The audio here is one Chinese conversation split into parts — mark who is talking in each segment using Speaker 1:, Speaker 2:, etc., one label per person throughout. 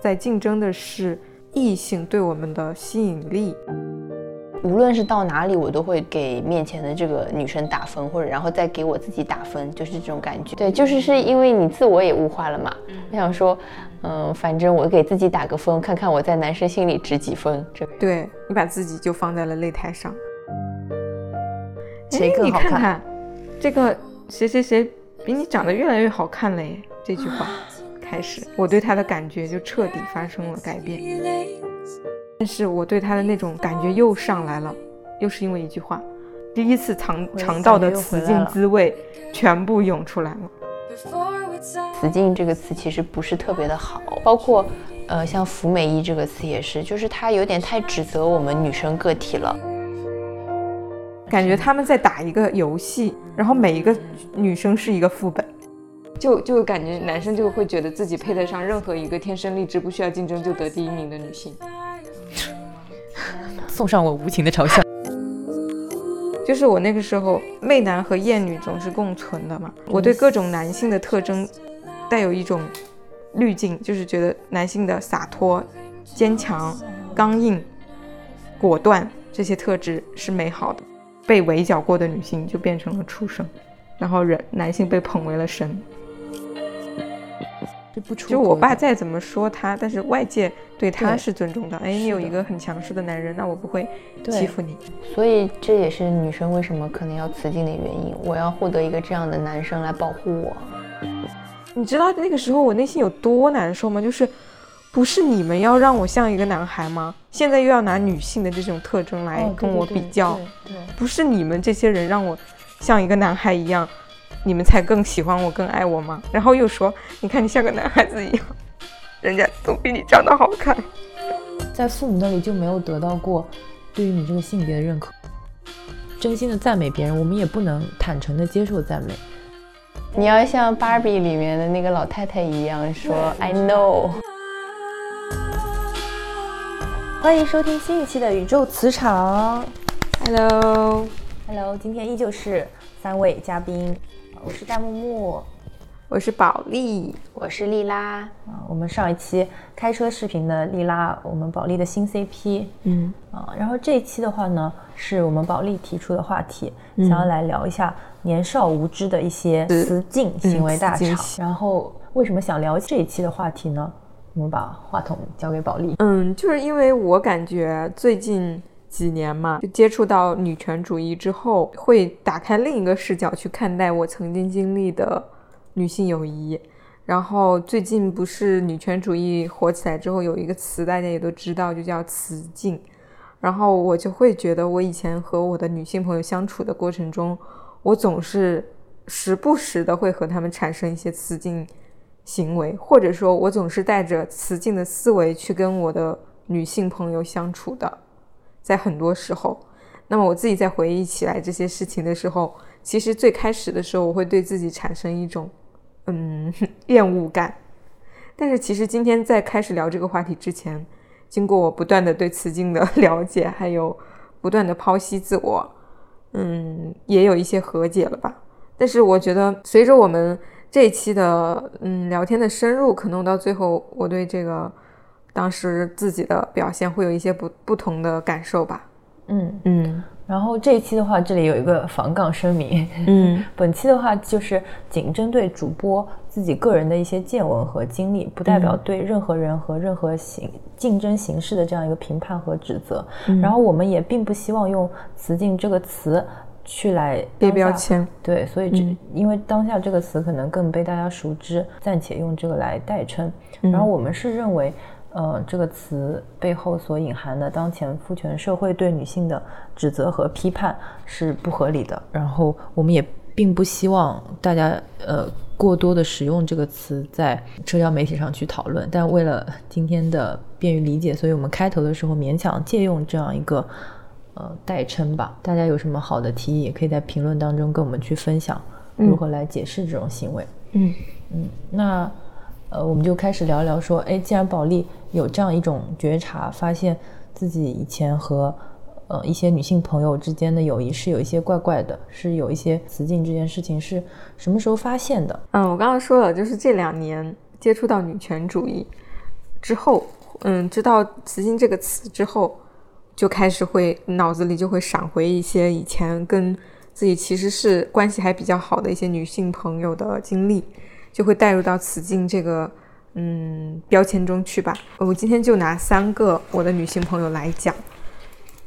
Speaker 1: 在竞争的是异性对我们的吸引力。
Speaker 2: 无论是到哪里，我都会给面前的这个女生打分，或者然后再给我自己打分，就是这种感觉。对，就是是因为你自我也物化了嘛。我想说，嗯、反正我给自己打个分，看看我在男生心里值几分。这个
Speaker 1: 对你把自己就放在了擂台上。
Speaker 3: 谁
Speaker 1: 哎
Speaker 3: 更
Speaker 1: 你
Speaker 3: 好
Speaker 1: 看
Speaker 3: 看？
Speaker 1: 看这个谁谁谁比你长得越来越好看了耶！这句话开始，我对他的感觉就彻底发生了改变，但是我对他的那种感觉又上来了，又是因为一句话，第一次尝
Speaker 3: 我也
Speaker 1: 尝到的
Speaker 3: 感觉又
Speaker 1: 词
Speaker 3: 回来
Speaker 1: 境
Speaker 3: 了
Speaker 1: 滋味全部涌出来了。
Speaker 2: “雌竞”这个词其实不是特别的好，包括呃像“服美役”这个词也是，就是它有点太指责我们女生个体了。
Speaker 1: 感觉他们在打一个游戏，然后每一个女生是一个副本，
Speaker 4: 就就感觉男生就会觉得自己配得上任何一个天生丽质、不需要竞争就得第一名的女 性。
Speaker 3: 送上我无情的嘲笑。
Speaker 1: 就是我那个时候，媚男和厌女总是共存的嘛。我对各种男性的特征带有一种滤镜，就是觉得男性的洒脱、坚强、刚硬、果断这些特质是美好的。被围剿过的女性就变成了畜生，然后人男性被捧为了神。
Speaker 3: 这不出
Speaker 1: 就我
Speaker 3: 格
Speaker 1: 爸
Speaker 3: 的
Speaker 1: 再怎么说他，但是外界对他
Speaker 3: 对
Speaker 1: 是尊重的。哎，你
Speaker 3: 是
Speaker 1: 有一
Speaker 3: 的
Speaker 1: 个很强势的男人，那我不会
Speaker 3: 对
Speaker 1: 欺负你。
Speaker 2: 所以这也是女生为什么可能要雌竞的原因。我要获得一个这样的男生来保护我。
Speaker 1: 你知道那个时候我内心有多难受吗？就是不是你们要让我像一个男孩吗？现在又要拿女性的这种特征来
Speaker 2: 哦
Speaker 1: 跟
Speaker 2: 对
Speaker 1: 我
Speaker 2: 对对
Speaker 1: 比较，
Speaker 2: 对，对
Speaker 1: 不是你们这些人让我像一个男孩一样，你们才更喜欢我、更爱我吗？然后又说，你看你像个男孩子一样，人家总比你长得好看。
Speaker 3: 在父母那里就没有得到过对于你这个性别的认可。真心的赞美别人，我们也不能坦诚的接受赞美。
Speaker 2: 你要像芭比里面的那个老太太一样说 “I know”。
Speaker 5: 欢迎收听新一期的宇宙磁场。
Speaker 1: Hello，
Speaker 5: Hello，今天依旧是三位嘉宾，我是戴木木。
Speaker 1: 我是宝莉。
Speaker 2: 我是莉拉，
Speaker 5: 啊，我们上一期开车视频的莉拉，我们保利的新 CP，嗯啊，然后这一期的话呢，是我们保利提出的话题，想要来聊一下年少无知的一些
Speaker 1: 嗯是嗯
Speaker 5: 雌竞行为大
Speaker 1: 雌竞
Speaker 5: 赏。然后为什么想聊这一期的话题呢？我们把话筒交给保利。
Speaker 1: 嗯，就是因为我感觉最近几年嘛，就接触到女权主义之后，会打开另一个视角去看待我曾经经历的女性友谊。然后最近不是女权主义火起来之后，有一个词大家也都知道，就叫“雌竞”。然后我就会觉得，我以前和我的女性朋友相处的过程中，我总是时不时的会和她们产生一些雌竞行为，或者说，我总是带着雌竞的思维去跟我的女性朋友相处的，在很多时候。那么我自己在回忆起来这些事情的时候，其实最开始的时候，我会对自己产生一种嗯 厌恶感。但是其实今天在开始聊这个话题之前，经过我不断的对雌竞的 了解，还有不断的剖析自我，嗯，也有一些和解了吧。但是我觉得，随着我们这一期的嗯聊天的深入，可能到最后，我对这个当时自己的表现会有一些不不同的感受吧。
Speaker 5: 嗯，
Speaker 1: 嗯
Speaker 5: 然后这一期的话，这里有一个防杠声明，
Speaker 1: 嗯，
Speaker 5: 本期的话就是仅针对主播自己个人的一些见闻和经历，不代表
Speaker 1: 嗯
Speaker 5: 对任何人和任何形竞争形式的这样一个评判和指责。
Speaker 1: 嗯
Speaker 5: 然后我们也并不希望用“雌竞”这个词去来
Speaker 1: 贴
Speaker 5: 当
Speaker 1: 标
Speaker 5: 下。
Speaker 1: 签。
Speaker 5: 对，所以这、
Speaker 1: 嗯
Speaker 5: 因为当下这个词可能更被大家熟知，暂且用这个来代称。
Speaker 1: 嗯
Speaker 5: 然后我们是认为，呃，这个词背后所隐含的当前父权社会对女性的指责和批判是不合理的。
Speaker 3: 然后我们也并不希望大家呃过多的使用这个词在社交媒体上去讨论，但为了今天的便于理解，所以我们开头的时候勉强借用这样一个呃代称吧。大家有什么好的提议，也可以在评论当中跟我们去分享如何来解释这种行为。
Speaker 1: 嗯
Speaker 3: 嗯，那呃，我们就开始聊一聊说，哎，既然保利有这样一种觉察，发现自己以前和呃一些女性朋友之间的友谊是有一些怪怪的，是有一些雌竞这件事情是什么时候发现的？
Speaker 1: 嗯，我刚刚说了，就是这两年接触到女权主义，之后，嗯，知道“慈心”这个词之后，就开始会脑子里就会闪回一些以前跟自己其实是关系还比较好的一些女性朋友的经历，就会带入到“雌境”这个嗯标签中去吧。我今天就拿三个我的女性朋友来讲，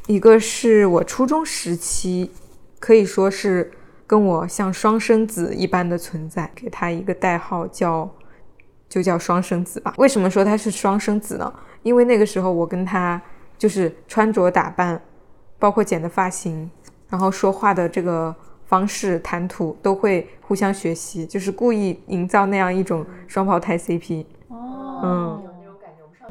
Speaker 1: 一个是我初中时期，可以说是跟我像双生子一般的存在，给她一个代号叫。就叫双生子吧。为什么说他是双生子呢？因为那个时候我跟他就是穿着打扮，包括剪的发型，然后说话的这个方式、谈吐都会互相学习，就是故意营造那样一种双胞胎 CP。哦，嗯。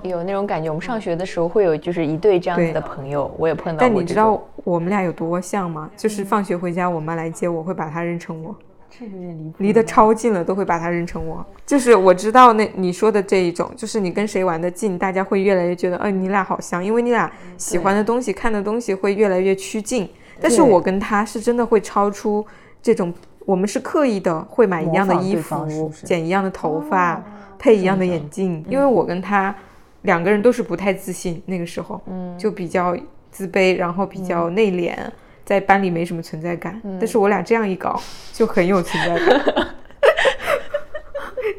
Speaker 2: 有那种感觉，我们上学的时候会有就是一对这样子的朋友，我也碰到过。
Speaker 1: 但你知道我们俩有多像吗？就是放学回家，我妈来接我，会把她认成我。
Speaker 4: 嗯这有点离谱，
Speaker 1: 离得超近了，都会把它认成我。就是我知道那你说的这一种，就是你跟谁玩的近，大家会越来越觉得，哎、呃，你俩好像，因为你俩
Speaker 4: 嗯
Speaker 1: 喜欢的东西、看的东西会越来越趋近。但是我跟他是真的会超出这种，我们是刻意的会买一样的衣服，剪一样的头发，哦、配一样的眼镜。因为
Speaker 4: 嗯
Speaker 1: 我跟他两个人都是不太自信，那个时候，嗯，就比较自卑，然后比较内敛。嗯在班里没什么存在感，嗯、但是我俩这样一搞就很有存在 感。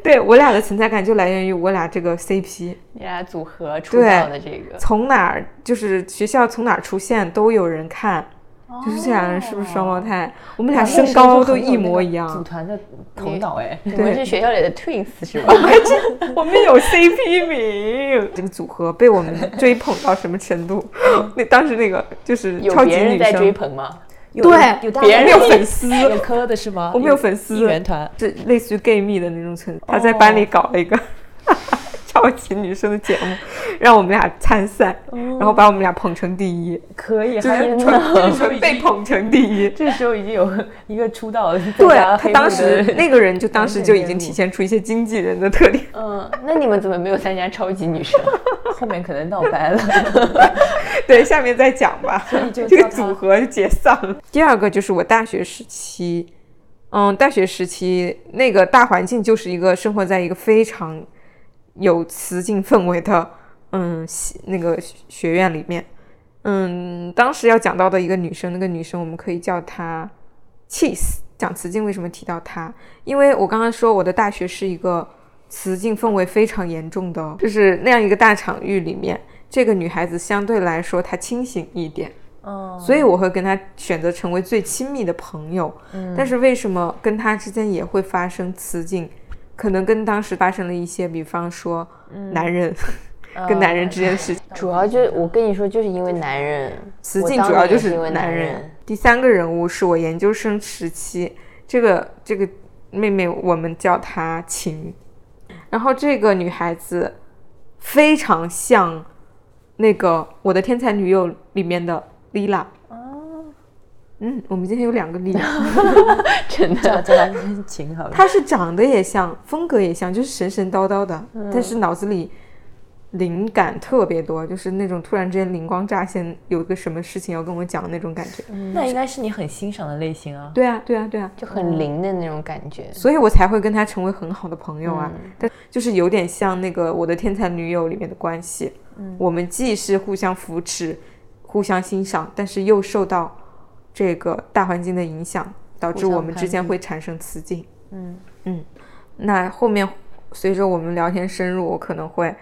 Speaker 1: 对我俩的存在感就来源于我俩这个 CP，
Speaker 2: 你俩组合出道的这个，
Speaker 1: 从哪儿就是学校从哪儿出现都有人看，哦、就是这两个人是不是双胞胎？我们俩身高都一模一样，
Speaker 5: 组团的头脑 哎，
Speaker 2: 你们是学校里的 twins 是吧？
Speaker 1: 我们我们有 CP 名，这个组合被我们追捧到什么程度？那当时那个就是
Speaker 2: 有别人在追捧吗？
Speaker 1: 对，
Speaker 5: 有
Speaker 1: 别人有粉丝，
Speaker 5: 有科的是吗？
Speaker 1: 我们有粉丝，
Speaker 5: 应援团
Speaker 1: 是类似于 gay 蜜的那种存在。他在班里搞了一个 超级女生的节目，让我们俩参赛，然后把我们俩捧成第一。
Speaker 5: 可以，
Speaker 1: 就是纯纯被捧成第一。
Speaker 5: 这时候已经有一个出 道，
Speaker 1: 对他当时那个人就当时就已经体现出一些经纪人的特点。
Speaker 2: 嗯，那你们怎么没有参加超 级女生？
Speaker 5: 后面可能闹掰了。
Speaker 1: 对，下面再讲吧。
Speaker 5: 所以就
Speaker 1: 这个组合就解散了。第二个就是我大学时期，嗯，大学时期那个大环境就是一个生活在一个非常有磁性氛围的，嗯，那个学院里面。嗯，当时要讲到的一个女生，那个女生我们可以叫她 Cheese。讲雌竞为什么提到她？因为我刚刚说我的大学是一个雌竞氛围非常严重的，就是那样一个大场域里面。这个女孩子相对来说她清醒一点，嗯，所以我会跟她选择成为最亲密的朋友。嗯，但是为什么跟她之间也会发生雌竞？可能跟当时发生了一些，比方说男 人、嗯、跟男人之间的事情。
Speaker 2: 主要就我跟你说，就是因为男人
Speaker 1: 雌竞主要就是
Speaker 2: 因为男
Speaker 1: 人。第三个人物是我研究生时期，这个这个妹妹我们叫她晴，然后这个女孩子非常像。那个《我的天才女友》里面的莉拉，哦，嗯，我们今天有两个莉拉，
Speaker 2: 真的，
Speaker 5: 叫她秦好了。
Speaker 1: 她是长得也像，风格也像，就是神神叨叨的，嗯、但是脑子里灵感特别多，就是那种突然之间灵光乍现，有一个什么事情要跟我讲那种感觉。
Speaker 5: 嗯、那应该是你很欣赏的类型啊。
Speaker 1: 对啊，对啊，对啊，
Speaker 2: 就很灵的那种感觉，嗯、
Speaker 1: 所以我才会跟她成为很好的朋友啊。
Speaker 5: 嗯
Speaker 1: 但就是有点像那个《我的天才女友》里面的关系。嗯、我们既是互相扶持、互相欣赏，但是又受到这个大环境的影响，导致我们之间会产生雌竞。嗯嗯，那后面随着我们聊天深入，我可能会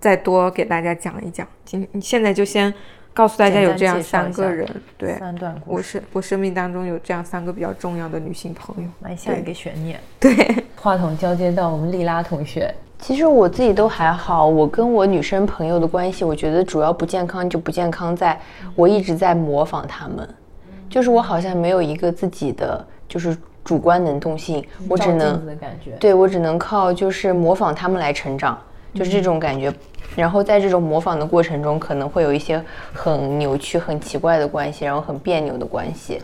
Speaker 1: 再多给大家讲一讲。今你现在就先告诉大家有这样三个人，对，
Speaker 5: 三段
Speaker 1: 我生我生命当中有这样三个比较重要的女性朋友，
Speaker 5: 埋下一个悬念。
Speaker 1: 对，
Speaker 5: 话筒交接到我们莉拉同学。
Speaker 2: 其实我自己都还好，我跟我女生朋友的关系，我觉得主要不健康就不健康在，我一直在模仿她们，就是我好像没有一个自己的就是主观能动性，
Speaker 3: 嗯
Speaker 2: 我只能对我只能靠就是模仿她们来成长，就是这种感觉。嗯、然后在这种模仿的过程中，可能会有一些很扭曲、很奇怪的关系，然后很别扭的关系。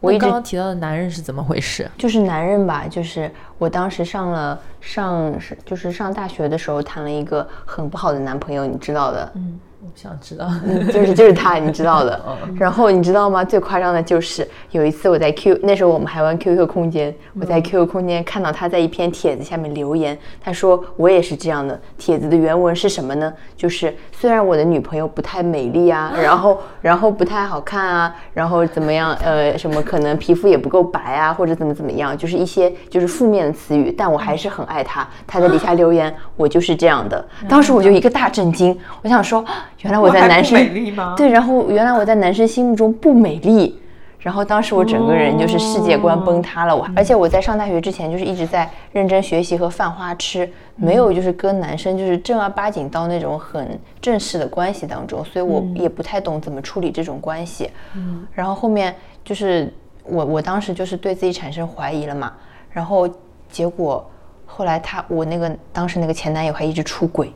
Speaker 2: 我
Speaker 5: 刚刚提到的男人是怎么回事？
Speaker 3: 嗯
Speaker 2: 就是男人吧，就是我当时上了上是就是上大学的时候谈了一个很不好的男朋友，你知道的，嗯，
Speaker 3: 我想知道，
Speaker 2: 嗯， 就是就是他，你知道的。然后你知道吗？最夸张的就是有一次我在 Q，那时候我们还玩 QQ 空间，我在 QQ 空间看到他在一篇帖子下面留言，他说我也是这样的。帖子的原文是什么呢？就是虽然我的女朋友不太美丽啊，然后然后不太好看啊，然后怎么样？呃，什么可能皮肤也不够白啊，或者怎么怎么样，就是一些就是负面的词语，但我还是很爱他。他在底下留言，我就是这样的。当时我就一个大震惊，我想说，啊原来我在男生
Speaker 1: 我还不美丽吗
Speaker 2: 对，然后原来我在男生心目中不美丽。然后当时我整个人就是世界观崩塌了，我
Speaker 1: 哦
Speaker 2: 而且我在上大学之前就是一直在认真学习和犯花痴，没有就是跟男生就是正儿八经到那种很正式的关系当中，所以
Speaker 1: 嗯
Speaker 2: 我也不太懂怎么处理这种关系。然后后面就是我我当时就是对自己产生怀疑了嘛，然后结果后来他我那个当时那个前男友还一直出轨，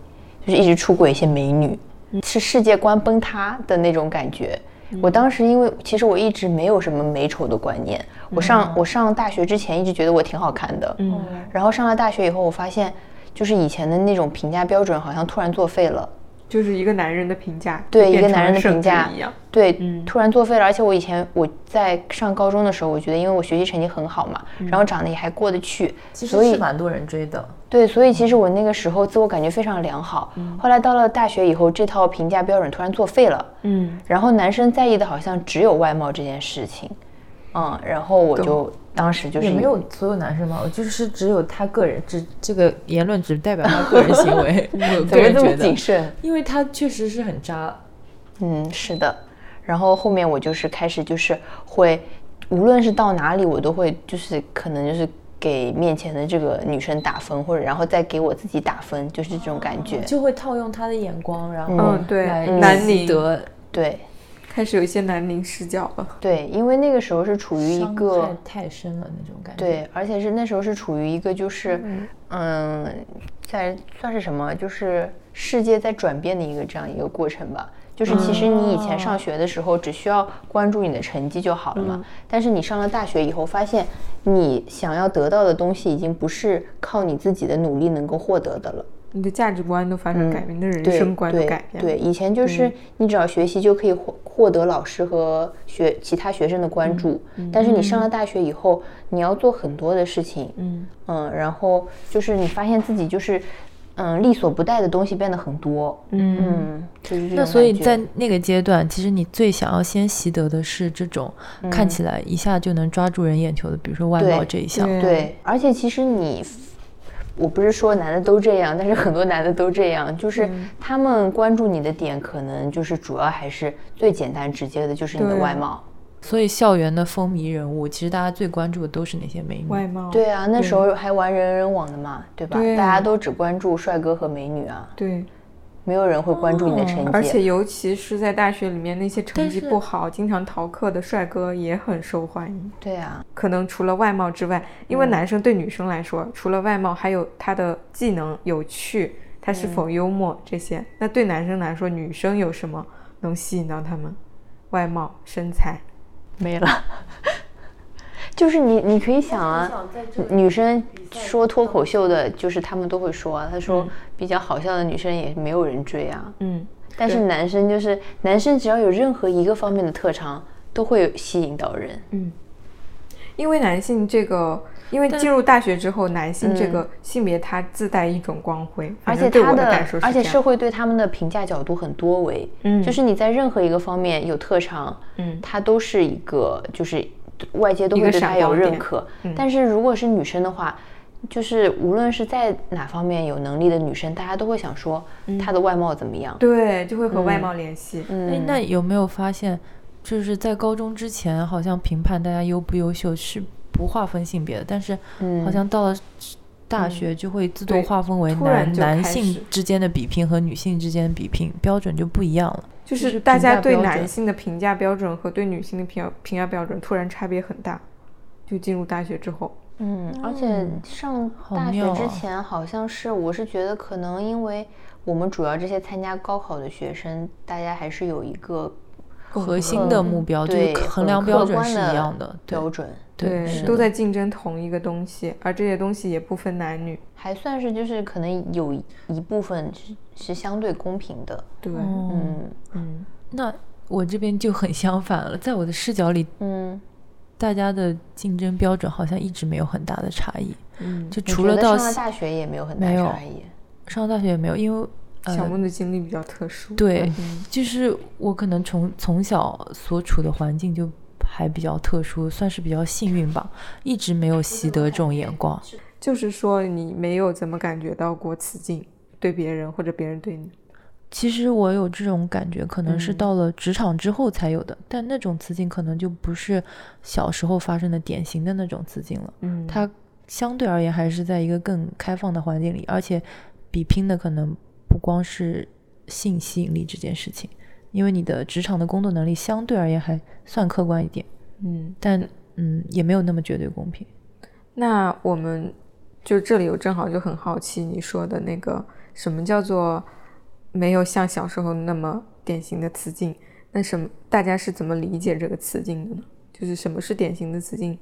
Speaker 2: 就是一直出轨一些美女，是世界观崩塌的那种感觉。我当时因为其实我一直没有什么美丑的观念，我上
Speaker 1: 嗯
Speaker 2: 我上大学之前一直觉得我挺好看的，嗯，然后上了大学以后，我发现就是以前的那种评价标准好像突然作废了。
Speaker 1: 就是一个男人的评价，
Speaker 2: 对
Speaker 1: 就
Speaker 2: 一
Speaker 1: 变
Speaker 2: 个
Speaker 1: 成
Speaker 2: 男人的
Speaker 1: 了圣
Speaker 2: 评
Speaker 1: 旨
Speaker 2: 价
Speaker 1: 一样。嗯
Speaker 2: 对，突然作废了。而且我以前我在上高中的时候，我觉得因为我学习成绩很好嘛，
Speaker 1: 嗯
Speaker 2: 然后长得也还过得去，
Speaker 3: 其
Speaker 2: 所
Speaker 3: 实
Speaker 2: 以
Speaker 3: 是蛮多人追的。
Speaker 2: 对，所以其实我那个时候自我感觉非常良好。
Speaker 3: 嗯
Speaker 2: 后来到了大学以后，这套评价标准突然作废了。
Speaker 1: 嗯，
Speaker 2: 然后男生在意的好像只有外貌这件事情，嗯，然后我就当时就是
Speaker 3: 也没有所有男生吧，我就是只有他个人，只这个言论只代表他个人行 为。我
Speaker 2: 怎
Speaker 3: 个
Speaker 2: 么
Speaker 3: 人
Speaker 2: 这么
Speaker 3: 觉
Speaker 2: 谨
Speaker 3: 得，
Speaker 2: 慎，
Speaker 3: 因为他确实是很渣。
Speaker 2: 嗯，是的。然后后面我就是开始就是会，无论是到哪里，我都会就是可能就是给面前的这个女生打分，或者然后再给我自己打分，就是这种感觉。
Speaker 3: 哦就会套用他的眼光，然后
Speaker 1: 嗯，对
Speaker 3: 来，
Speaker 1: 南
Speaker 3: 习
Speaker 1: 宁
Speaker 3: 得
Speaker 2: 对
Speaker 1: 开始有一些南宁视角了。
Speaker 2: 对，因为那个时候是处于一
Speaker 3: 伤
Speaker 2: 个
Speaker 3: 害太深了那种感觉。，
Speaker 2: 对，而且是那时候是处于一个就是，嗯，在算是什么，就是世界在转变的一个这样一个过程吧。就是其实你以前
Speaker 3: 哦
Speaker 2: 上学的时候，只需要关注你的成绩就好了嘛。
Speaker 3: 嗯
Speaker 2: 但是你上了大学以后，发现你想要得到的东西已经不是靠你自己的努力能够获得的了。
Speaker 1: 你的价值观都发生改变，你的人
Speaker 2: 嗯对
Speaker 1: 生观都
Speaker 2: 对
Speaker 1: 改变了。嗯
Speaker 2: 对，以前就是你只要学习就可以获获得老师和学其他学生的
Speaker 1: 嗯
Speaker 2: 关注，但是你上了大学以后，你要做很多的事情，嗯然后就是你发现自己就是嗯力所不逮的东西变得很多，嗯就是这种
Speaker 3: 那所以
Speaker 2: 感觉
Speaker 3: 在那个阶段，其实你最想要先习得的是这种看起来一下就能抓住人眼球的，比如说外貌
Speaker 2: 对
Speaker 3: 这一项。
Speaker 1: 嗯对
Speaker 2: 对，而且其实你，我不是说男的都这样，但是很多男的都这样，就是
Speaker 1: 嗯
Speaker 2: 他们关注你的点可能就是主要还是最简单直接的就是你的
Speaker 1: 对
Speaker 2: 外貌。
Speaker 3: 所以校园的风靡人物，其实大家最关注的都是那些美女。
Speaker 1: 外貌，
Speaker 2: 对啊，那时候还玩人人网的嘛，对吧？
Speaker 1: 哦对
Speaker 2: 大家都只关注帅哥和美女啊，
Speaker 1: 对，
Speaker 2: 没有人会关注你的成绩。
Speaker 1: 哦而且尤其是在大学里面，那些成绩
Speaker 3: 但是
Speaker 1: 不好、经常逃课的帅哥也很受欢迎。
Speaker 2: 对啊，
Speaker 1: 可能除了外貌之外，因为男生对女生来说，
Speaker 2: 嗯
Speaker 1: 除了外貌，还有他的技能、有趣，他是否幽默、这些。那对男生来说，女生有什么能吸引到他们？外貌、身材，
Speaker 2: 没了。就是你，你可以想啊，女生说脱口秀的，就是他们都会说啊，他说比较好笑的女生也没有人追啊，
Speaker 1: 嗯，
Speaker 2: 但是
Speaker 1: 对
Speaker 2: 男生就是男生，只要有任何一个方面的特长，都会吸引到人。
Speaker 1: 因为男性这个，因为进入大学之后，男性这个性别他自带一种光辉，
Speaker 2: 而
Speaker 1: 反
Speaker 2: 且
Speaker 1: 正对
Speaker 2: 他
Speaker 1: 我
Speaker 2: 的，
Speaker 1: 感受
Speaker 2: 而且
Speaker 1: 这
Speaker 2: 社
Speaker 1: 样。
Speaker 2: 会对他们的评价角度很多维，
Speaker 1: 嗯
Speaker 2: 就是你在任何一个方面有特长，
Speaker 1: 嗯
Speaker 2: 它都是一个，就是外界都
Speaker 1: 一
Speaker 2: 会
Speaker 1: 个
Speaker 2: 对他
Speaker 1: 闪
Speaker 2: 有
Speaker 1: 光
Speaker 2: 认
Speaker 1: 点
Speaker 2: 可。
Speaker 3: 嗯
Speaker 2: 但是如果是女生的话，就是无论是在哪方面有能力的女生，大家都会想说
Speaker 3: 嗯
Speaker 2: 她的外貌怎么样。
Speaker 1: 对，就会和外貌联系。
Speaker 3: 哎，那
Speaker 1: 嗯
Speaker 3: 有没有发现，就是在高中之前，好像评判大家优不优秀是不划分性别的，但是好像到了大学就会自动
Speaker 1: 嗯对
Speaker 3: 划分为
Speaker 1: 突然
Speaker 3: 男
Speaker 1: 就
Speaker 3: 男
Speaker 1: 开
Speaker 3: 性
Speaker 1: 始
Speaker 3: 之间的比拼和女性之间的比拼标准就不一样了。
Speaker 1: 就是大家对
Speaker 3: 评价标
Speaker 1: 男
Speaker 3: 准
Speaker 1: 性的评价标准和对女性的评评价标准突然差别很大，就进入大学之后，
Speaker 2: 嗯，而且上大学
Speaker 3: 妙
Speaker 2: 之
Speaker 3: 啊
Speaker 2: 前好像是，我是觉得可能因为我们主要这些参加高考的学生，大家还是有一个
Speaker 3: 核心的目标，就是
Speaker 2: 对
Speaker 3: 衡量
Speaker 2: 很
Speaker 3: 标
Speaker 2: 客
Speaker 3: 准
Speaker 2: 观
Speaker 3: 是一
Speaker 2: 的
Speaker 3: 样的。对
Speaker 2: 标准，
Speaker 3: 对，是
Speaker 1: 都
Speaker 3: 的
Speaker 1: 在竞争同一个东西，而这些东西也不分男女。
Speaker 2: 还算是就是可能有一部分是是相对公平的，
Speaker 1: 对，
Speaker 2: 嗯
Speaker 3: 那我这边就很相反了，在我的视角里，
Speaker 2: 嗯，
Speaker 3: 大家的竞争标准好像一直没有很大的差异。嗯，就
Speaker 2: 你
Speaker 3: 除
Speaker 2: 觉
Speaker 3: 了
Speaker 2: 得
Speaker 3: 到
Speaker 2: 上了
Speaker 3: 西
Speaker 2: 大学也没有很大
Speaker 3: 没有
Speaker 2: 差异，
Speaker 3: 上大学也没有，因为呃
Speaker 1: 小梦的经历比较特殊。
Speaker 3: 对，
Speaker 2: 嗯
Speaker 3: 就是我可能从从小所处的环境就还比较特殊，算是比较幸运吧，一直没有习得这种眼光。
Speaker 1: 就是说你没有怎么感觉到过雌竞对别人或者别人对你。
Speaker 3: 其实我有这种感觉，可能是到了职场之后才有的，但那种刺激可能就不是小时候发生的典型的那种刺激了。
Speaker 1: 嗯，
Speaker 3: 它相对而言还是在一个更开放的环境里，而且比拼的可能不光是性吸引力这件事情，因为你的职场的工作能力相对而言还算客观一点，
Speaker 1: 嗯，
Speaker 3: 但嗯也没有那么绝对公平。
Speaker 1: 那我们就这里我正好就很好奇你说的那个什么叫做没有像小时候那么典型的雌竞？那什么大家是怎么理解这个雌竞的呢？就是什么是典型的雌竞，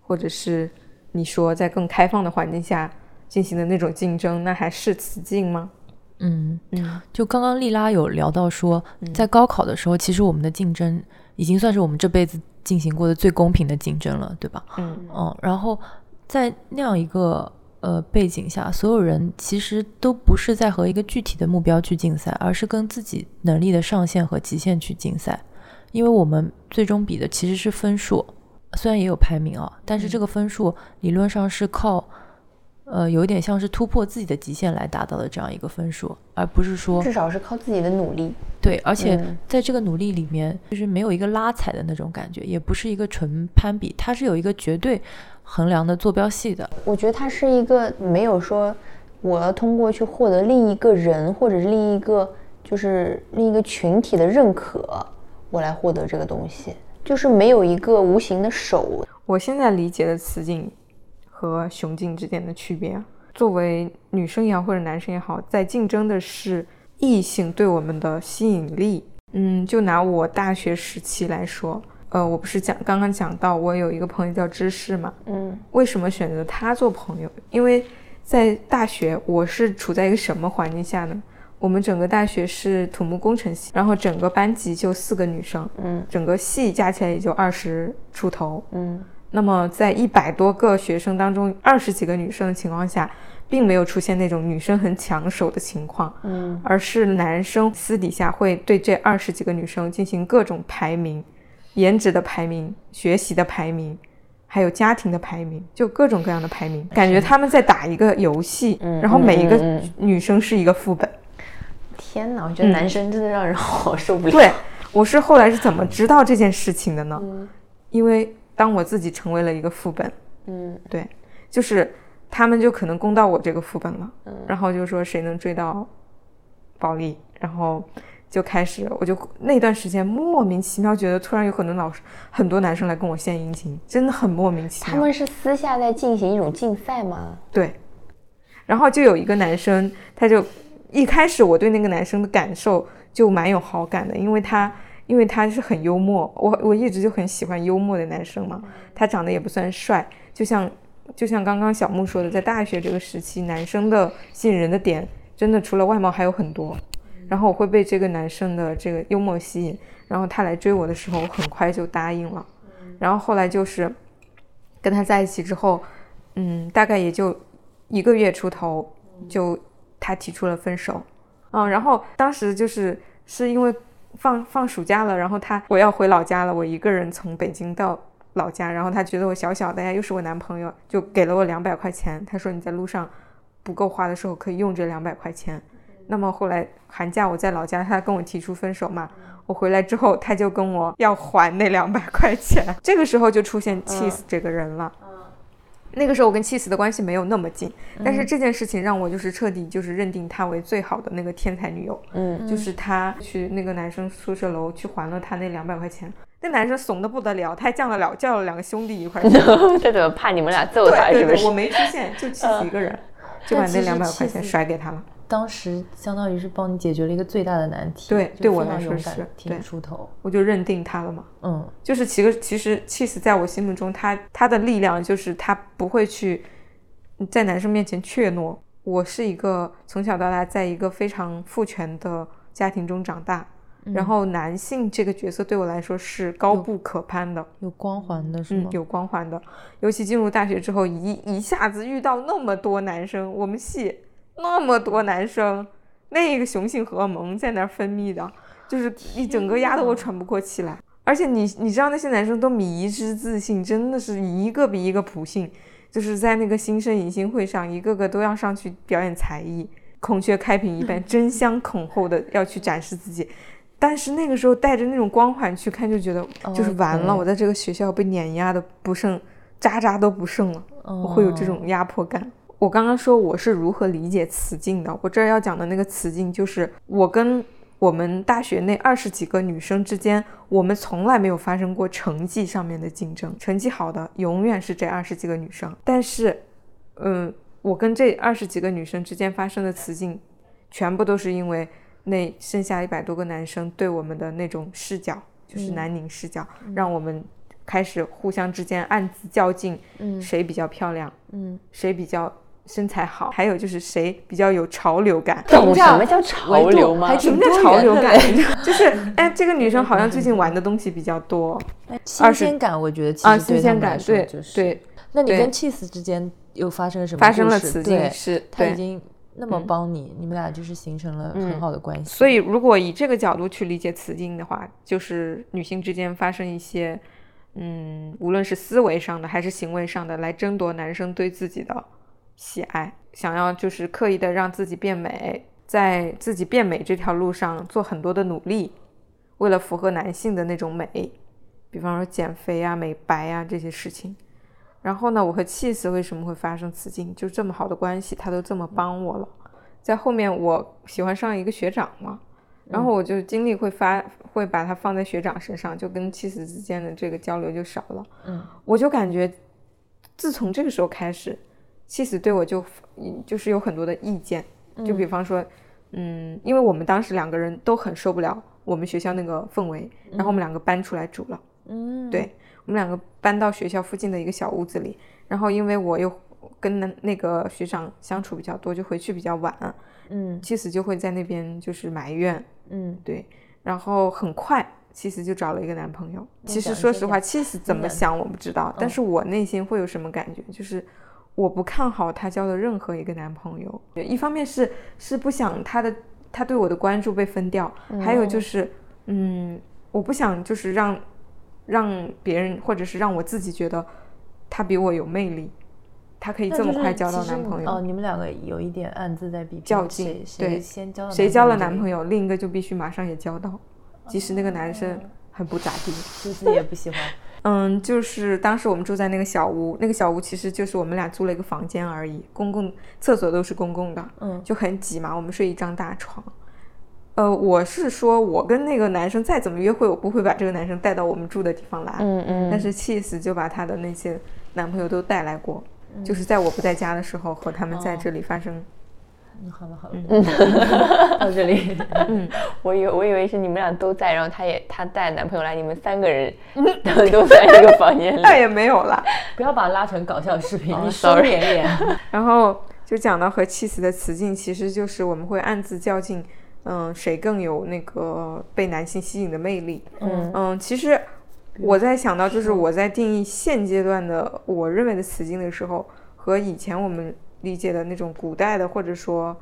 Speaker 1: 或者是你说在更开放的环境下进行的那种竞争，那还是雌竞吗？
Speaker 3: 嗯
Speaker 1: 嗯，
Speaker 3: 就刚刚丽拉有聊到说，在高考的时候，其实我们的竞争已经算是我们这辈子进行过的最公平的竞争了，对吧？
Speaker 1: 嗯
Speaker 3: 然后在那样一个呃背景下，所有人其实都不是在和一个具体的目标去竞赛，而是跟自己能力的上限和极限去竞赛，因为我们最终比的其实是分数，虽然也有排名啊，但是这个分数理论上是靠。呃，有点像是突破自己的极限来达到的这样一个分数，而不是说
Speaker 2: 至少是靠自己的努力，
Speaker 3: 对，而且
Speaker 2: 嗯
Speaker 3: 在这个努力里面，就是没有一个拉踩的那种感觉，也不是一个纯攀比，它是有一个绝对衡量的坐标系的。
Speaker 2: 我觉得它是一个没有说我要通过去获得另一个人或者是另一个就是另一个群体的认可，我来获得这个东西，就是没有一个无形的手。
Speaker 1: 我现在理解的雌竞和雄竞之间的区别啊，作为女生也好，或者男生也好，在竞争的是异性对我们的吸引力。嗯，就拿我大学时期来说，呃，我不是讲刚刚讲到我有一个朋友叫芝士嘛，
Speaker 2: 嗯，
Speaker 1: 为什么选择他做朋友？因为在大学，我是处在一个什么环境下呢？我们整个大学是土木工程系，然后整个班级就四个女生，
Speaker 2: 嗯，
Speaker 1: 整个系加起来也就二十出头，
Speaker 2: 嗯，
Speaker 1: 那么在一百多个学生当中，二十几个女生的情况下，并没有出现那种女生很抢手的情况，嗯，而是男生私底下会对这二十几个女生进行各种排名，颜值的排名、学习的排名，还有家庭的排名，就各种各样的排名，感觉他们在打一个游戏，然后每一
Speaker 2: 嗯
Speaker 1: 个
Speaker 2: 嗯
Speaker 1: 女生是一个副本。
Speaker 2: 天哪，我觉得男生真的让人 好受不了。
Speaker 1: 对，我是后来是怎么知道这件事情的呢？因为当我自己成为了一个副本，
Speaker 2: 嗯，
Speaker 1: 对，就是他们就可能攻到我这个副本了，
Speaker 2: 嗯
Speaker 1: 然后就说谁能追到保利，然后就开始，我就那段时间莫名其妙觉得突然有很多老师很多男生来跟我献殷勤，真的很莫名其
Speaker 2: 他
Speaker 1: 妙。
Speaker 2: 们是私下在进行一种竞赛 吗？
Speaker 1: 对，然后就有一个男生，他就一开始我对那个男生的感受就蛮有好感的，因为他因为他是很幽默，我我一直就很喜欢幽默的男生嘛，他长得也不算帅，就像就像刚刚小木说的，在大学这个时期，男生的吸引人的点真的除了外貌还有很多。然后我会被这个男生的这个幽默吸引，然后他来追我的时候，我很快就答应了。然后后来就是跟他在一起之后，嗯，大概也就一个月出头，就他提出了分手。嗯，然后当时就是是因为放放暑假了，然后他我要回老家了，我一个人从北京到老家，然后他觉得我小小的呀，又是我男朋友，就给了我两百块钱，他说你在路上不够花的时候可以用这两百块钱。那么后来寒假我在老家，他跟我提出分手嘛，我回来之后他就跟我要还那两百块钱，这个时候就出现 Cheese 这个人了。那个时候我跟 Cheese 的关系没有那么近，但
Speaker 2: 嗯
Speaker 1: 是这件事情让我就是彻底就是认定她为最好的那个天才女友，
Speaker 2: 嗯，
Speaker 1: 就是她去那个男生宿舍楼去还了他那两百块钱，那男生怂的不得了，他还叫了两叫了两个兄弟一块儿 去，
Speaker 2: 他怎么怕你们俩揍他？
Speaker 1: 对
Speaker 2: 是不嗯
Speaker 1: 对对，
Speaker 2: 是
Speaker 1: 我？没出现，就 Cheese 一个人，就把那两百块钱甩给他了。
Speaker 3: 当时相当于是帮你解决了一个最大的难题，
Speaker 1: 对
Speaker 3: 就
Speaker 1: 对我
Speaker 3: 非常
Speaker 1: 来说
Speaker 3: 勇敢
Speaker 1: 是
Speaker 3: 挺
Speaker 1: 对
Speaker 3: 出头，
Speaker 1: 我就认定他了嘛。
Speaker 3: 嗯，
Speaker 1: 就是其实其实 Cheese 在我心目中，他他的力量就是他不会去在男生面前怯懦。我是一个从小到大在一个非常父权的家庭中长大，然后男性这个角色对我来说是高不可攀的，
Speaker 3: 有光环的是
Speaker 1: 嗯
Speaker 3: 吗，？
Speaker 1: 有光环的。尤其进入大学之后，一一下子遇到那么多男生，我们系那么多男生，那个雄性荷尔蒙在那儿分泌的，就是一整个压得我喘不过气来。而且你你知道那些男生都迷之自信，真的是一个比一个普信，就是在那个新生迎新会上，一个个都要上去表演才艺，孔雀开屏一般，争相恐后的要去展示自己。但是那个时候带着那种光环去看，就觉得就是完了，
Speaker 3: 对
Speaker 1: 我在这个学校被碾压的不剩渣渣都不剩了，我会有这种压迫感。我刚刚说我是如何理解雌竞的，我这儿要讲的那个雌竞就是我跟我们大学内二十几个女生之间，我们从来没有发生过成绩上面的竞争，成绩好的永远是这二十几个女生。但是，嗯，我跟这二十几个女生之间发生的雌竞，全部都是因为那剩下一百多个男生对我们的那种视角，
Speaker 3: 嗯
Speaker 1: 就是南宁视角，让我们开始互相之间暗自较劲，
Speaker 3: 嗯
Speaker 1: 谁比较漂亮，
Speaker 3: 嗯，
Speaker 1: 谁比较身材好，还有就是谁比较有潮流感。
Speaker 2: 懂什么叫潮流吗？
Speaker 1: 什么叫潮流感？ 就是哎，这个女生好像最近玩的东西比较多
Speaker 3: 哎新鲜感，我觉得嗯其实
Speaker 1: 啊，
Speaker 3: 对
Speaker 1: 新
Speaker 3: 他
Speaker 1: 鲜
Speaker 3: 们来
Speaker 1: 感，
Speaker 3: 说
Speaker 1: 对
Speaker 3: 就是。
Speaker 1: 对，
Speaker 3: 那你
Speaker 1: 对
Speaker 3: 跟 Cheese 之间又发生了什么故事？
Speaker 1: 发生了雌竞
Speaker 3: 对
Speaker 1: 是
Speaker 3: 他已
Speaker 1: 对嗯
Speaker 3: 经那么帮你，你们俩就是形成了很好的关系。
Speaker 1: 所以，如果以这个角度去理解雌竞的话，就是女性之间发生一些，嗯，无论是思维上的还是行为上的，来争夺男生对自己的喜爱，想要就是刻意的让自己变美，在自己变美这条路上做很多的努力，为了符合男性的那种美，比方说减肥啊、美白啊这些事情。然后呢，我和 Cheese 为什么会发生雌竞？就这么好的关系，他都这么帮我了。在后面我喜欢上一个学长嘛，然
Speaker 3: 嗯
Speaker 1: 后我就精力会发会把它放在学长身上，就跟妻子之间的这个交流就少了。
Speaker 3: 嗯，
Speaker 1: 我就感觉自从这个时候开始，妻子对我就嗯就是有很多的意见，就比方说，嗯，因为我们当时两个人都很受不了我们学校那个氛围，然后我们两个搬出来住了。
Speaker 3: 嗯，
Speaker 1: 对我们两个搬到学校附近的一个小屋子里。然后因为我又跟那那个学长相处比较多，就回去比较晚，
Speaker 3: 嗯
Speaker 1: 妻子就会在那边就是埋怨，
Speaker 3: 嗯，
Speaker 1: 对。然后很快，妻子就找了一个男朋友。其实
Speaker 3: 讲嗯
Speaker 1: 说
Speaker 3: 先
Speaker 1: 实话，妻子怎么想我不知道，但是我内心会有什么感觉，就是。我不看好她交的任何一个男朋友，一方面是是不想她的她对我的关注被分掉，还
Speaker 3: 哦
Speaker 1: 有就是，嗯，我不想就是让让别人或者是让我自己觉得他比我有魅力，他可以
Speaker 3: 那
Speaker 1: 这么
Speaker 3: 就是
Speaker 1: 快交
Speaker 3: 其
Speaker 1: 到
Speaker 3: 实
Speaker 1: 男
Speaker 3: 你
Speaker 1: 朋
Speaker 3: 哦，
Speaker 1: 友，
Speaker 3: 你们两个有一点暗自在比拼
Speaker 1: 较劲
Speaker 3: 嗯谁谁
Speaker 1: 对
Speaker 3: 先交到
Speaker 1: 谁交了男
Speaker 3: 友哦
Speaker 1: 朋友，另一个就必须马上也交到，即使那个男生很不咋地。
Speaker 3: 就自己也不 喜欢。
Speaker 1: 嗯，就是当时我们住在那个小屋，那个小屋其实就是我们俩租了一个房间而已，公共厕所都是公共的，
Speaker 3: 嗯
Speaker 1: 就很挤嘛，我们睡一张大床。呃，我是说，我跟那个男生再怎么约会，我不会把这个男生带到我们住的地方来。
Speaker 2: 嗯嗯，
Speaker 1: 但是 Cheese 就把她的那些男朋友都带来过，就是在我不在家的时候和他们
Speaker 3: 哦
Speaker 1: 在这里发生。
Speaker 3: 嗯好了好了， 到这里。
Speaker 2: 我以为我以为是你们俩都在，然后她也她带男朋友来，你们三个人 都都在一个房间里。
Speaker 1: 那、也没有啦。
Speaker 3: 不要把它拉成搞笑视频，
Speaker 2: 哦
Speaker 3: 你收
Speaker 2: sorry
Speaker 3: 敛一 点。
Speaker 1: 然后就讲到和 Cheese 的雌竞，其实就是我们会暗自较劲，嗯，谁更有那个被男性吸引的魅力。
Speaker 3: 嗯
Speaker 1: 嗯，其实我在想到，啊就是我在定义现阶段的我认为的雌竞的时候，和以前我们理解的那种古代的或者说，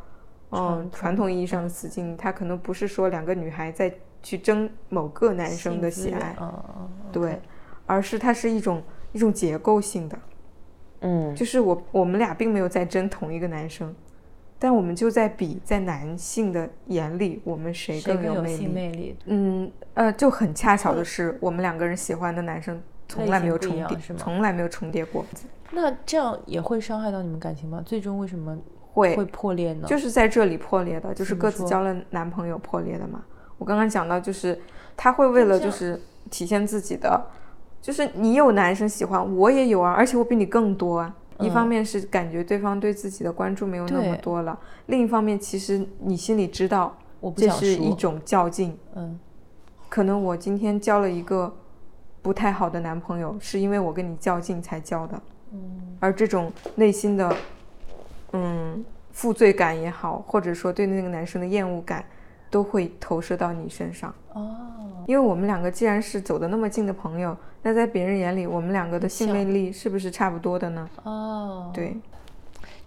Speaker 1: 嗯，传统意义上的雌竞，它可能不是说两个女孩在去争某个男生的喜爱，
Speaker 3: 嗯嗯
Speaker 1: 对，而是它是一种一种结构性的，
Speaker 2: 嗯，
Speaker 1: 就是我我们俩并没有在争同一个男生。但我们就在比，在男性的眼里，我们谁
Speaker 3: 谁
Speaker 1: 更有
Speaker 3: 更有
Speaker 1: 魅
Speaker 3: 性
Speaker 1: 力？
Speaker 3: 魅力？
Speaker 1: 嗯，呃，就很恰巧的是，我们两个人喜欢的男生从来没有重
Speaker 3: 类型不一
Speaker 1: 叠
Speaker 3: 样是，吗
Speaker 1: 从来没有重叠过。
Speaker 3: 那这样也会伤害到你们感情吗？最终为什么
Speaker 1: 会
Speaker 3: 会破裂呢？
Speaker 1: 就是在这里破裂的，就是
Speaker 3: 么
Speaker 1: 各自
Speaker 3: 说
Speaker 1: 交了男朋友破裂的嘛。我刚刚讲到，就是他会为了就是体现自己的，就是你有男生喜欢，我也有啊，而且我比你更多啊。一方面是感觉对方对自己的关注没有那么
Speaker 3: 嗯对
Speaker 1: 多了，另一方面其实你心里知道
Speaker 3: 我不
Speaker 1: 这
Speaker 3: 想
Speaker 1: 是一
Speaker 3: 说，
Speaker 1: 种较劲。
Speaker 3: 嗯，
Speaker 1: 可能我今天交了一个不太好的男朋友，是因为我跟你较劲才交的。嗯，而这种内心的，嗯，负罪感也好，或者说对那个男生的厌恶感，都会投射到你身上。哦，因为我们两个既然是走的那么近的朋友，那在别人眼里，我们两个的性魅力是不是差不多的呢？
Speaker 2: 嗯
Speaker 3: 哦，
Speaker 1: 对，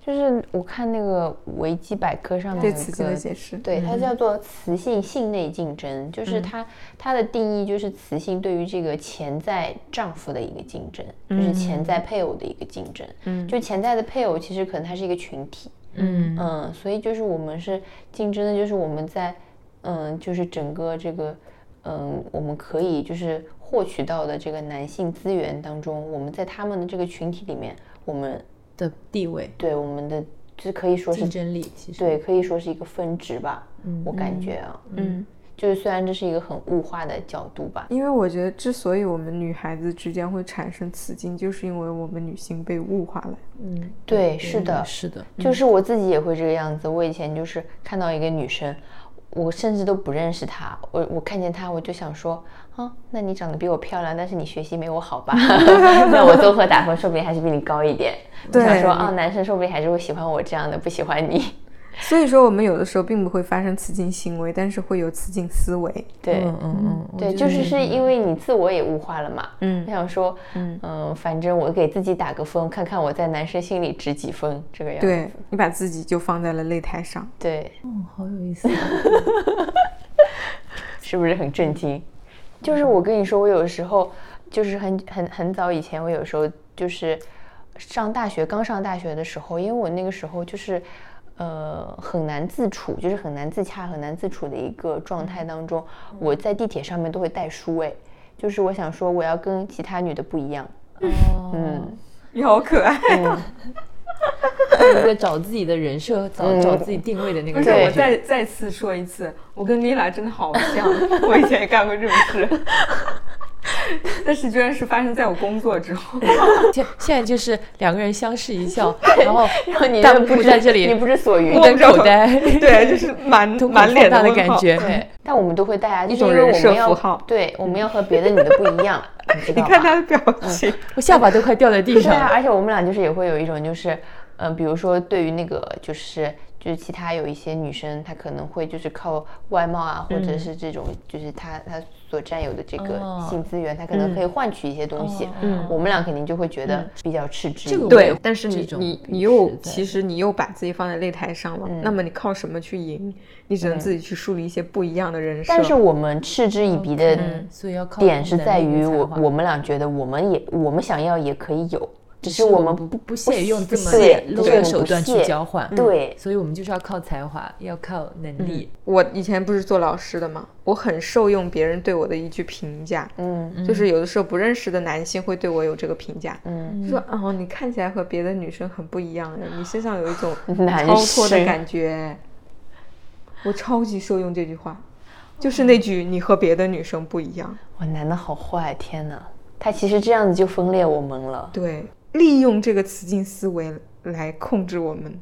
Speaker 2: 就是我看那个维基百科上面
Speaker 1: 对
Speaker 2: 有一
Speaker 1: 此经的
Speaker 2: 个
Speaker 1: 解释。
Speaker 2: 对，它叫做雌性性内竞争，就是它、它的定义就是雌性对于这个潜在丈夫的一个竞争，就是潜在配偶的一个竞争。嗯，就潜在的配偶其实可能它是一个群体。嗯所以就是我们是竞争的，就是我们在嗯，就是整个这个嗯，我们可以就是获取到的这个男性资源当中，我们在他们的这个群体里面，我们
Speaker 3: 的地位、
Speaker 2: 对我们的就是可以说是
Speaker 3: 竞争力，其实
Speaker 2: 对，可以说是一个分值吧，我感觉啊，嗯，就是虽然这是一个很物化的角度吧，
Speaker 1: 因为我觉得，之所以我们女孩子之间会产生雌竞，就是因为我们女性被物化了。
Speaker 3: 嗯，
Speaker 2: 对，是的，
Speaker 3: 是的，
Speaker 2: 就是我自己也会这个样子。我以前就是看到一个女生，我甚至都不认识她，我我看见她我就想说，啊，那你长得比我漂亮，但是你学习没我好吧？ 那我综合打分说不定还是比你高一点。我
Speaker 1: 对
Speaker 2: 想说啊，男生说不定还是会喜欢我这样的，不喜欢你。
Speaker 1: 所以说，我们有的时候并不会发生雌竞行为，但是会有雌竞思维。
Speaker 2: 对，
Speaker 3: 嗯嗯嗯，
Speaker 2: 对，就是是因为你自我也物化了嘛。嗯，我想说，嗯、反正我给自己打个分，看看我在男生心里值几分，这个样子。
Speaker 1: 对你把自己就放在了擂台上，
Speaker 2: 对，
Speaker 3: 嗯，好有意思，
Speaker 2: 是不是很震惊？就是我跟你说，我有时候就是很很很早以前，我有时候就是上大学刚上大学的时候，因为我那个时候就是呃很难自处，就是很难自洽、很难自处的一个状态当中，我在地铁上面都会带书哎，就是我想说我要跟其他女的不一样，
Speaker 3: 哦
Speaker 2: 嗯。
Speaker 1: 你好可爱。
Speaker 3: 一个找自己的人设，找
Speaker 2: 嗯
Speaker 3: 找自己定位的那个
Speaker 1: 不
Speaker 3: 感
Speaker 1: 是，
Speaker 3: 觉。
Speaker 1: 我再再次说一次，我跟丽拉真的好像，我以前也干过这种事， 但是居然是发生在我工作之后。
Speaker 3: 现现在就是两个人相视 一笑，然后
Speaker 2: 然后你
Speaker 3: 弹
Speaker 2: 就
Speaker 3: 幕
Speaker 2: 不知
Speaker 3: 在这里
Speaker 2: 你不知所云
Speaker 3: 目。瞪口呆，
Speaker 1: 对， 就是满
Speaker 3: 瞳
Speaker 1: 满
Speaker 3: 孔
Speaker 1: 脸
Speaker 3: 放大的
Speaker 1: 问
Speaker 3: 感
Speaker 1: 号。
Speaker 3: 觉。
Speaker 2: 对，但我们都会带啊，就是
Speaker 1: 种
Speaker 2: 因为
Speaker 1: 人
Speaker 2: 我
Speaker 1: 设
Speaker 2: 们要
Speaker 1: 符号
Speaker 2: 对，我们要和别的女的不一样，你知
Speaker 1: 你
Speaker 2: 道
Speaker 1: 看
Speaker 2: 吧？
Speaker 1: 他的表情，
Speaker 3: 我下巴都快掉在地
Speaker 2: 对
Speaker 3: 上
Speaker 2: 啊，
Speaker 3: 了。
Speaker 2: 而且我们俩就是也会有一种就是，嗯、比如说对于那个就是就是其他有一些女生，她可能会就是靠外貌啊，或者是这种就是她她所占有的这个
Speaker 3: 哦
Speaker 2: 性资源，她可能可以换取一些东西。嗯，我们俩肯定就会觉得比较嗤之以
Speaker 3: 这个
Speaker 2: 鼻。
Speaker 3: 我 对
Speaker 1: 但是你
Speaker 3: 这种
Speaker 1: 你
Speaker 3: 比
Speaker 1: 你又
Speaker 3: 实在
Speaker 1: 其实你又把自己放在擂台上了，
Speaker 3: 嗯
Speaker 1: 那么你靠什么去赢？你只能自己去树立一些不一样的人设。
Speaker 2: 但是嗯我们嗤之以鼻的
Speaker 3: 嗯所以要靠
Speaker 2: 点是在于
Speaker 3: 能力
Speaker 2: 我
Speaker 3: 和才华
Speaker 2: 我们俩觉得我们也我们想要也可以有，只是
Speaker 3: 是
Speaker 2: 我
Speaker 3: 我
Speaker 2: 们
Speaker 3: 们不不
Speaker 2: 不
Speaker 3: 屑于用这么
Speaker 2: 屑
Speaker 3: low
Speaker 2: 对
Speaker 3: 的手段
Speaker 2: 我们
Speaker 3: 去
Speaker 2: 不屑
Speaker 3: 交换。嗯
Speaker 2: 对嗯
Speaker 3: 所以我们就是要靠才华，要靠能力。
Speaker 1: 我以前不是做老师的嘛，我很受用别人对我的一句评价，
Speaker 2: 嗯
Speaker 1: 就是有的时候不认识的男性会对我有这个评价，嗯，说哦，你看起来和别的女生很不一样，你身上有一种
Speaker 2: 男
Speaker 1: 超脱的
Speaker 2: 士
Speaker 1: 感觉。我超级受用这句话，就是那句你和别的女生不一样，
Speaker 2: 哇，男的好坏，天哪！他其实这样子就分裂我们了。
Speaker 1: 对，利用这个雌竞思维来控制我们，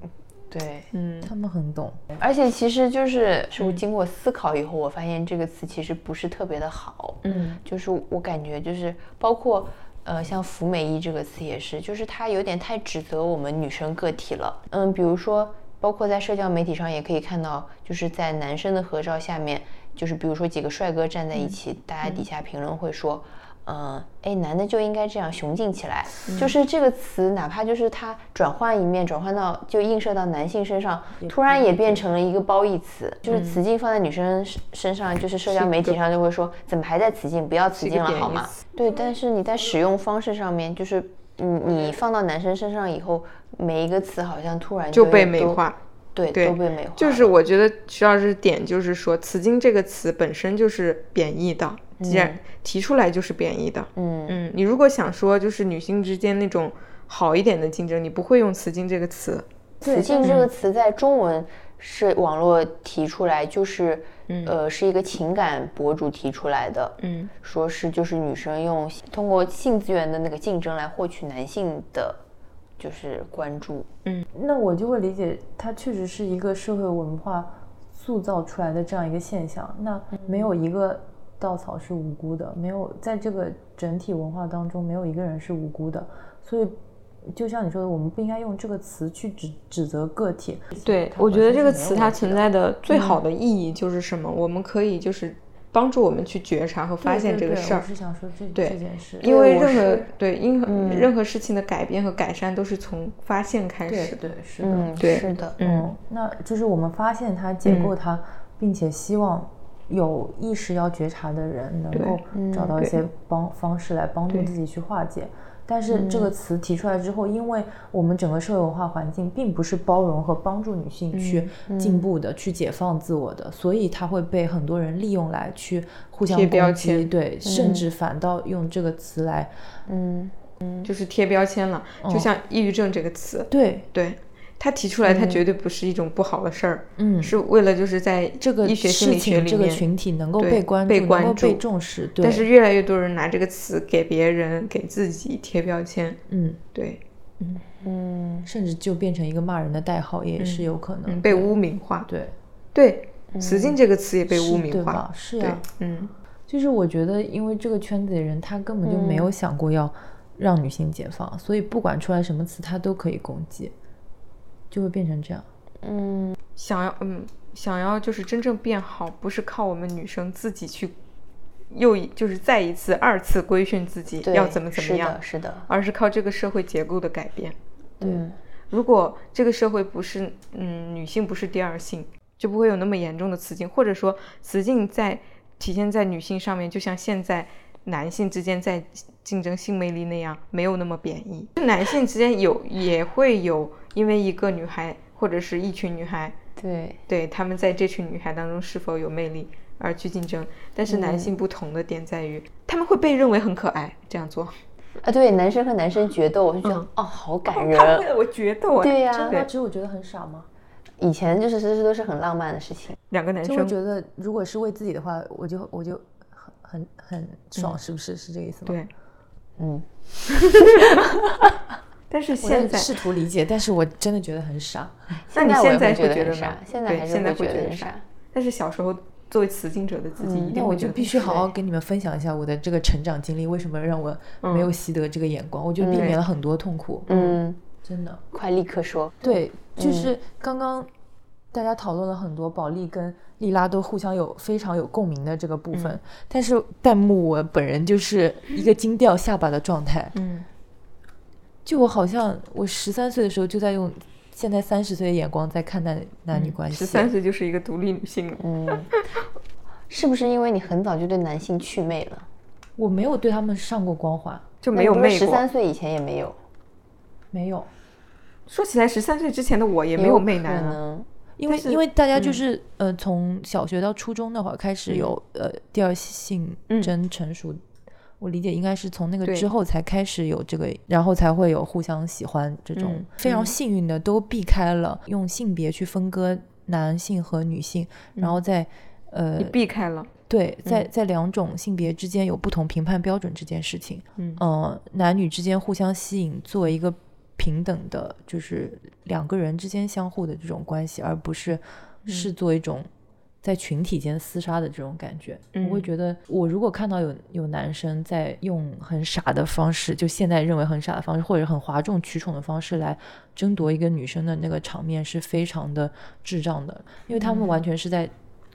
Speaker 2: 对，
Speaker 1: 嗯，
Speaker 3: 他们很懂，
Speaker 2: 而且其实就是是
Speaker 3: 嗯
Speaker 2: 我经过思考以后，我发现这个词其实不是特别的好。嗯，就是我感觉就是包括呃像“服美役”这个词也是，就是它有点太指责我们女生个体了。嗯，比如说包括在社交媒体上也可以看到，就是在男生的合照下面，就是比如说几个帅哥站在一起，大家底下评论会说。嗯，哎，男的就应该这样雄竞起来，就是这个词，哪怕就是它转换一面，转换到就映射到男性身上，突然也变成了一个褒义词，就是雌竞放在女生身身上，就是社交媒体上就会说，怎么还在雌竞，不要雌
Speaker 1: 一个
Speaker 2: 竞了
Speaker 1: 贬
Speaker 2: 好
Speaker 1: 义
Speaker 2: 吗
Speaker 1: 词？
Speaker 2: 对，但是你在使用方式上面，就是你你放到男生身上以后，每一个词好像突然
Speaker 1: 就
Speaker 2: 都
Speaker 1: 被美
Speaker 2: 都
Speaker 1: 化。
Speaker 2: 对，
Speaker 1: 对
Speaker 2: 都被美化了，
Speaker 1: 就是我觉得徐老师点就是说，“雌竞”这个词本身就是贬义的，既然提出来就是贬义的。
Speaker 2: 嗯
Speaker 1: 嗯，你如果想说就是女性之间那种好一点的竞争，你不会用“雌竞”这个词。
Speaker 2: 雌竞这个词在中文是网络提出来，就是、呃是一个情感博主提出来的，
Speaker 1: 嗯，
Speaker 2: 说是就是女生用通过性资源的那个竞争来获取男性的就是关注。
Speaker 3: 那我就会理解，它确实是一个社会文化塑造出来的这样一个现象。那没有一个稻草是无辜的，没有在这个整体文化当中，没有一个人是无辜的。所以，就像你说的，我们不应该用这个词去指指责个体。
Speaker 1: 对，
Speaker 3: 它
Speaker 1: 我
Speaker 3: 本
Speaker 1: 觉得
Speaker 3: 身
Speaker 1: 这
Speaker 3: 是
Speaker 1: 个
Speaker 3: 没有
Speaker 1: 词
Speaker 3: 问
Speaker 1: 它
Speaker 3: 题
Speaker 1: 存
Speaker 3: 的嗯
Speaker 1: 在的最好的意义就是什么？我们可以就是帮助我们去觉察和发
Speaker 3: 对
Speaker 1: 现
Speaker 3: 对
Speaker 1: 这个
Speaker 3: 对
Speaker 1: 事儿
Speaker 3: 我。是想说嗯这
Speaker 1: 对
Speaker 3: 这件事。
Speaker 1: 因为
Speaker 6: 我
Speaker 1: 任何
Speaker 6: 是
Speaker 1: 对任何、任何事情的改变和改善都是从发现开
Speaker 3: 对
Speaker 1: 始。
Speaker 3: 对是的，
Speaker 2: 嗯，
Speaker 1: 对
Speaker 2: 是的，
Speaker 1: 嗯，
Speaker 3: 那就是我们发现它、解构它，并且希望有意识要觉察的人能
Speaker 1: 对嗯
Speaker 3: 够找到一
Speaker 1: 对
Speaker 3: 些帮、方式来帮助
Speaker 1: 对
Speaker 3: 自己去化解。但是这个词提出来之后，因为我们整个社会文化环境并不是包容和帮助女性去
Speaker 1: 嗯
Speaker 3: 进步的、去解放自我的，所以它会被很多人利用来去互相
Speaker 1: 贴标
Speaker 3: 攻击，
Speaker 1: 签嗯
Speaker 3: 对，甚至反倒用这个词来，
Speaker 2: 嗯
Speaker 3: 嗯
Speaker 1: 就是贴标签了，就像抑郁症这个词，
Speaker 3: 对，
Speaker 1: 对他提出来，他绝对不是一种不好的事儿，
Speaker 3: 嗯
Speaker 1: 是为了就是在
Speaker 3: 这个
Speaker 1: 医学心
Speaker 3: 事
Speaker 1: 理学
Speaker 3: 情、
Speaker 1: 里
Speaker 3: 这个
Speaker 1: 面
Speaker 3: 群体能够
Speaker 1: 对
Speaker 3: 被关注、
Speaker 1: 被关
Speaker 3: 能够被
Speaker 1: 注
Speaker 3: 重视，对，
Speaker 1: 但是越来越多人拿这个词给别人、给自己贴标签，
Speaker 3: 嗯。
Speaker 1: 对，
Speaker 2: 嗯
Speaker 3: 甚至就变成一个骂人的代号，也是有可能、
Speaker 1: 嗯，被污名化，
Speaker 3: 对嗯
Speaker 1: 对，雌竞这个词也被
Speaker 3: 是
Speaker 1: 污
Speaker 3: 对
Speaker 1: 名化
Speaker 3: 吧，是
Speaker 1: 对
Speaker 3: 呀、，
Speaker 1: 嗯，
Speaker 3: 就是我觉得，因为这个圈子的人，他根本就没有想过要让女性解放，所以不管出来什么词，他都可以攻击，就会变成这样。
Speaker 1: 想要嗯想要就是真正变好，不是靠我们女生自己去又一就是再一次二次规训自己
Speaker 2: 对，
Speaker 1: 要怎么怎么样，啊
Speaker 2: 是的，是的，
Speaker 1: 而是靠这个社会结构的改变。
Speaker 2: 嗯，
Speaker 1: 如果这个社会不是嗯女性不是第二性，就不会有那么严重的雌竞，或者说雌竞在体现在女性上面，就像现在男性之间在竞争性魅力那样，没有那么贬义。就男性之间有也会有因为一个女孩或者是一群女孩。
Speaker 2: 对，
Speaker 1: 对他们在这群女孩当中是否有魅力而去竞争。但是男性不同的点在于，他们会被认为很可爱，这样做。
Speaker 2: 啊，对，男生和男生决斗，我就觉得、
Speaker 1: 嗯
Speaker 2: 哦，好
Speaker 1: 他
Speaker 2: 感人。
Speaker 1: 们 为我决斗啊！
Speaker 2: 对呀、
Speaker 1: 对
Speaker 3: 其实我觉得很傻吗？
Speaker 2: 以前就是这都是很浪漫的事情。
Speaker 1: 两个男
Speaker 3: 就会
Speaker 1: 生
Speaker 3: 觉得，如果是为自己的话，我就我就很很很爽，是不是？是这个意思吗？
Speaker 1: 嗯对，
Speaker 2: 嗯，
Speaker 1: 但是
Speaker 3: 我
Speaker 1: 现在，
Speaker 3: 试图理解，但是我真的觉得很傻。
Speaker 1: 那你
Speaker 2: 我也
Speaker 1: 现在
Speaker 2: 会觉得
Speaker 1: 觉
Speaker 2: 很
Speaker 1: 得
Speaker 2: 傻
Speaker 1: 吗？，
Speaker 2: 现在
Speaker 1: 对
Speaker 2: 还是
Speaker 1: 现在
Speaker 2: 会觉得
Speaker 1: 很
Speaker 2: 很傻。。
Speaker 1: 但是小时候作为雌竞者的自己，一
Speaker 3: 嗯那
Speaker 1: 定
Speaker 3: 我
Speaker 1: 会觉
Speaker 3: 就
Speaker 1: 得
Speaker 3: 必
Speaker 1: 很
Speaker 3: 须好好跟你们分享一下我的这个成长经历，为什么让我
Speaker 1: 嗯
Speaker 3: 没有习得这个眼光，我就避免了很多痛苦。
Speaker 2: 嗯，
Speaker 3: 真的，
Speaker 2: 快立刻说。
Speaker 3: 对，
Speaker 1: 嗯
Speaker 3: 就是刚刚大家讨论了很多保利跟莉拉都互相有非常有共鸣的这个部分，
Speaker 1: 嗯
Speaker 3: 但是弹幕我本人就是一个惊掉下巴的状态。
Speaker 1: 嗯，
Speaker 3: 就我好像我十三岁的时候就在用现在三十岁的眼光在看待男女关系。
Speaker 1: 嗯十三岁就是一个独立女性了。
Speaker 2: 嗯，是不是因为你很早就对男性祛魅了？
Speaker 3: 我没有对他们上过光环，
Speaker 1: 就没有魅
Speaker 2: 十
Speaker 1: 过。
Speaker 2: 三岁以前也没有，
Speaker 3: 没有。
Speaker 1: 说起来，十三岁之前的我也
Speaker 2: 也
Speaker 1: 没有媚男
Speaker 2: 可
Speaker 1: 啊。
Speaker 2: 能。
Speaker 3: 因为因为大
Speaker 1: 嗯
Speaker 3: 家就是、呃，从小学到初中那会儿开始有、呃第二性征成熟，我理解应该是从那个
Speaker 1: 嗯对
Speaker 3: 之后才开始有这个，然后才会有互相喜欢这种、
Speaker 1: 嗯
Speaker 3: 非常幸运的都避开了用性别去分割男性和女性，
Speaker 1: 嗯
Speaker 3: 然后在呃
Speaker 1: 你避开了，
Speaker 3: 对
Speaker 1: 嗯
Speaker 3: 在在两种性别之间有不同评判标准这件事情，
Speaker 1: 嗯
Speaker 3: 呃男女之间互相吸引作为一个平等的，就是两个人之间相互的这种关系，而不是视作一种在群体间厮杀的这种感觉。我会觉得，我如果看到有有男生在用很傻的方式，就现在认为很傻的方式，或者很哗众取宠的方式来争夺一个女生的那个场面，是非常的智障的，因为他们完全是在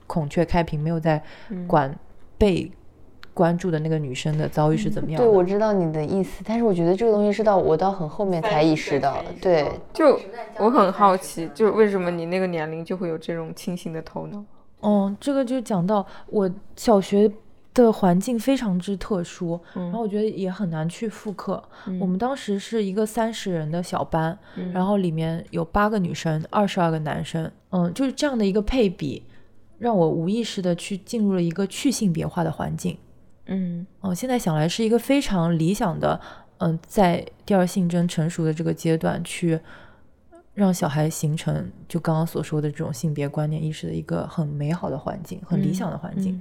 Speaker 3: 孔雀开屏，没有在管被。关注的那个女生的遭遇是怎么样的？
Speaker 2: 对，我知道你的意思，但是我觉得这个东西是到我到很后面才意识到。对，
Speaker 1: 就我很好奇，就是为什么你那个年龄就会有这种清醒的头脑？
Speaker 3: 嗯，这个就讲到我小学的环境非常之特殊，然后我觉得也很难去复刻。我们当时是一个三十人的小班，然后里面有八个女生，二十二个男生，嗯，就是这样的一个配比，让我无意识的去进入了一个去性别化的环境。
Speaker 1: 嗯
Speaker 3: 嗯，现在想来是一个非常理想的，嗯，在第二性征成熟的这个阶段去让小孩形成就刚刚所说的这种性别观念意识的一个很美好的环境，很理想的环境。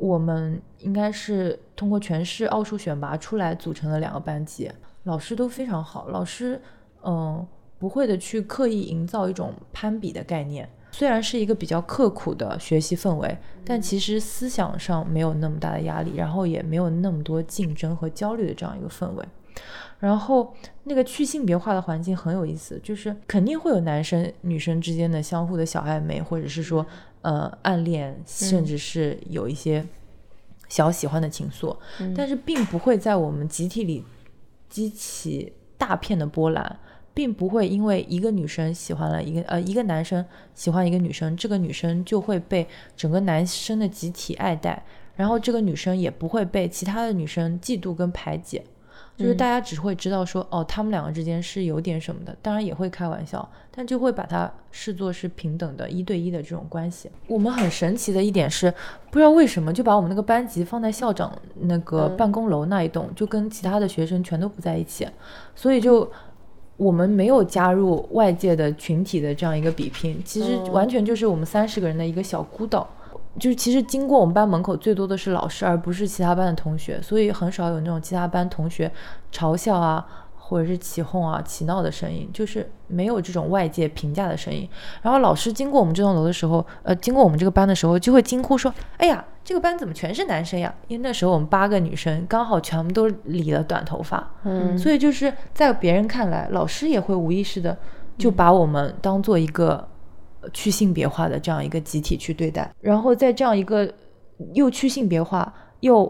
Speaker 3: 我们应该是通过全市奥数选拔出来组成了两个班级，老师都非常好，老师。嗯，不会的去刻意营造一种攀比的概念。虽然是一个比较刻苦的学习氛围，但其实思想上没有那么大的压力，然后也没有那么多竞争和焦虑的这样一个氛围。然后那个去性别化的环境很有意思，就是肯定会有男生女生之间的相互的小暧昧，或者是说呃暗恋，甚至是有一些小喜欢的情愫，但是并不会在我们集体里激起大片的波澜。并不会因为一个女生喜欢了一个呃一个男生喜欢一个女生，这个女生就会被整个男生的集体爱戴，然后这个女生也不会被其他的女生嫉妒跟排挤，就是大家只会知道说、哦，他们两个之间是有点什么的，当然也会开玩笑，但就会把它视作是平等的一对一的这种关系。我们很神奇的一点是，不知道为什么就把我们那个班级放在校长那个办公楼那一栋，就跟其他的学生全都不在一起，所以就。我们没有加入外界的群体的这样一个比拼，其实完全就是我们三十个人的一个小孤岛。就是其实经过我们班门口最多的是老师，而不是其他班的同学，所以很少有那种其他班同学嘲笑啊，或者是起哄啊、起闹的声音，就是没有这种外界评价的声音。然后老师经过我们这栋楼的时候，呃，经过我们这个班的时候，就会惊呼说：“哎呀，这个班怎么全是男生呀？”因为那时候我们八个女生刚好全部都理了短头发，嗯，所以就是在别人看来，老师也会无意识的就把我们当做一个。去性别化的这样一个集体去对待，然后在这样一个又去性别化又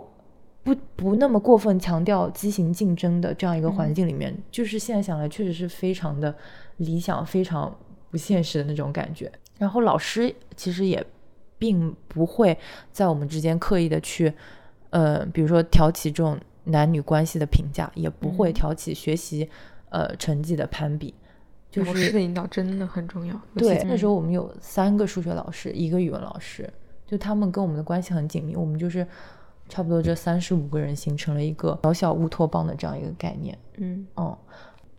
Speaker 3: 不不那么过分强调畸形竞争的这样一个环境里面，就是现在想来确实是非常的理想、非常不现实的那种感觉。然后老师其实也并不会在我们之间刻意的去，呃，比如说挑起这种男女关系的评价，也不会挑起学习呃成绩的攀比。就
Speaker 1: 老
Speaker 3: 是
Speaker 1: 师的引导真的很重要。尤其
Speaker 3: 对，那时候我们有三个数学老师，一个语文老师，就他们跟我们的关系很紧密。我们就是差不多这三十五个人形成了一个小小乌托邦的这样一个概念。
Speaker 1: 嗯
Speaker 3: 嗯，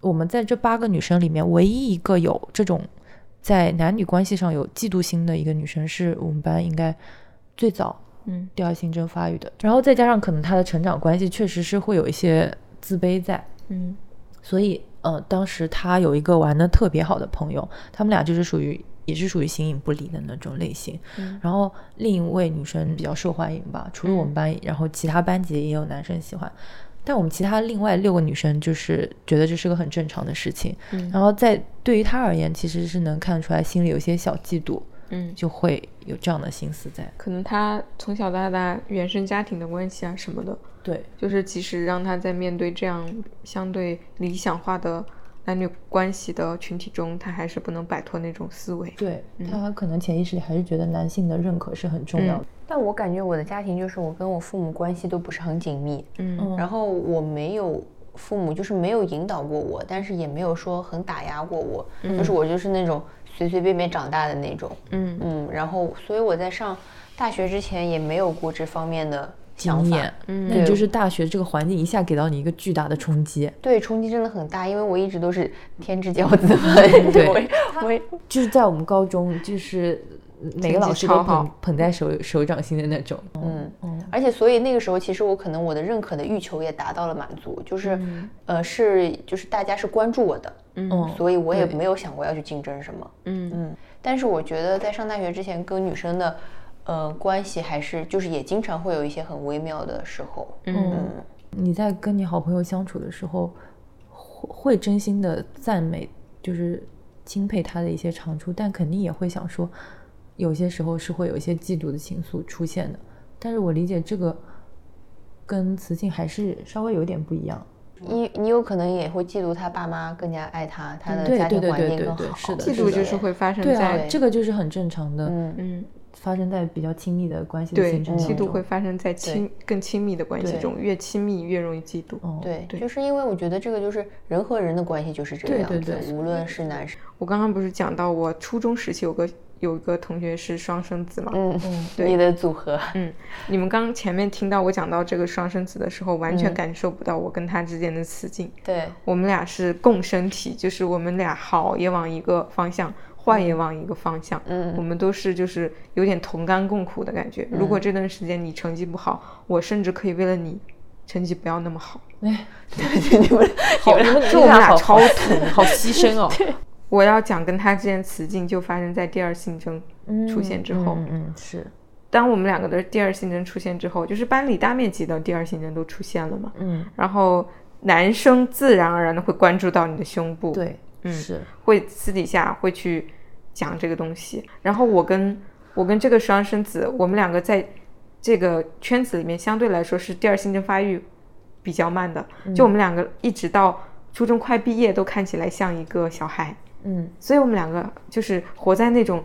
Speaker 3: 我们在这八个女生里面，唯一一个有这种在男女关系上有嫉妒心的一个女生，是我们班应该最早
Speaker 1: 嗯
Speaker 3: 第二性征发育的。然后再加上可能她的成长关系确实是会有一些自卑在，
Speaker 1: 嗯
Speaker 3: 所以呃，当时他有一个玩的特别好的朋友，他们俩就是属于也是属于形影不离的那种类型。
Speaker 1: 嗯
Speaker 3: 然后另一位女生比较受欢迎吧，除了我们班，然后其他班级也有男生喜欢。但我们其他另外六个女生就是觉得这是个很正常的事情，
Speaker 1: 嗯
Speaker 3: 然后在对于她而言，其实是能看出来心里有些小嫉妒，
Speaker 1: 嗯，
Speaker 3: 就会有这样的心思在。
Speaker 1: 可能他从小到大原生家庭的关系啊什么的，
Speaker 3: 对，
Speaker 1: 就是其实让他在面对这样相对理想化的男女关系的群体中，他还是不能摆脱那种思维。
Speaker 3: 对、她可能潜意识里还是觉得男性的认可是很重要的。
Speaker 2: 但我感觉我的家庭就是我跟我父母关系都不是很紧密，
Speaker 1: 嗯
Speaker 2: 然后我没有父母就是没有引导过我，但是也没有说很打压过我，就是我就是那种随随便便长大的那种，
Speaker 1: 嗯
Speaker 2: 嗯，然后所以我在上大学之前也没有过这方面的想
Speaker 3: 经
Speaker 2: 法
Speaker 3: 验，，
Speaker 1: 嗯
Speaker 3: 那你就是大学这个环境一下给到你一个巨大的冲击，
Speaker 2: 对，冲击真的很大，因为我一直都是天之骄子嘛， 对，我也
Speaker 3: 就是在我们高中，就是每个老师都
Speaker 1: 成绩超
Speaker 3: 捧
Speaker 1: 好
Speaker 3: 捧在手手掌心的那种。
Speaker 2: 嗯，而且所以那个时候，其实我可能我的认可的欲求也达到了满足，就是，呃，是就是大家是关注我的，
Speaker 3: 嗯
Speaker 2: 所以我也
Speaker 3: 对
Speaker 2: 没有想过要去竞争什么，
Speaker 1: 嗯
Speaker 2: 嗯。但是我觉得在上大学之前，跟女生的，呃，关系还是就是也经常会有一些很微妙的时候，
Speaker 1: 嗯
Speaker 3: 你在跟你好朋友相处的时候，会会真心的赞美，就是钦佩他的一些长处，但肯定也会想说，有些时候是会有一些嫉妒的情愫出现的。但是我理解这个跟雌性还是稍微有点不一样。
Speaker 2: 你你有可能也会嫉妒他爸妈更加爱他，他
Speaker 3: 嗯
Speaker 2: 的
Speaker 3: 对
Speaker 2: 家庭
Speaker 3: 对对
Speaker 2: 环
Speaker 3: 对
Speaker 2: 境
Speaker 3: 对
Speaker 2: 更
Speaker 3: 对
Speaker 2: 好，
Speaker 3: 是的
Speaker 1: 嫉妒就是会发生
Speaker 3: 对啊
Speaker 1: 在，
Speaker 3: 这个就是很正常的，
Speaker 2: 嗯
Speaker 1: 嗯，
Speaker 3: 发生在比较亲密的关系的
Speaker 1: 对，
Speaker 3: 形成当
Speaker 1: 嫉
Speaker 3: 中。
Speaker 1: 妒会发生在亲更亲密的关系
Speaker 2: 对
Speaker 1: 中，越亲密越容易嫉妒。
Speaker 3: 哦，
Speaker 2: 对，
Speaker 1: 对
Speaker 2: 就是因为我觉得这个就是人和人的关系就是这个
Speaker 3: 对
Speaker 2: 样子，
Speaker 3: 对对
Speaker 2: 无论是男生，
Speaker 1: 我刚刚不是讲到我初中时期有个有一个同学是双生子嘛，
Speaker 2: 嗯，
Speaker 1: 对
Speaker 2: 你的组合，
Speaker 1: 你们刚前面听到我讲到这个双生子的时候，完
Speaker 3: 嗯
Speaker 1: 全感受不到我跟他之间的雌竞。
Speaker 2: 对，
Speaker 1: 我们俩是共生体，就是我们俩好也往一个方向，坏也往一个方向。
Speaker 2: 嗯
Speaker 1: 我们都是就是有点同甘共苦的感觉。如果这段时间你成绩不好，我甚至可以为了你成绩不要那么好。
Speaker 2: 你们
Speaker 1: 好，你们这我们俩超同。
Speaker 7: 好牺牲哦。
Speaker 1: 我要讲跟他之间雌竞就发生在第二性征出现之后。
Speaker 5: 嗯嗯是，
Speaker 1: 当我们两个的第二性征出现之后，就是班里大面积的第二性征都出现了嘛。嗯。然后男生自然而然的会关注到你的胸部，，
Speaker 5: 对，
Speaker 1: 嗯
Speaker 5: 是
Speaker 1: 会私底下会去讲这个东西。然后我跟我跟这个双生子，我们两个在这个圈子里面相对来说是第二性征发育比较慢的，
Speaker 2: 嗯
Speaker 1: 就我们两个一直到初中快毕业都看起来像一个小孩。
Speaker 5: 嗯，
Speaker 1: 所以我们两个就是活在那种，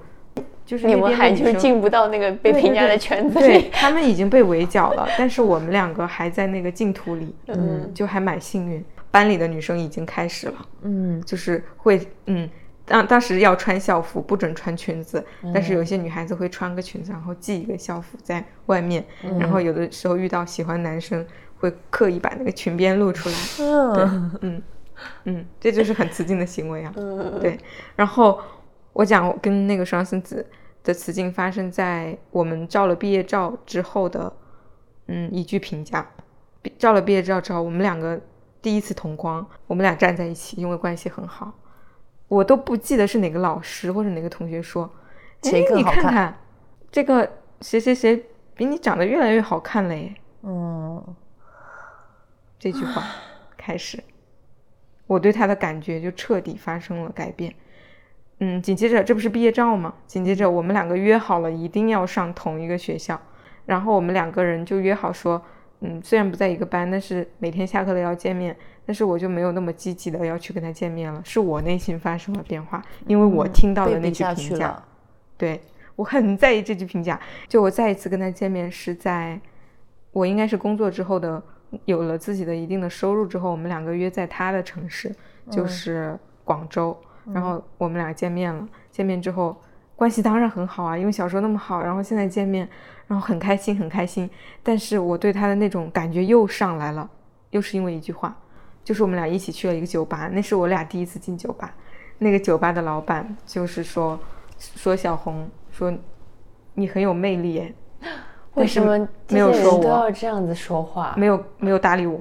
Speaker 1: 就是
Speaker 2: 你
Speaker 1: 那
Speaker 2: 们
Speaker 1: 边的
Speaker 2: 还
Speaker 1: 女
Speaker 2: 就是
Speaker 1: 生
Speaker 2: 进不到那个被
Speaker 1: 对
Speaker 2: 评
Speaker 1: 对
Speaker 2: 价
Speaker 1: 对
Speaker 2: 的圈子
Speaker 1: 对
Speaker 2: 里。
Speaker 1: 他们已经被围剿了，但是我们两个还在那个净土里，
Speaker 2: 嗯，
Speaker 1: 就还蛮幸运。班里的女生已经开始了，
Speaker 5: 嗯
Speaker 1: 就是会，嗯，当当时要穿校服，不准穿裙子，但是有些女孩子会穿个裙子，然后系一个校服在外面，然后有的时候遇到喜欢男生，会刻意把那个裙边露出来，
Speaker 5: 嗯嗯
Speaker 1: 嗯，这就是很雌竞的行为啊。对。然后我讲我跟那个双生子的雌竞发生在我们照了毕业照之后的，嗯，一句评价。毕照了毕业照之后，我们两个第一次同框，我们俩站在一起，因为关系很好。我都不记得是哪个老师或者哪个同学说，哎
Speaker 5: 谁，更
Speaker 1: 你
Speaker 5: 好
Speaker 1: 看
Speaker 5: 看
Speaker 1: 看这个谁谁谁比你长得越来越好看了耶。
Speaker 5: 嗯，
Speaker 1: 这句
Speaker 5: 啊
Speaker 1: 话开始，我对他的感觉就彻底发生了改变。嗯，紧接着这不是毕业照吗？紧接着我们两个约好了一定要上同一个学校，然后我们两个人就约好说，嗯，虽然不在一个班，但是每天下课了要见面。但是我就没有那么积极的要去跟他见面了，是我内心发生了变化，因为我听到了
Speaker 5: 嗯被
Speaker 1: 那
Speaker 5: 比
Speaker 1: 句
Speaker 5: 下去
Speaker 1: 评价，
Speaker 5: 了，
Speaker 1: 对我很在意这句评价。就我再一次跟他见面是在我应该是工作之后的，有了自己的一定的收入之后，我们两个约在他的城市，就是广州，然后我们俩见面了。见面之后关系当然很好啊，因为小时候那么好，然后现在见面，然后很开心很开心。但是我对他的那种感觉又上来了，又是因为一句话。就是我们俩一起去了一个酒吧，那是我俩第一次进酒吧。那个酒吧的老板就是说，说小红说你很有魅力耶，
Speaker 2: 为什么这
Speaker 1: 没有
Speaker 2: 些
Speaker 1: 说
Speaker 2: 人都
Speaker 1: 我
Speaker 2: 要这样子说话？
Speaker 1: 没有没有搭理我。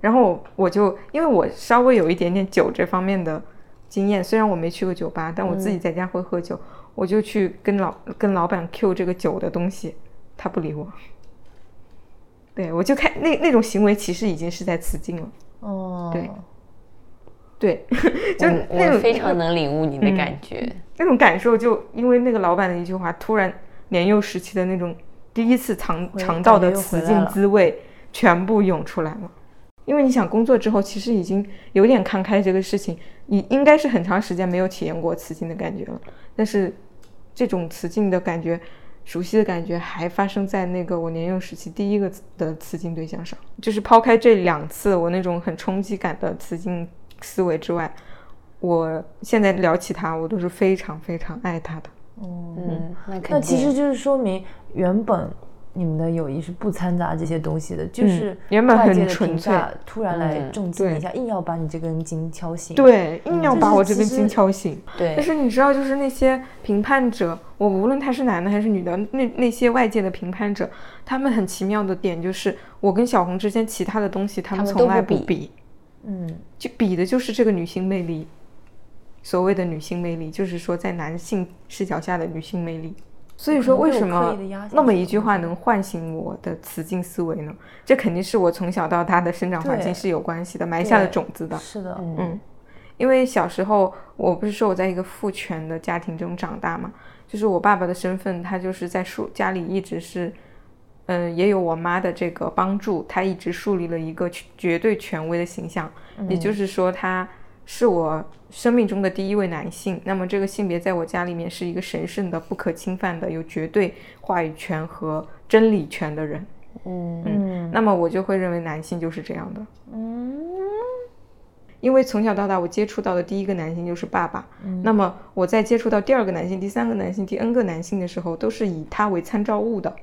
Speaker 1: 然后我就因为我稍微有一点点酒这方面的经验，虽然我没去过酒吧，但我自己在家会喝酒，我就去跟老跟老板 Q 这个酒的东西，他不理我。对我就看那那种行为，其实已经是在雌竞了。
Speaker 5: 哦，
Speaker 1: 对对， 就
Speaker 2: 嗯我
Speaker 1: 那
Speaker 2: 我
Speaker 1: 种
Speaker 2: 非常能领悟你的感觉。
Speaker 1: 那种感受，就因为那个老板的一句话，突然年幼时期的那种第一次尝尝到的
Speaker 5: 感觉
Speaker 1: 雌
Speaker 5: 又回来
Speaker 1: 竞
Speaker 5: 了
Speaker 1: 滋味，全部涌出来了。因为你想工作之后，其实已经有点看开这个事情，你应该是很长时间没有体验过雌竞的感觉了。但是这种雌竞的感觉，熟悉的感觉，还发生在那个我年幼时期第一个的雌竞对象上。就是抛开这两次我那种很冲击感的雌竞思维之外，我现在聊起他，我都是非常非常爱他的。
Speaker 2: 嗯，那肯定。
Speaker 5: 那其实就是说明原本你们的友谊是不掺杂这些东西的，就是
Speaker 1: 嗯原本
Speaker 5: 外
Speaker 1: 很
Speaker 5: 界的
Speaker 1: 纯
Speaker 5: 评
Speaker 1: 粹
Speaker 5: 价突然来
Speaker 2: 嗯
Speaker 5: 重击
Speaker 1: 对
Speaker 5: 你一下，硬要把你这根筋敲醒。，
Speaker 1: 对，硬要
Speaker 5: 就是
Speaker 1: 把我这
Speaker 5: 其
Speaker 1: 根
Speaker 5: 实
Speaker 1: 筋敲醒。但
Speaker 2: 对，
Speaker 1: 是你知道，就是那些评判者，我无论他是男的还是女的，那那些外界的评判者，他们很奇妙的点就是，我跟小红之间其他的东西，他
Speaker 2: 他
Speaker 1: 们
Speaker 2: 们
Speaker 1: 从
Speaker 2: 都不
Speaker 1: 来不
Speaker 2: 比
Speaker 1: 比，
Speaker 5: 嗯
Speaker 1: 就比的就是这个女性魅力。所谓的女性魅力，就是说在男性视角下的女性魅力。所以说，
Speaker 5: 可
Speaker 1: 为
Speaker 5: 能会有
Speaker 1: 什么
Speaker 5: 刻意地压下
Speaker 1: 那么
Speaker 5: 去
Speaker 1: 一句话能唤醒我的雌竞思维呢？这肯定是我从小到大的生长环
Speaker 5: 对
Speaker 1: 境是有关系的，埋下了
Speaker 5: 对
Speaker 1: 种子的。
Speaker 5: 是的，
Speaker 2: 嗯
Speaker 1: 嗯，因为小时候我不是说我在一个父权的家庭中长大嘛，就是我爸爸的身份，他就是在树家里一直是，嗯、也有我妈的这个帮助，他一直树立了一个绝绝对权威的形象，也就是说他。是我生命中的第一位男性，那么这个性别在我家里面是一个神圣的、不可侵犯的、有绝对话语权和真理权的人。
Speaker 2: 嗯，
Speaker 5: 嗯
Speaker 1: 那么我就会认为男性就是这样的。嗯，因为从小到大我接触到的第一个男性就是爸爸，
Speaker 3: 嗯
Speaker 1: 那么我在接触到第二个男性、第三个男性、第 n 个男性的时候，都是以他为参照物的。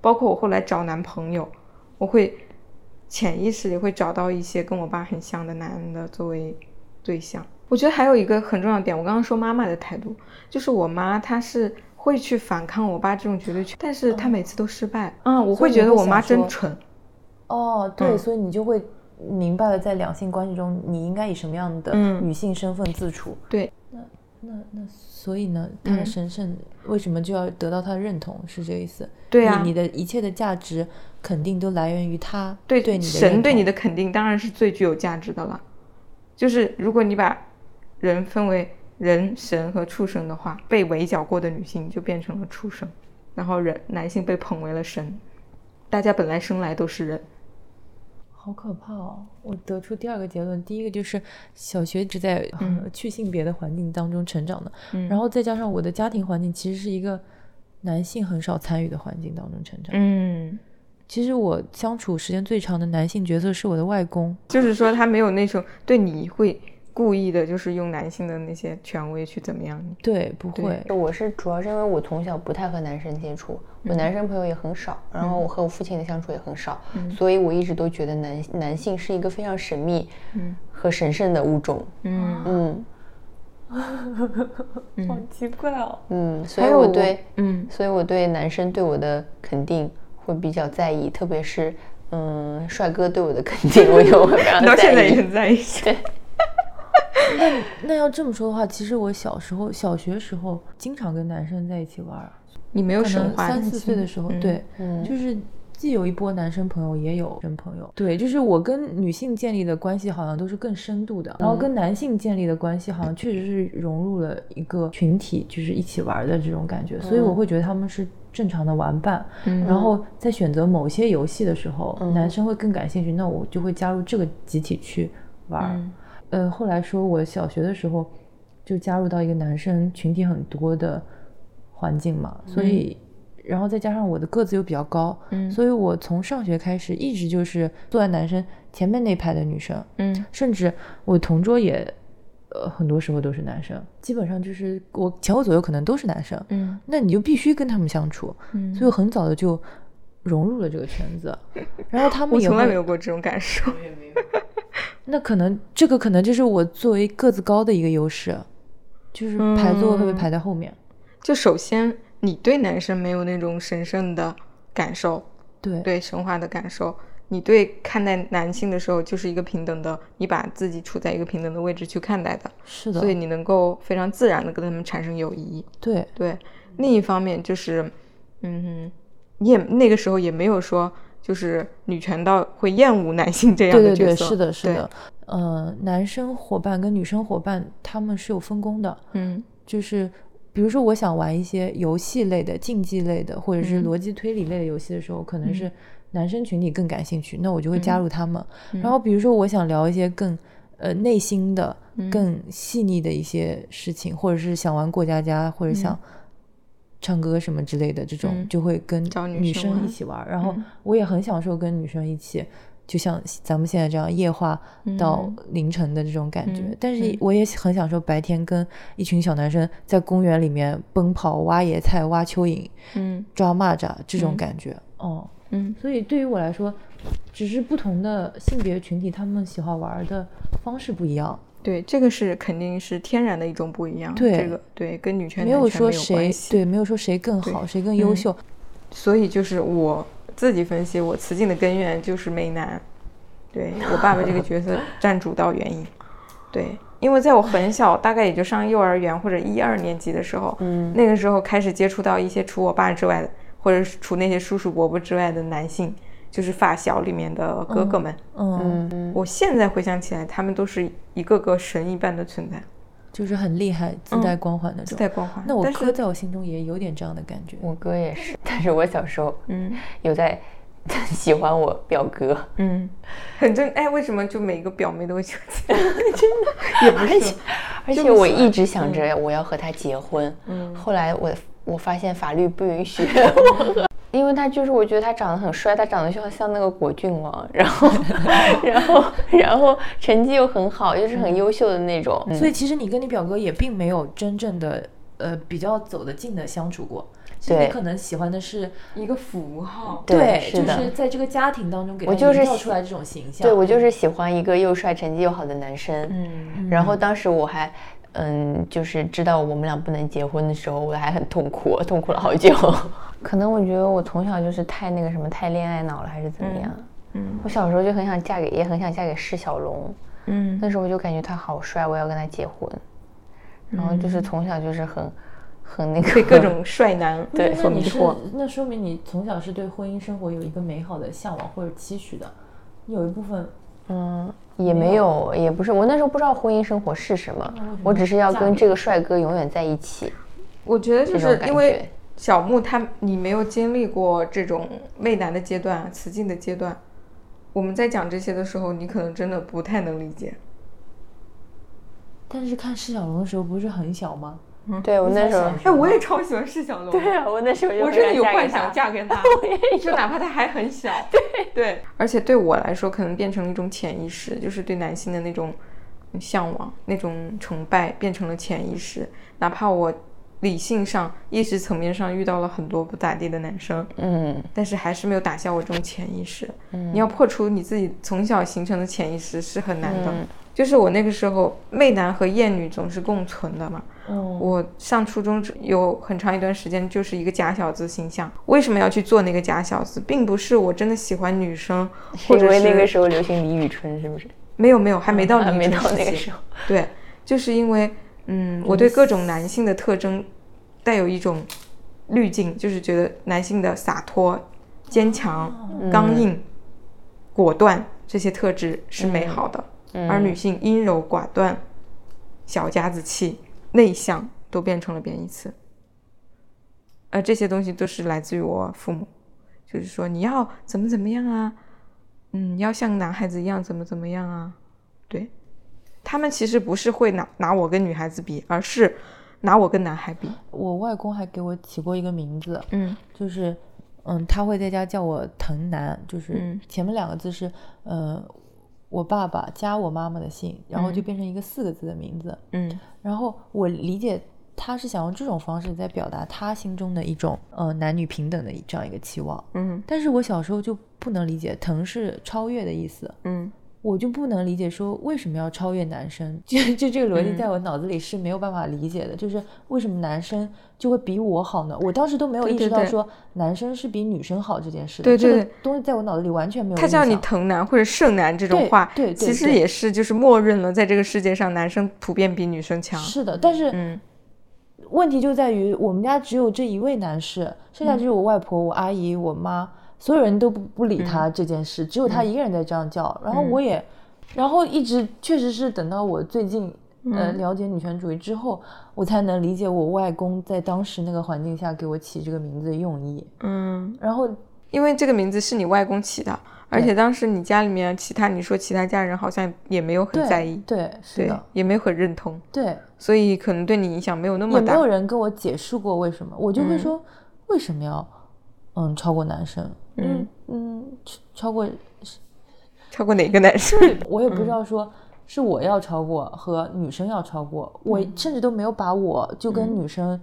Speaker 1: 包括我后来找男朋友，我会潜意识里会找到一些跟我爸很像的男的作为对象。我觉得还有一个很重要的点，我刚刚说妈妈的态度，就是我妈她是会去
Speaker 3: 哦
Speaker 1: 反抗我爸这种绝对权，但是她每次都失败。嗯，我会觉得我妈真蠢。
Speaker 3: 哦，对，所以你就会明白了，在两性关系中，你应该以什么样的
Speaker 2: 嗯
Speaker 3: 女性身份自处。
Speaker 1: 对，嗯
Speaker 3: 那那那，所以呢，她的神圣为什么就要得到她的认同？是这个意思？
Speaker 1: 对啊
Speaker 3: 你你的一切的价值肯定都来源于她
Speaker 1: 对
Speaker 3: 对你的
Speaker 1: 神对你
Speaker 3: 的
Speaker 1: 的肯定当然是最具有价值的了。就是如果你把人分为人、神和畜生的话，被围剿过的女性就变成了畜生，然后人男性被捧为了神。大家本来生来都是人，
Speaker 3: 好可怕哦！我得出第二个结论，第一个就是小学一直在、
Speaker 1: 嗯
Speaker 3: 呃 去性别的环境当中成长的，然后再加上我的家庭环境其实是一个男性很少参与的环境当中成长。
Speaker 1: 嗯，
Speaker 3: 其实我相处时间最长的男性角色是我的外公，
Speaker 1: 就是说他没有那种对你会故意的，就是用男性的那些权威去怎么样你。
Speaker 3: 对，不会，
Speaker 2: 我是主要是因为我从小不太和男生接触，我男生朋友也很少，然后我和我父亲的相处也很少，所以我一直都觉得男男性是一个非常神秘和神圣的物种。
Speaker 1: 嗯
Speaker 2: 嗯
Speaker 3: 嗯 好奇怪哦。
Speaker 2: 嗯，所以
Speaker 1: 有
Speaker 2: 我
Speaker 1: 我
Speaker 2: 对
Speaker 1: 嗯，
Speaker 2: 所以我对男生对我的肯定会比较在意，特别是嗯，帅哥对我的肯定，我也会非
Speaker 3: 呃
Speaker 2: 常
Speaker 1: 到现在
Speaker 2: 在
Speaker 1: 也
Speaker 2: 意。
Speaker 1: 很在 意。
Speaker 3: 那要这么说的话，其实我小时候小学时候经常跟男生在一起玩儿，
Speaker 1: 你没有
Speaker 3: 可
Speaker 1: 神
Speaker 3: 能
Speaker 1: 话嗯
Speaker 3: 三四岁的时候，对，就是既有一波男生朋友，也有女生朋友。对，就是我跟女性建立的关系好像都是更深度的，然后跟男性建立的关系好像确实是融入了一个群体，就是一起玩的这种感觉，所以我会觉得他们是。正常的玩伴，然后在选择某些游戏的时候，男生会更感兴趣，那我就会加入这个集体去玩儿。呃，后来说我小学的时候就加入到一个男生群体很多的环境嘛，所以、
Speaker 1: 嗯
Speaker 3: 然后再加上我的个子又比较高，所以我从上学开始一直就是坐在男生前面那一排的女生，
Speaker 1: 嗯，
Speaker 3: 甚至我同桌也。呃，很多时候都是男生，基本上就是我前后左右可能都是男生，
Speaker 1: 嗯，
Speaker 3: 那你就必须跟他们相处，嗯，所以我很早的就融入了这个圈 子，然后他们
Speaker 1: 我
Speaker 3: 也
Speaker 1: 从来
Speaker 3: 会
Speaker 1: 没有过这种感受。
Speaker 3: 那可能这个可能就是我作为个子高的一个优势，就是排座位
Speaker 1: 嗯
Speaker 3: 会被排在后面。
Speaker 1: 就首先你对男生没有那种神圣的感受，
Speaker 3: 对
Speaker 1: 对神话的感受，你对看待男性的时候就是一个平等的，你把自己处在一个平等的位置去看待的，
Speaker 3: 是的，
Speaker 1: 所以你能够非常自然的跟他们产生友谊。
Speaker 3: 对
Speaker 1: 对，另一方面就是，嗯哼，你也那个时候也没有说就是女权到会厌恶男性这样
Speaker 3: 对
Speaker 1: 的
Speaker 3: 对
Speaker 1: 角
Speaker 3: 对，
Speaker 1: 色，
Speaker 3: 是的，是
Speaker 1: 对
Speaker 3: 的。呃，男生伙伴跟女生伙伴他们是有分工的，
Speaker 1: 嗯
Speaker 3: 就是比如说我想玩一些游戏类的、竞技类的，或者
Speaker 1: 嗯
Speaker 3: 是逻辑推理类的游戏的时候，可能是男生群体更感兴趣，那我就会
Speaker 1: 嗯
Speaker 3: 加入他们。然后比如说我想聊一些更呃内心的、
Speaker 1: 嗯
Speaker 3: 更细腻的一些事情，或者是想玩过家家，或
Speaker 1: 嗯
Speaker 3: 者想。唱歌什么之类的，这种、就会跟
Speaker 1: 找女
Speaker 3: 女
Speaker 1: 生
Speaker 3: 生一
Speaker 1: 玩嗯
Speaker 3: 起玩儿。然后我也很享受跟女生一起，就像咱们现在这样夜话
Speaker 1: 嗯
Speaker 3: 到凌晨的这种感觉。但是我也很享受白天跟一群小男生在公园里面奔跑、挖野菜、挖蚯蚓、
Speaker 1: 嗯
Speaker 3: 抓蚂蚱这种感觉。哦，
Speaker 1: 嗯，
Speaker 3: 所以对于我来说，只是不同的性别群体，他们喜欢玩的方式不一样，
Speaker 1: 对，这个是肯定是天然的一种不一样，
Speaker 3: 对
Speaker 1: 这个对跟女权
Speaker 3: 没
Speaker 1: 男
Speaker 3: 有
Speaker 1: 权
Speaker 3: 说
Speaker 1: 没有关
Speaker 3: 谁
Speaker 1: 系。
Speaker 3: 对，没嗯有说谁更好，谁更优秀。
Speaker 1: 所以就是我自己分析，我雌竞的根源就是媚男，对我爸爸这个角色占主导原因。对，因为在我很小，大概也就上幼儿园或者一二年级的时候，嗯，那个时候开始接触到一些除我爸之外的，或者是除那些叔叔伯伯之外的男性，就是发小里面的哥哥们。
Speaker 3: 嗯，
Speaker 1: 我现在回想起来，他们都是一个个神一般的存在，
Speaker 3: 就是很厉害、嗯自带光环那种。
Speaker 1: 在光环。
Speaker 3: 那我
Speaker 1: 但
Speaker 3: 哥
Speaker 1: 是
Speaker 3: 在我心中也有点这样的感觉。
Speaker 2: 我哥也是， 但是我小时候
Speaker 1: 嗯
Speaker 2: 有在 喜欢我表哥，
Speaker 1: 嗯，很正哎，为什么就每个表妹都会喜欢 自己？
Speaker 2: 而 且而且我嗯一直想着我要和他结婚，后来我我发现法律不允许 我和。因为他就是，我觉得他长得很帅，他长得就像那个果郡王， 然后，然后， 然后成绩又很好，又是很优秀的那种。嗯
Speaker 3: 所以其实你跟你表哥也并没有真正的呃比较走得近的相处过，其实
Speaker 2: 对
Speaker 3: 你可能喜欢的是
Speaker 8: 一个符号，
Speaker 2: 对，
Speaker 3: 就是
Speaker 2: 的，
Speaker 3: 是在这个家庭当中给他
Speaker 2: 我就是
Speaker 3: 营造
Speaker 2: 喜
Speaker 3: 出来这种形象。
Speaker 2: 对我就是喜欢一个又帅、成绩又好的男生。
Speaker 8: 嗯，
Speaker 2: 然后当时我还，嗯，就是知道我们俩不能结婚的时候，我还很痛苦，痛 苦了好久。可能我觉得我从小就是太那个什么，太恋爱脑了，还是怎么样？嗯，我小时候就很想嫁给，也很想嫁给释小龙。嗯，那时候我就感觉他好帅，我要跟他结婚。然后就是从小就是很，很那个
Speaker 1: 被各种帅男
Speaker 2: 对
Speaker 1: 所
Speaker 3: 那你
Speaker 1: 迷
Speaker 3: 是
Speaker 1: 惑。
Speaker 3: 那说明你从小是对婚姻生活有一个美好的向往或者期许的，你有一部分
Speaker 2: 也没有，也不是。我那时候不知道婚姻生活是什么，
Speaker 1: 嗯
Speaker 2: 我只是要跟这个帅哥永远在一起。
Speaker 1: 我觉得就
Speaker 2: 这种
Speaker 1: 是
Speaker 2: 感
Speaker 1: 因为
Speaker 2: 觉
Speaker 1: 小木他，你没有经历过这种媚男的阶段、雌竞的阶段。我们在讲这些的时候，你可能真的不太能理解。
Speaker 3: 但是看释小龙的时候不是很小吗？
Speaker 2: 对我那时候，
Speaker 1: 哎，我也超喜欢释小龙，
Speaker 2: 对啊，我那时候就
Speaker 1: 我
Speaker 2: 很
Speaker 1: 真的有
Speaker 2: 想嫁
Speaker 1: 幻
Speaker 2: 给他
Speaker 1: 想嫁给 他，就哪怕他还很小。对对，而且对我来说，可能变成了一种潜意识，就是对男性的那种向往、那种崇拜，变成了潜意识。哪怕我理性上、意识层面上遇到了很多不咋地的男生，
Speaker 2: 嗯，
Speaker 1: 但是还是没有打消我这种潜意识。你要破除你自己从小形成的潜意识是很难的。
Speaker 2: 嗯
Speaker 1: 就是我那个时候，媚男和厌女总是共存的嘛。
Speaker 2: 嗯
Speaker 1: 我上初中之有很长一段时间就是一个假小子形象。为什么要去做那个假小子？并不是我真的喜欢女 生，
Speaker 2: 是
Speaker 1: 或
Speaker 2: 因
Speaker 1: 者
Speaker 2: 为
Speaker 1: 是
Speaker 2: 那个时候流行李宇春，是不是？
Speaker 1: 没有没有，还没到
Speaker 2: 还
Speaker 1: 你
Speaker 2: 没
Speaker 1: 这
Speaker 2: 到那个
Speaker 1: 期
Speaker 2: 时候。
Speaker 1: 对，就是因为嗯，我对各种男性的特征带有一种滤镜，就是觉得男性的洒脱、坚强、刚硬、果断这些特质是美好的，而女性阴柔寡断、小家子气、内向都变成了贬义词。呃，这些东西都是来自于我父母，就是说你要怎么怎么样啊，嗯，要像男孩子一样怎么怎么样啊，对，他们其实不是会拿拿我跟女孩子比，而是拿我跟男孩比。
Speaker 3: 我外公还给我起过一个名字，
Speaker 1: 嗯
Speaker 3: 就是，嗯，他会在家叫我藤男，就是
Speaker 1: 嗯
Speaker 3: 前面两个字是，呃，我爸爸加我妈妈的姓，然后就变成一个四个字的名字。
Speaker 1: 嗯
Speaker 3: 然后我理解他是想用这种方式在表达他心中的一种，呃，男女平等的这样一个期望。
Speaker 1: 嗯
Speaker 3: 但是我小时候就不能理解“藤”是超越的意思，
Speaker 1: 嗯
Speaker 3: 我就不能理解说为什么要超越男生， 就就这个逻
Speaker 1: 嗯
Speaker 3: 辑在我脑子里是没有办法理解的，就是为什么男生就会比我好呢？我当时都没有
Speaker 1: 对
Speaker 3: 意
Speaker 1: 对
Speaker 3: 识到
Speaker 1: 对
Speaker 3: 说男生是比女生好这件事的，
Speaker 1: 对对
Speaker 3: 这个
Speaker 1: 对
Speaker 3: 东西在我脑子里完全没有印
Speaker 1: 他
Speaker 3: 象。
Speaker 1: 叫你疼男或者剩男这种
Speaker 3: 对
Speaker 1: 话，
Speaker 3: 对对
Speaker 1: 其实
Speaker 3: 对
Speaker 1: 也是就是默认了在这个世界上男生普遍比女生强。
Speaker 3: 是的，但是
Speaker 1: 嗯
Speaker 3: 问题就在于我们家只有这一位男士，剩
Speaker 1: 嗯
Speaker 3: 下就是我外婆、我阿姨、我妈，所有人都不不理他这件事，只有
Speaker 1: 嗯
Speaker 3: 他一个人在这样叫。然后我也，然后一直确实是等到我最近。
Speaker 1: 嗯
Speaker 3: 呃，了解女权主义之后，我才能理解我外公在当时那个环境下给我起这个名字的用意。
Speaker 1: 嗯，
Speaker 3: 然后
Speaker 1: 因为这个名字是你外公起的，而且当时你家里面其他你说其他家人好像也没有很
Speaker 3: 对
Speaker 1: 在意，
Speaker 3: 对，是
Speaker 1: 对
Speaker 3: 的，，
Speaker 1: 也没有很认同，
Speaker 3: 对，
Speaker 1: 所以可能对你影响没有那么
Speaker 3: 也没
Speaker 1: 大。嗯
Speaker 3: 有嗯人跟我解释过为什么，我就会说为什么要嗯超过男生，嗯嗯超超过
Speaker 1: 超过哪个男 生？
Speaker 3: 我也不
Speaker 1: 嗯
Speaker 3: 知道说是我要超过和女生要超过，我
Speaker 1: 嗯
Speaker 3: 甚至都没有把我就跟女生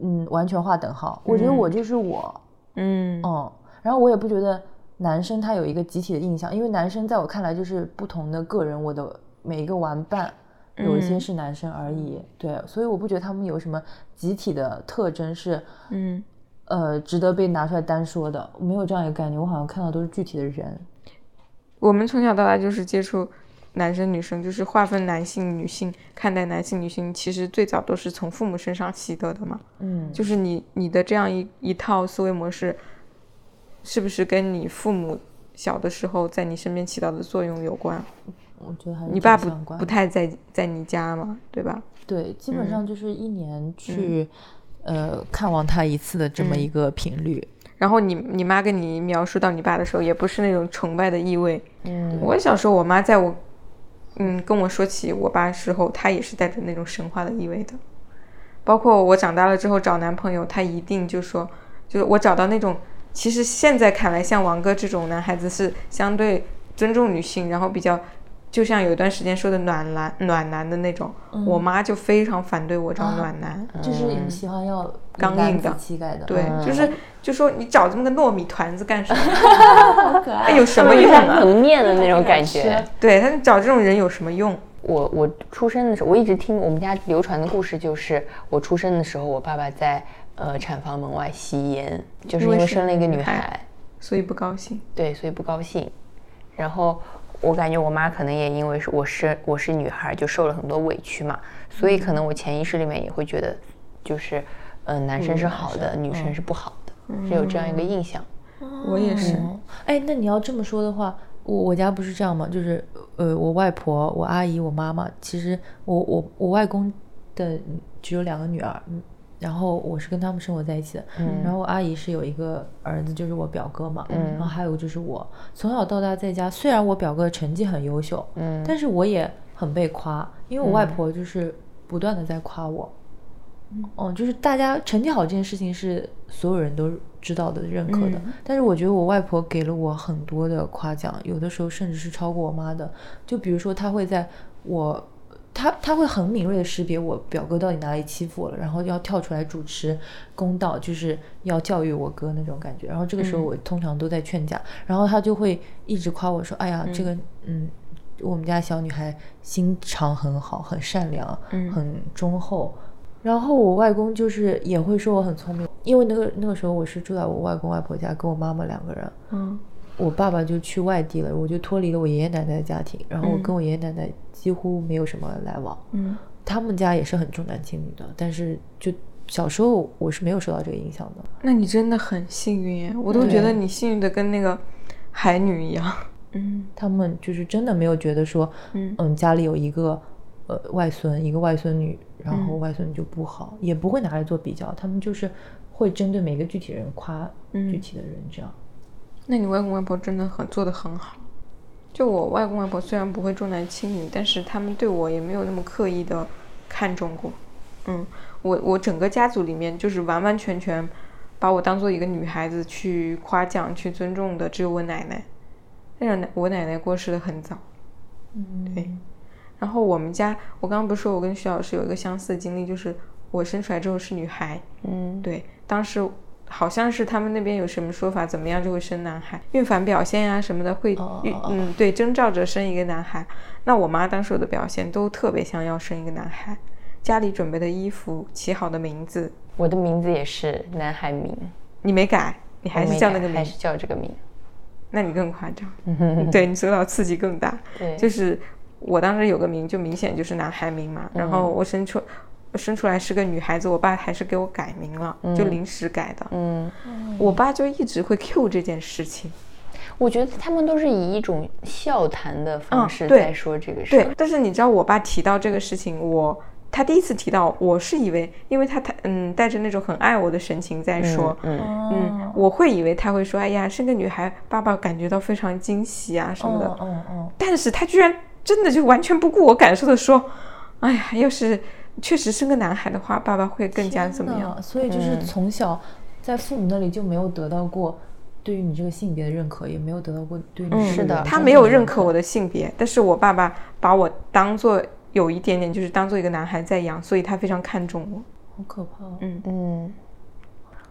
Speaker 3: 嗯完全划等号，我觉得我就是我，
Speaker 1: 嗯
Speaker 3: 嗯，然后我也不觉得男生他有一个集体的印象，因为男生在我看来就是不同的个人，我的每一个玩伴。有一些
Speaker 1: 嗯
Speaker 3: 是男生而已，对，所以我不觉得他们有什么集体的特征是，
Speaker 1: 嗯。
Speaker 3: 呃，值得被拿出来单说的，没有这样一个概念。我好像看到都是具体的人，
Speaker 1: 我们从小到大就是接触男生女生，就是划分男性女性，看待男性女性，其实最早都是从父母身上习得的嘛。
Speaker 3: 嗯，
Speaker 1: 就是你你的这样一一套思维模式，是不是跟你父母小的时候在你身边起到的作用有关？
Speaker 3: 我觉得还是
Speaker 1: 你爸不
Speaker 3: 挺相关
Speaker 1: 不
Speaker 3: 的
Speaker 1: 太在在你家嘛，对吧？
Speaker 3: 对，基本
Speaker 1: 嗯
Speaker 3: 上就是一年去、呃看望他一次的这
Speaker 1: 嗯
Speaker 3: 么一个频率。
Speaker 1: 然后你你妈跟你描述到你爸的时候，也不是那种崇拜的意味。嗯，我小时候，我妈在我，嗯，跟我说起我爸的时候，她也是带着那种神话的意味的。包括我长大了之后找男朋友，她一定就说，就是我找到那种，其实现在看来像王哥这种男孩子是相对尊重女性，然后比较，就像有一段时间说的暖男暖男的那种，我妈就非常反对我找暖男。
Speaker 3: 就是你喜欢要有
Speaker 1: 嗯刚
Speaker 3: 男
Speaker 1: 硬
Speaker 3: 子
Speaker 1: 的
Speaker 3: 气概的，嗯
Speaker 1: 对，就是就说你找这么个糯米团子干什么？
Speaker 3: 可
Speaker 1: 哎有 什
Speaker 2: 他
Speaker 1: 么
Speaker 2: 们就
Speaker 1: 用
Speaker 2: 像
Speaker 1: 啊？
Speaker 2: 藤面的那种感觉。
Speaker 1: 对他找这种人有什么用？
Speaker 2: 我我出生的时候，我一直听我们家流传的故事，就是我出生的时候，我爸爸在呃产房门外吸烟，就是因
Speaker 1: 因为
Speaker 2: 为
Speaker 1: 是
Speaker 2: 生了一个
Speaker 1: 女
Speaker 2: 女
Speaker 1: 孩
Speaker 2: 孩，
Speaker 1: 所以不高兴。
Speaker 2: 对，所以不高兴。然后我感觉我妈可能也因为是我是我是女孩，就受了很多委屈嘛，所以可能我潜意识里面也会觉得，就是，嗯、男生是好的，
Speaker 1: 嗯
Speaker 2: 女生是不好的，是有这样一个印象。
Speaker 1: 我也是，
Speaker 3: 哎，那你要这么说的话，我我家不是这样吗？就是呃，我外婆、我阿姨、我妈妈，其实我我我外公的只有两个女儿，嗯，然后我是跟他们生活在一起的，
Speaker 1: 嗯
Speaker 3: 然后我阿姨是有一个儿子，就是我表哥嘛，然后还有就是我，从小到大在家，虽然我表哥成绩很优秀，嗯，但是我也很被夸，因为我外婆就是不断的在夸我。哦，就是大家成绩好这件事情是所有人都知道的、认可的。但是我觉得我外婆给了我很多的夸奖，有的时候甚至是超过我妈的。就比如说，她会在我，她她会很敏锐的识别我表哥到底哪里欺负我了，然后要跳出来主持公道，就是要教育我哥那种感觉。然后这个时候我通常都在劝架，然后她就会一直夸我说：“哎呀，这个嗯。”我们家小女孩心肠很好，很善良，很忠厚，然后我外公就是也会说我很聪明，因为那个那个时候我是住在我外公外婆家，跟我妈妈两个人。嗯，我爸爸就去外地了，我就脱离了我爷爷奶奶的家庭，然后我跟我爷爷奶奶几乎没有什么来往。嗯，他们家也是很重男轻女的，但是就小时候我是没有受到这个影响的。
Speaker 1: 那你真的很幸运耶，我都觉得你幸运的跟那个海女一样。
Speaker 3: 他们就是真的没有觉得说，嗯家里有一个呃外孙，一个外孙女，然
Speaker 1: 嗯
Speaker 3: 后外孙女就不好，也不会拿来做比较，他们就是会针对每个具体人夸
Speaker 1: 嗯
Speaker 3: 具体的人这样。
Speaker 1: 那你外公外婆真的很做的很好。就我外公外婆虽然不会重男轻女，但是他们对我也没有那么刻意的看重过。嗯，我我整个家族里面就是完完全全把我当做一个女孩子去夸奖、去尊重的，只有我奶奶。但是奶我奶奶过世的很早。嗯，对。然后我们家，我刚刚不是说我跟徐老师有一个相似的经历，就是我生出来之后是女孩。嗯，对，当时好像是他们那边有什么说法，怎么样就会生男孩，孕反表现呀、什么的会，
Speaker 2: 哦
Speaker 1: 孕嗯对，征兆着生一个男孩。那我妈当时的表现都特别想要生一个男孩，家里准备的衣服、起好的名字，
Speaker 2: 我的名字也是男孩名，
Speaker 1: 你没改，你还是
Speaker 2: 没
Speaker 1: 叫
Speaker 2: 改
Speaker 1: 那个名
Speaker 2: 还
Speaker 1: 字
Speaker 2: 是叫这个名？
Speaker 1: 那你更夸 张，对你受到刺激更大。
Speaker 2: 对
Speaker 1: 就是我当时有个名，就明显就是男孩名
Speaker 2: 嗯
Speaker 1: 嘛，然后我生出。我生出来是个女孩子，我爸还是给我改名了，
Speaker 2: 嗯
Speaker 1: 就临时改的。嗯，我爸就一直会 Q 这件事情。
Speaker 2: 我觉得他们都是以一种笑谈的
Speaker 1: 嗯
Speaker 2: 方式
Speaker 1: 对
Speaker 2: 在说这个事儿。
Speaker 1: 对，但是你知道，我爸提到这个事情，我他第一次提到，我是以为，因为他他嗯带着那种很爱我的神情在说，嗯我会以为他会说，哎呀，生个女孩，爸爸感觉到非常惊喜啊什么
Speaker 3: 哦
Speaker 1: 的，
Speaker 5: 嗯嗯，
Speaker 1: 但是他居然真的就完全不顾我感受的说，哎呀，要是确实生个男孩的话，爸爸会更加怎么样？嗯
Speaker 3: 啊，所以就是从小在父母那里就没有得到过对于你这个性别的认可，也没有得到过嗯对你
Speaker 2: 是的
Speaker 1: 嗯他没有认可我的性别，但是我爸爸把我当做有一点点就是当做一个男孩在养，所以他非常看重我。
Speaker 3: 好可怕、哦。
Speaker 2: 嗯，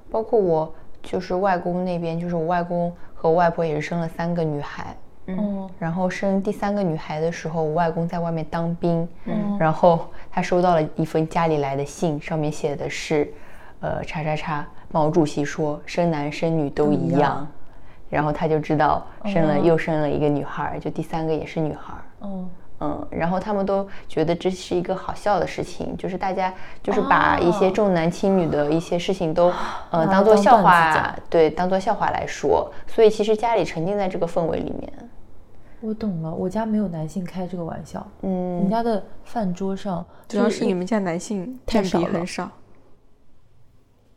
Speaker 2: 包括我就是外公那边，就是我外公和我外婆也是生了三个女孩。嗯，然后生第三个女孩的时候，我外公在外面当兵，嗯，然后他收到了一封家里来的信，上面写的是，呃，叉叉叉，毛主席说生男生女都一样，哦然后他就知道生了、又生了一个女孩儿，就第三个也是女孩，
Speaker 5: 嗯，
Speaker 2: 嗯，然后他们都觉得这是一个好笑的事情，就是大家就是把一些重男轻女的一些事情哦都，呃，当做
Speaker 5: 当
Speaker 2: 笑
Speaker 5: 段子
Speaker 2: 话
Speaker 5: 讲，
Speaker 2: 对，当做笑话来说。所以其实家里沉浸在这个氛围里面，
Speaker 3: 我懂了，我家没有男性开这个玩笑，我
Speaker 2: 嗯
Speaker 3: 们，家的饭桌上
Speaker 1: 主要是你们家男性占比很少，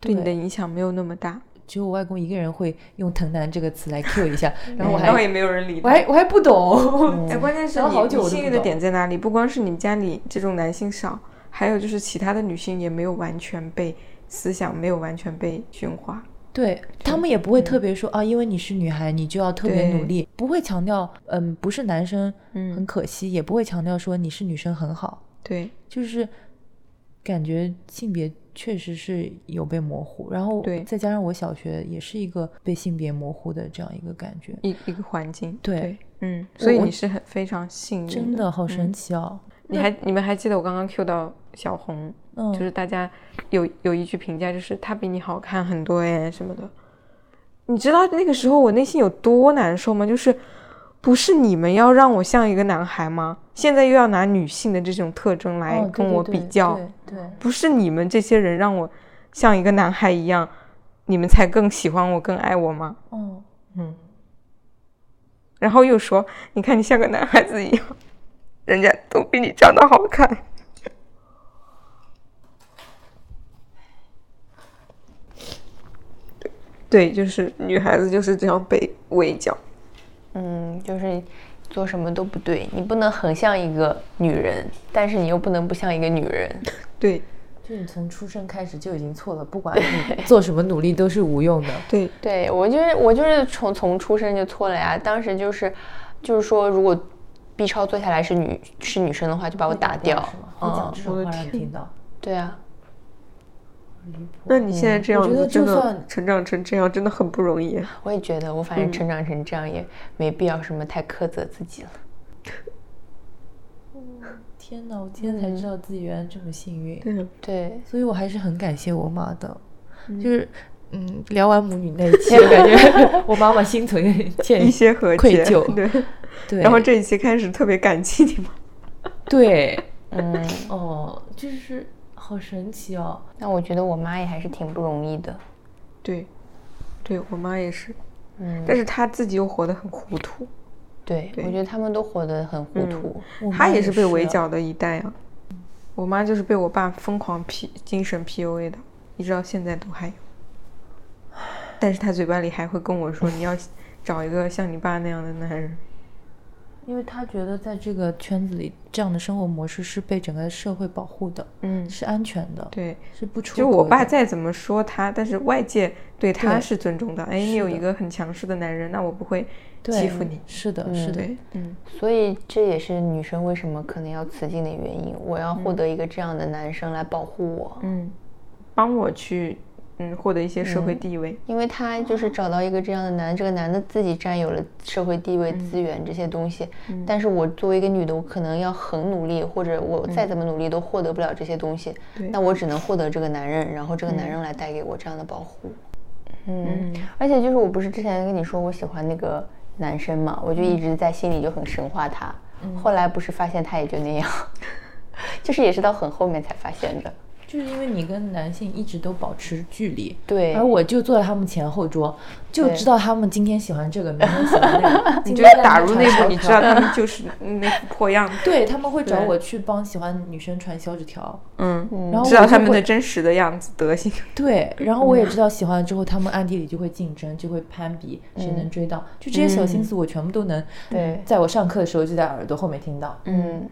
Speaker 1: 对你的影响没有那么大，
Speaker 3: 只有我外公一个人会用“疼男”这个词来 cue 一下，然后
Speaker 1: 嗯
Speaker 3: 我
Speaker 1: 然后
Speaker 3: 还
Speaker 1: 也没有人理
Speaker 3: 我
Speaker 1: 他。
Speaker 3: 还我还不懂，
Speaker 1: 哎，关键是
Speaker 3: 然后
Speaker 1: 你
Speaker 3: 好久
Speaker 1: 你
Speaker 3: 我都
Speaker 1: 幸
Speaker 3: 不
Speaker 1: 运的
Speaker 3: 懂
Speaker 1: 点在哪里？不光是你们家里这种男性少，还有就是其他的女性也没有完全被思想没有完全被驯化。
Speaker 3: 对他们也不会特别说、啊，因为你是女孩，你就要特别
Speaker 1: 对嗯
Speaker 3: 努力，不会强调嗯不是男生很可惜，也不会强调说你是女生很好，
Speaker 1: 对，
Speaker 3: 就是感觉性别确实是有被模糊，然后
Speaker 1: 对
Speaker 3: 再加上我小学也是一个被性别模糊的这样一个感觉，
Speaker 1: 一一个环境。
Speaker 3: 对
Speaker 1: 嗯，所以你是很非常幸运
Speaker 3: 真的好神奇哦。
Speaker 1: 你还你们还记得我刚刚 Q 到小红，
Speaker 3: 嗯
Speaker 1: 就是大家有有一句评价，就是她比你好看很多哎什么的。你知道那个时候我内心有多难受吗？就是不是你们要让我像一个男孩吗？现在又要拿女性的这种特征来
Speaker 5: 哦对
Speaker 1: 跟
Speaker 5: 对
Speaker 1: 我
Speaker 5: 对
Speaker 1: 比较，
Speaker 5: 对对
Speaker 1: 不是你们这些人让我像一个男孩一样，你们才更喜欢我、更爱我吗？
Speaker 5: 嗯，
Speaker 1: 然后又说，你看你像个男孩子一样，人家都比你长得好看。对，就是女孩子就是这样被围剿。
Speaker 2: 嗯，就是做什么都不对，你不能很像一个女人，但是你又不能不像一个女人。
Speaker 1: 对
Speaker 3: 就你从出生开始就已经错了，不管你做什么努力都是无用 的。
Speaker 1: 对，
Speaker 2: 对我就是我就是从从出生就错了呀，当时就是就是说如果 B 超做下来是女是女生的话，就把我打掉。嗯
Speaker 3: 是吗？会讲这
Speaker 1: 我
Speaker 3: 种
Speaker 1: 的
Speaker 3: 话让人
Speaker 1: 天
Speaker 3: 听到。
Speaker 2: 对啊，
Speaker 1: 那你现在这样
Speaker 3: 嗯我觉
Speaker 1: 子
Speaker 3: 得
Speaker 1: 真
Speaker 3: 就
Speaker 1: 的
Speaker 3: 算
Speaker 1: 成长成这样，真的很不容易。
Speaker 2: 我也觉得我反正成长成这样也没必要什么太苛责自己了。
Speaker 3: 天哪！我今天才知道自己原来这么幸运，
Speaker 1: 对，
Speaker 2: 对，
Speaker 3: 所以我还是很感谢我妈的。就是，嗯，聊完母女那一 期，我感觉我妈妈心 存
Speaker 1: 一
Speaker 3: 欠
Speaker 1: 些和解，
Speaker 3: 愧疚
Speaker 1: 对。
Speaker 3: 对，
Speaker 1: 然后这一期开始特别感激你们。
Speaker 3: 对，
Speaker 2: 嗯，
Speaker 3: 哦，就是好神奇哦。
Speaker 2: 那我觉得我妈也还是挺不容易的。
Speaker 1: 对，对我妈也是，
Speaker 2: 嗯，
Speaker 1: 但是她自己又活得很糊涂，
Speaker 2: 对，
Speaker 1: 对嗯
Speaker 2: 我觉得他们都活得很糊涂。嗯
Speaker 1: 她也是被围
Speaker 2: 是
Speaker 1: 剿的一代啊。我妈就是被我爸疯狂 P 精神 PUA 的，一直到现在都还有。但是她嘴巴里还会跟我说：“你要找一个像你爸那样的男人。
Speaker 3: 因为他觉得在这个圈子里，这样的生活模式是被整个社会保护的，”
Speaker 1: 嗯，
Speaker 3: 是安全的，
Speaker 1: 对，
Speaker 3: 是不出
Speaker 1: 就我
Speaker 3: 格
Speaker 1: 爸
Speaker 3: 的
Speaker 1: 再怎么说他，但是外界对他
Speaker 3: 对
Speaker 1: 是尊重的。哎，你
Speaker 3: 是
Speaker 1: 有
Speaker 3: 的
Speaker 1: 一个很强势的男人，那我不会
Speaker 3: 对
Speaker 1: 欺负你。
Speaker 3: 是的，是的，
Speaker 1: 对，嗯，
Speaker 2: 所以这也是女生为什么可能要辞境的原因。我要获得一个这样的男生来保护我，
Speaker 1: 嗯，帮我去嗯获得一些社会地位。
Speaker 2: 因为他就是找到一个这样的男，这个男的自己占有了社会地位、资源这些东西。但是我作为一个女的，我可能要很努力，或者我再怎么努力都获得不了这些东西。
Speaker 1: 对
Speaker 2: 那我只能获得这个男人，然后这个男人来带给我这样的保护。嗯，而且就是我不是之前跟你说我喜欢那个男生嘛，我就一直在心里就很神化他，后来不是发现他也就那样， 就是也是到很后面才发现的。
Speaker 3: 就是因为你跟男性一直都保持距离，
Speaker 2: 对
Speaker 3: 而我就坐在他们前后桌，就
Speaker 2: 对
Speaker 3: 知道他们今天喜欢这个，明天喜欢那个，
Speaker 1: 你
Speaker 3: 今
Speaker 1: 就
Speaker 3: 天
Speaker 1: 打入内
Speaker 3: 那
Speaker 1: 部，你知道 他们就是那副破样子，
Speaker 3: 对他们会找
Speaker 1: 对
Speaker 3: 我去帮喜欢女生传小纸条，
Speaker 1: 嗯，
Speaker 3: 然后
Speaker 1: 知道
Speaker 3: 我就
Speaker 1: 他们
Speaker 3: 会
Speaker 1: 的嗯真实的样子、德 行。
Speaker 3: 对，然后我也知道喜欢了之后，他们暗地里就会竞争，就会攀比，谁能追到，就这些小心
Speaker 1: 嗯
Speaker 3: 思我全部都能。嗯
Speaker 2: 对
Speaker 3: 在我上课的时候就在耳朵后面听到。
Speaker 2: 嗯，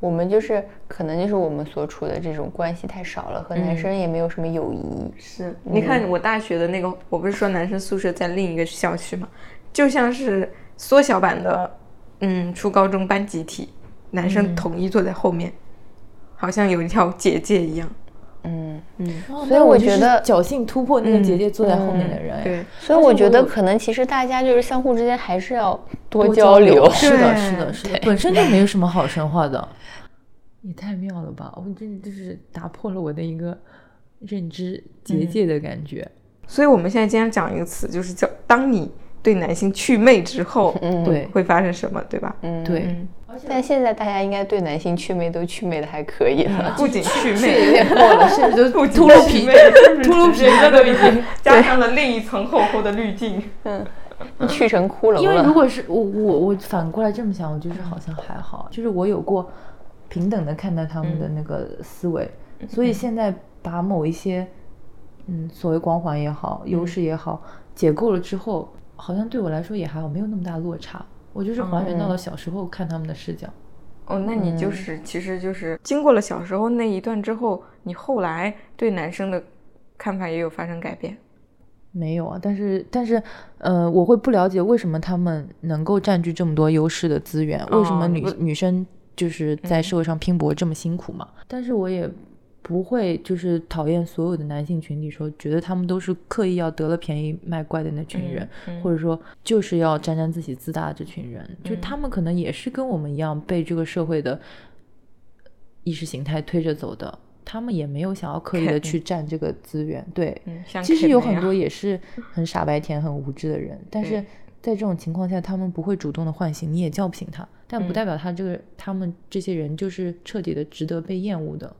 Speaker 2: 我们就是可能就是我们所处的这种关系太少了，和男生也没有什么友谊。
Speaker 1: 是，你看我大学的那个，我不是说男生宿舍在另一个校区嘛，就像是缩小版的，嗯，初高中班集体，男生统一坐在后面，好像有一条结界一样。
Speaker 2: 嗯，
Speaker 3: 所
Speaker 2: 以我觉得
Speaker 3: 侥幸突破那个结界，坐在后面的人，哎
Speaker 1: 嗯对，
Speaker 2: 所以我觉得
Speaker 3: 有
Speaker 2: 可能其实大家就是相互之间还是要多
Speaker 3: 多
Speaker 2: 交流。
Speaker 3: 是的，
Speaker 1: 对
Speaker 3: 是的，是的，本身就没有什么好神话的， 也太妙了吧！我真的就是打破了我的一个认知结界的感觉。
Speaker 1: 所以我们现在今天讲一个词，就是叫当你对男性祛魅之后，
Speaker 2: 嗯，
Speaker 3: 对
Speaker 1: 会发生什么，对吧？
Speaker 2: 嗯，
Speaker 3: 对。
Speaker 2: 但现在大家应该对男性祛魅都祛魅的还可以了。
Speaker 1: 不仅祛魅，
Speaker 3: 有点过了，甚至都秃噜皮，秃 噜皮了都已经。
Speaker 1: 加上了另一层厚厚的滤镜。
Speaker 2: 去成骷髅了。
Speaker 3: 因为如果是我我我反过来这么想，我就是好像还好，就是我有过平等的看待他们的那个思维，所以现在把某一些嗯所谓光环也好、优势也好解构了之后，好像对我来说也还好，没有那么大落差。我就是还原到了小时候看他们的视角，
Speaker 1: 哦，那你
Speaker 3: 嗯
Speaker 1: 就是，其实就是经过了小时候那一段之后，你后来对男生的看法也有发生改变。
Speaker 3: 没有啊。但是但是，呃，我会不了解为什么他们能够占据这么多优势的资源，为什
Speaker 1: 哦
Speaker 3: 么
Speaker 1: 你
Speaker 3: 女、
Speaker 1: 不嗯
Speaker 3: 女生就是在社会上拼搏这么辛苦嘛？但是我也不会就是讨厌所有的男性群体说，觉得他们都是刻意要得了便宜卖乖的那群人，
Speaker 1: 嗯
Speaker 3: 或者说就是要沾沾自喜自大的这群人，就他
Speaker 1: 嗯
Speaker 3: 们可能也是跟我们一样被这个社会的意识形态推着走的。他们也没有想要刻意的去占这个资源，对，
Speaker 1: 嗯，像
Speaker 3: 其实
Speaker 1: 肯
Speaker 3: 有
Speaker 1: 那
Speaker 3: 很
Speaker 1: 样
Speaker 3: 多也是很傻白甜、很无知的人，但是在这种情况下，他们不会主动的唤醒，你也叫不醒他，但
Speaker 1: 嗯
Speaker 3: 不代表他这个、他们这些人就是彻底的值得被厌恶的。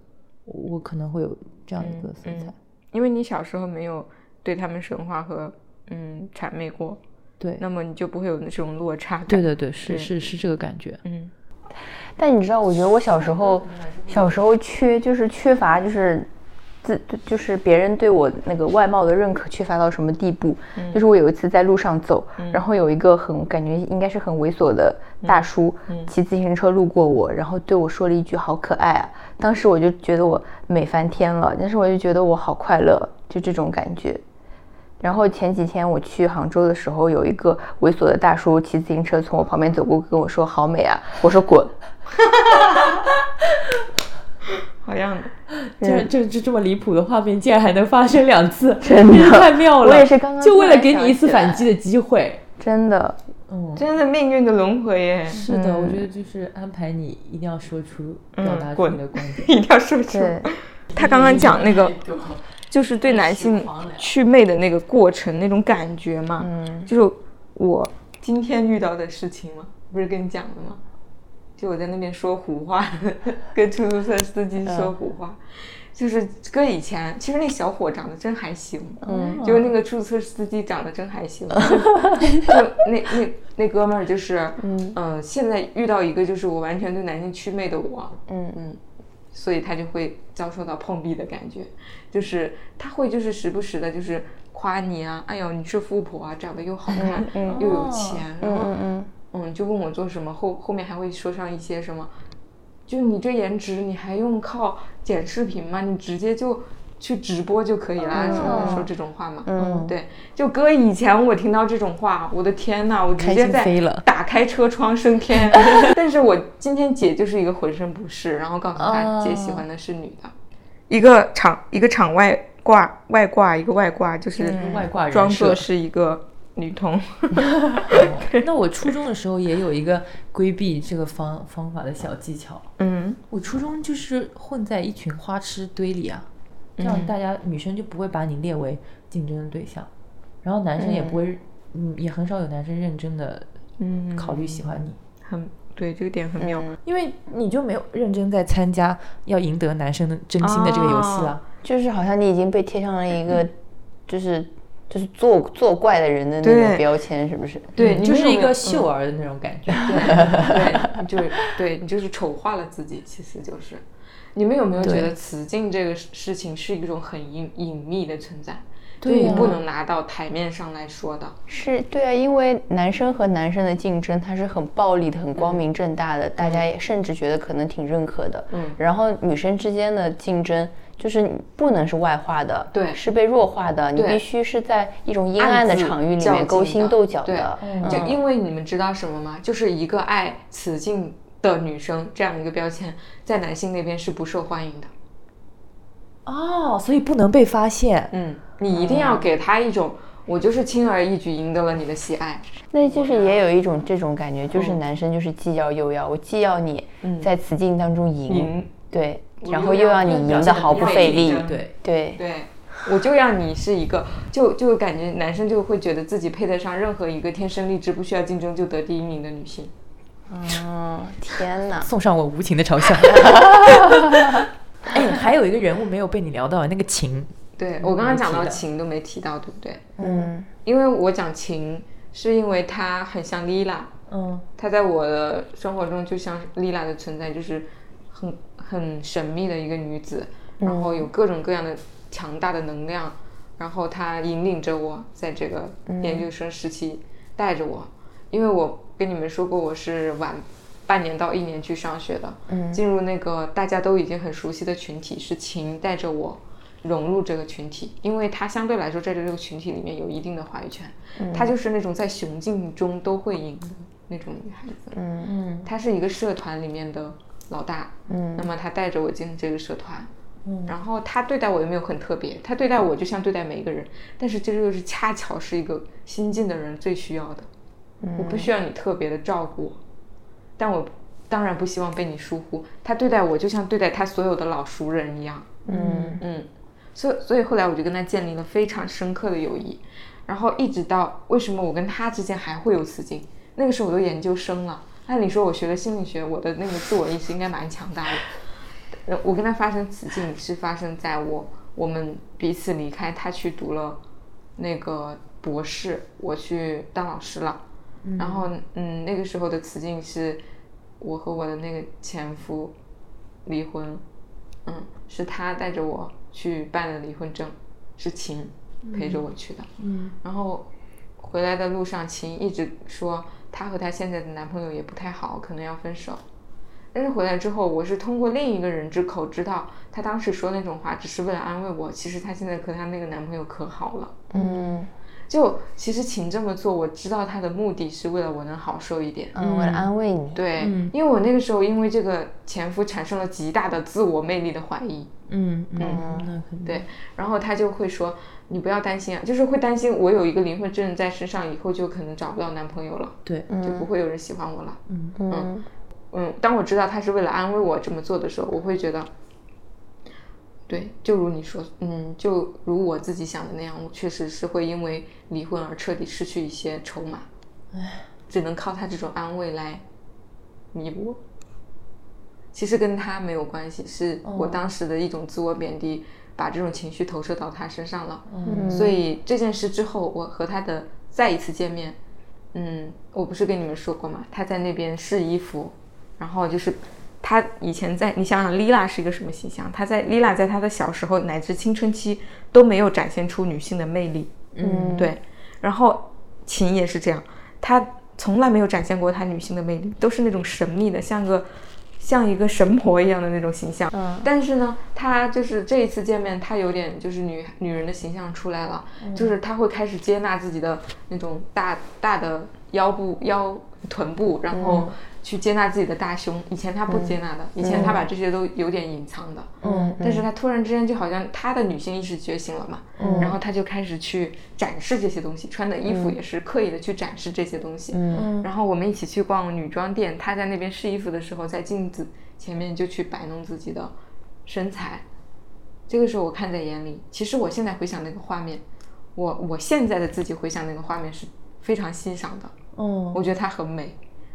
Speaker 3: 我可能会有这样
Speaker 1: 嗯
Speaker 3: 一个色彩，
Speaker 1: 因为你小时候没有对他们神话和嗯谄媚过，
Speaker 3: 对
Speaker 1: 那么你就不会有那种落差感。
Speaker 3: 对对对，是是是这个感觉。
Speaker 1: 嗯，
Speaker 2: 但你知道，我觉得我小时候，小时候缺就是缺乏就是自就是别人对我那个外貌的认可缺乏到什么地步？就是我有一次在路上走，然后有一个很感觉应该是很猥琐的大叔、骑自行车路过我，然后对我说了一句“好可爱啊”，当时我就觉得我美翻天了，但是我就觉得我好快乐，就这种感觉。然后前几天我去杭州的时候，有一个猥琐的大叔骑自行车从我旁边走过，跟我说“好美啊”，我说滚。
Speaker 1: 好样的。
Speaker 3: 就是就就这么离谱的画面，竟然还能发生两次，
Speaker 2: 真的
Speaker 3: 是太妙了！
Speaker 2: 我也是刚刚
Speaker 3: 就为了
Speaker 2: 突然
Speaker 3: 给你一
Speaker 2: 想
Speaker 3: 次
Speaker 2: 起
Speaker 3: 反
Speaker 2: 来
Speaker 3: 击的机
Speaker 1: 嗯
Speaker 3: 会。
Speaker 2: 真的，
Speaker 1: 真的命运的轮回耶，
Speaker 3: 是的，我觉得就是安排你一定要说出、表达出
Speaker 1: 滚
Speaker 3: 你的观 点。
Speaker 1: 一定要说出。
Speaker 2: 对，
Speaker 1: 他刚刚讲那个，就是对男性祛魅的那个过程，那种感觉嘛，就是我今天遇到的事情嘛，不是跟你讲的吗？就我在那边说胡话， 跟出租车司机说胡话，就是跟以前，其实那小伙长得真还行，嗯，就是那个出租车司机长得真还 行，就那那那哥们儿就是，嗯、呃，现在遇到一个就是我完全对男性祛魅的我，
Speaker 2: 嗯
Speaker 1: 嗯，所以他就会遭受到碰壁的感觉，就是他会就是时不时的就是夸你啊，哎呦你是富婆啊，长得又好看、又有钱，然后
Speaker 2: 嗯
Speaker 1: 嗯就问我做什么，后后面还会说上一些什么，就你这颜值你还用靠剪视频吗？你直接就。去直播就可以啦，什么的说这种话嘛，嗯，对，就搁以前我听到这种话，我的天呐，我直接在
Speaker 3: 飞了
Speaker 1: 打开车窗升 天。但是我今天姐就是一个浑身不适，然后告诉
Speaker 3: 哦
Speaker 1: 她姐喜欢的是女的，一个场一个场外挂外挂一个外挂，就是
Speaker 3: 外挂人
Speaker 1: 装作
Speaker 3: 设
Speaker 1: 是一个女同。
Speaker 3: 那我初中的时候也有一个规避这个方方法的小技巧。
Speaker 1: 嗯，
Speaker 3: 我初中就是混在一群花痴堆里啊，这样大家女生就不会把你列为竞争的对象，然后男生也不会，嗯，也很少有男生认真的，嗯，考虑喜欢你，
Speaker 1: 很对，这个点很妙。
Speaker 3: 因为你就没有认真在参加要赢得男生的真心的这个游戏了。
Speaker 2: 就是好像你已经被贴上了一
Speaker 1: 嗯
Speaker 2: 个，就是就是作作怪的人的那
Speaker 1: 对
Speaker 2: 种标签，是不是？
Speaker 1: 对，
Speaker 3: 你
Speaker 1: 你
Speaker 3: 就
Speaker 1: 没
Speaker 3: 是
Speaker 1: 有
Speaker 3: 一个嗯秀儿的那种感觉，
Speaker 1: 对，你就是对你就是丑化了自己，其实就是。你们有没有觉得雌竞这个事情是一种很隐隐秘的存在？对你不能拿到台面上来说的。
Speaker 2: 是对啊，因为男生和男生的竞争，它是很暴力的、很光明正大
Speaker 1: 嗯
Speaker 2: 的，大家也甚至觉得可能挺认可的。嗯，然后女生之间的竞争，就是你不能是外化的，
Speaker 1: 对
Speaker 2: 是被弱化的，你
Speaker 1: 对
Speaker 2: 必须是在一种阴暗的场域里面勾心斗角的。嗯
Speaker 1: 对，就因为你们知道什么吗？就是一个爱雌竞的女生这样一个标签，在男性那边是不受欢迎的。
Speaker 3: 哦，所以不能被发现。
Speaker 1: 嗯，你一定要给她一种，我就是轻而易举赢得了你的喜爱。
Speaker 2: 那就是也有一种这种感觉，
Speaker 1: 嗯
Speaker 2: 就是男生就是既要又要，我既要你在雌竞当中赢，
Speaker 1: 赢，
Speaker 2: 对，
Speaker 1: 我
Speaker 2: 然
Speaker 1: 又
Speaker 2: 后又
Speaker 1: 要
Speaker 2: 要你
Speaker 1: 更
Speaker 2: 赢得毫不费力，
Speaker 3: 对，
Speaker 2: 对，
Speaker 1: 对，我就让你是一个，就就感觉男生就会觉得自己配得上任何一个天生丽质、不需要竞争就得第一名的女性。
Speaker 2: 嗯，天哪，
Speaker 3: 送上我无情的嘲 笑。哎，还有一个人物没有被你聊到，那个秦，
Speaker 1: 对我刚刚讲到
Speaker 3: 没提到
Speaker 1: 情都没提到，对不对？
Speaker 2: 嗯
Speaker 1: 因为我讲情是因为她很像 Lila，
Speaker 3: 嗯，
Speaker 1: 她在我的生活中就像 Lila 的存在，就是很很神秘的一个女子，然后有各种各样的强大的能量，然后她引领着我在这个研究生时期带着我，因为我跟你们说过我是晚半年到一年去上学的，进入那个大家都已经很熟悉的群体，是琴带着我。融入这个群体，因为她相对来说在这个群体里面有一定的话语权，
Speaker 2: 嗯
Speaker 1: 她就是那种在雄竞中都会赢的那种女孩子。
Speaker 2: 嗯
Speaker 1: 她是一个社团里面的老大，嗯，那么她带着我进这个社团，嗯，然后她对待我也没有很特别，她对待我就像对待每一个人，但是这就是恰巧是一个新进的人最需要的，
Speaker 2: 嗯
Speaker 1: 我不需要你特别的照顾我，但我当然不希望被你疏忽，她对待我就像对待她所有的老熟人一样，
Speaker 2: 嗯
Speaker 1: 嗯，所以所以后来我就跟他建立了非常深刻的友谊。然后一直到为什么我跟他之间还会有雌竞，那个时候我都研究生了。按理说我学了心理学，我的那个自我意识应该蛮强大的。呃我跟他发生雌竞是发生在我我们彼此离开，他去读了那个博士，我去当老师了。然后嗯，那个时候的雌竞是我和我的那个前夫离婚，嗯，是他带着我去办了离婚证，是秦陪着我去的。嗯，然后回来的路上，秦一直说她和她现在的男朋友也不太好，可能要分手。但是回来之后，我是通过另一个人之口知道，她当时说那种话只是为了安慰我，其实她现在和她那个男朋友可好了。
Speaker 2: 嗯
Speaker 1: 就其实秦这么做，我知道她的目的是为了我能好受一点。
Speaker 2: 嗯，为了安慰你，
Speaker 1: 对，因为我那个时候因为这个前夫产生了极大的自我魅力的怀疑，
Speaker 3: 嗯嗯，
Speaker 2: 嗯，
Speaker 1: 对，然后他就会说你不要担心啊，就是会担心我有一个离婚证在身上，以后就可能找不到男朋友了，
Speaker 3: 对，
Speaker 1: 就不会有人喜欢我了。
Speaker 2: 嗯
Speaker 1: 嗯，当我知道他是为了安慰我这么做的时候，我会觉得，对，就如你说，嗯，就如我自己想的那样，我确实是会因为离婚而彻底失去一些筹码，只能靠他这种安慰来弥补。其实跟他没有关系，是我当时的一种自我贬低，把这种情绪投射到他身上了。
Speaker 2: 嗯，
Speaker 1: 所以这件事之后，我和他的再一次见面，嗯，我不是跟你们说过吗？他在那边试衣服，然后就是他以前在，你想想，Lila 是一个什么形象？她在 Lila 在她的小时候乃至青春期都没有展现出女性的魅力，嗯，对。然后琴也是这样，她从来没有展现过她女性的魅力，都是那种神秘的，像个。像一个神婆一样的那种形象，嗯，但是呢，她就是这一次见面，她有点就是女女人的形象出来了，就是她会开始接纳自己的那种大大的腰部腰臀部，然后去接纳自己的大胸。以前她不接纳的，以前她把这些都有点隐藏的，嗯，但是她突然之间就好像她的女性意识觉醒了嘛，然后她就开始去展示这些东西，穿的衣服也是刻意的去展示这些东西，嗯，然后我们一起去逛女装店，她在那边试衣服的时候，在镜子前面就去摆弄自己的身材，这个时候我看在眼里。其实我现在回想那个画面，我我现在的自己回想那个画面是非常欣赏的，
Speaker 3: 哦
Speaker 1: 嗯，我觉得它很美。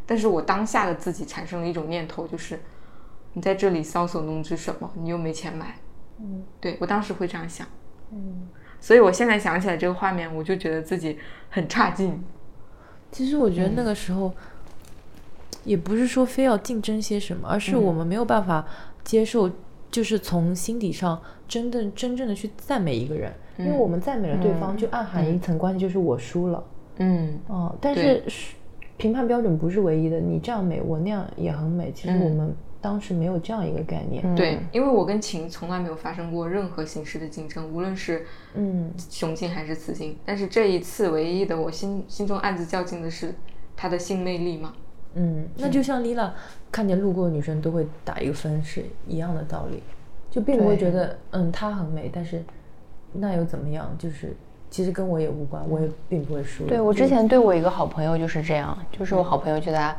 Speaker 1: 但是我当下的自己产生了一种念头，就是你在这里搔首弄姿什么？你又没钱买，嗯，对我当时会这样想，嗯，所以我现在想起来这个画面，我就觉得自己很差劲，
Speaker 3: 其实我觉得那个时候，也不是说非要竞争些什么，而是
Speaker 1: 嗯
Speaker 3: 我们没有办法接受，就是从心底上真的真正的去赞美一个人，
Speaker 1: 嗯
Speaker 3: 因为我们赞美了对方，就暗含一层关系，就是我输了。
Speaker 1: 嗯
Speaker 3: 哦，但是是评判标准不是唯一的，你这样美，我那样也很美。其
Speaker 1: 嗯
Speaker 3: 实我们当时没有这样一个概念。
Speaker 1: 对，因为我跟秦从来没有发生过任何形式的竞争，无论是嗯雄竞还是雌竞。但是这一次唯一的我心心中暗自较劲的是他的性魅力嘛。
Speaker 3: 嗯，那就像 Lila 看见路过的女生都会打一个分是一样的道理，就并不会觉得嗯她很美，但是那又怎么样？就是其实跟我也无关，我也并不会输。
Speaker 2: 对我之前对我一个好朋友就是这样，就是我好朋友叫她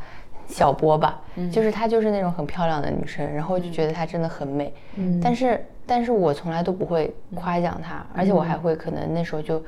Speaker 2: 小波吧，就是她就是那种很漂亮的女生，然后我就觉得她真的很美，
Speaker 3: 嗯
Speaker 2: 但是但是我从来都不会夸奖她，而且我还会可能那时候就，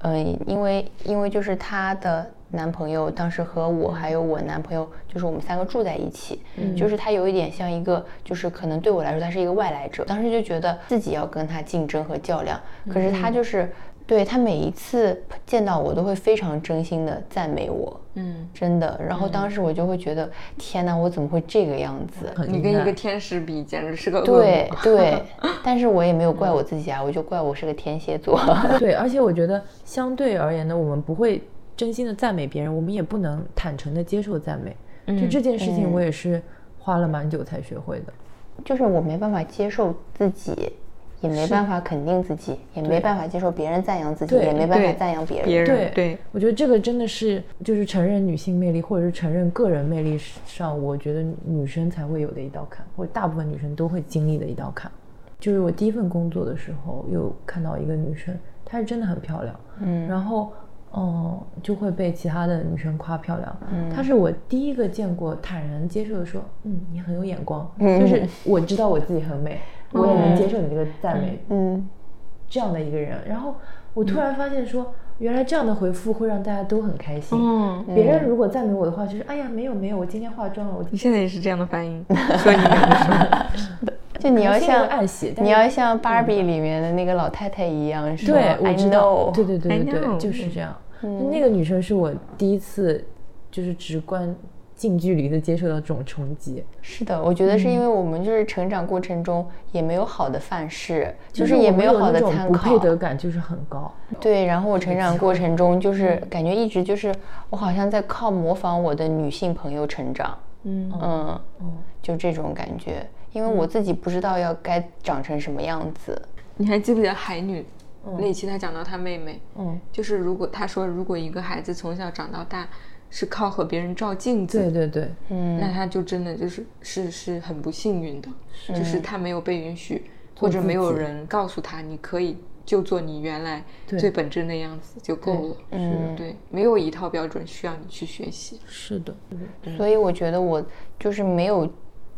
Speaker 2: 嗯、因为因为就是她的。男朋友当时和我还有我男朋友，就是我们三个住在一起，就是他有一点像一个，就是可能对我来说他是一个外来者，当时就觉得自己要跟他竞争和较量，可是他就是对他每一次见到我都会非常真心的赞美我，
Speaker 1: 嗯，
Speaker 2: 真的。然后当时我就会觉得，天哪，我怎么会这个样子？
Speaker 1: 你跟一个天使比，简直 是个恶魔。
Speaker 2: 对对，但是我也没有怪我自己啊，我就怪我是个天蝎座。
Speaker 3: 对，而且我觉得相对而言呢，我们不会真心的赞美别人，我们也不能坦诚的接受赞美。就这件事情，我也是花了蛮久才学会的。
Speaker 2: 就是我没办法接受自己，也没办法肯定自己，也没办法接受别人赞扬自己，
Speaker 3: 对
Speaker 2: 也没办法
Speaker 1: 对
Speaker 2: 赞扬别人。
Speaker 1: 别人
Speaker 3: 对
Speaker 1: 对，
Speaker 3: 我觉得这个真的是就是承认女性魅力，或者是承认个人魅力上，我觉得女生才会有的一道坎，或者大部分女生都会经历的一道坎。就是我第一份工作的时候，有看到一个女生，她是真的很漂亮，嗯，然后嗯就会被其他的女生夸漂亮，嗯，她是我第一个见过坦然接受的说，嗯，你很有眼光，就是我知道我自己很美，我也能接受你这个赞美，
Speaker 2: 嗯
Speaker 3: 这样的一个人。然后我突然发现说，原来这样的回复会让大家都很开心。
Speaker 1: 嗯，
Speaker 3: 别人如果赞美我的话，就是哎呀，没有没有，我今天化妆了，我
Speaker 2: 嗯
Speaker 1: 你现在也是这样的反应，说你没有 说，
Speaker 2: 就你要
Speaker 3: 心里会
Speaker 2: 像
Speaker 3: 暗喜，但
Speaker 2: 你
Speaker 3: 是嗯
Speaker 2: 要像芭比里面的那个老太太一样说
Speaker 3: 对，我
Speaker 2: I
Speaker 3: 知道，
Speaker 2: know，嗯
Speaker 3: 对对对
Speaker 1: I
Speaker 3: 对对，
Speaker 1: know
Speaker 3: 就是这样。那个女生是我第一次，就是直观、近距离的接受到这种冲击，
Speaker 2: 是的，我觉得
Speaker 3: 嗯
Speaker 2: 是因为我们就是成长过程中也没有好的范式，就是
Speaker 3: 我
Speaker 2: 也
Speaker 3: 们
Speaker 2: 没
Speaker 3: 有
Speaker 2: 好
Speaker 3: 那
Speaker 2: 的
Speaker 3: 种
Speaker 2: 参
Speaker 3: 不
Speaker 2: 考
Speaker 3: 配。得感，就是很高。
Speaker 2: 对，然后我成长过程中就是感觉一直就是我好像在靠模仿我的女性朋友成长，
Speaker 1: 嗯
Speaker 2: 嗯，就这种感觉，因为我自己不知道要该长成什么样子。
Speaker 1: 你还记不记得海女、那一期？她讲到她妹妹，嗯，就是如果她说，如果一个孩子从小长到大是靠和别人照镜子，
Speaker 3: 对对对，
Speaker 2: 嗯
Speaker 1: 那他就真的就是是是很不幸运的，就是他没有被允许，或
Speaker 3: 做自己
Speaker 1: 者没有人告诉他你可以就做你原来最本真的样子就够了。嗯，对，没有一套标准需要你去学习。
Speaker 3: 是的，
Speaker 2: 所以我觉得我就是没有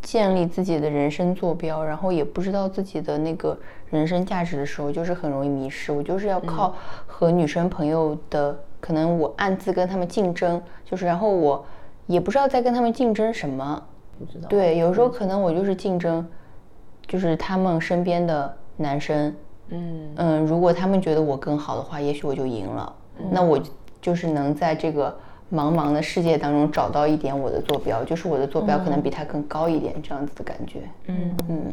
Speaker 2: 建立自己的人生坐标，然后也不知道自己的那个人生价值的时候，就是很容易迷失。我就是要靠和女生朋友的，可能我暗自跟她们竞争，就是然后我也不知道在跟她们竞争什么。对，有时候可能我就是竞争，就是他们身边的男生。
Speaker 1: 嗯
Speaker 2: 嗯，如果他们觉得我更好的话，也许我就赢了。那我就是能在这个茫茫的世界当中找到一点我的坐标，就是我的坐标可能比他更高一点，这样子的感觉。
Speaker 1: 嗯
Speaker 2: 嗯，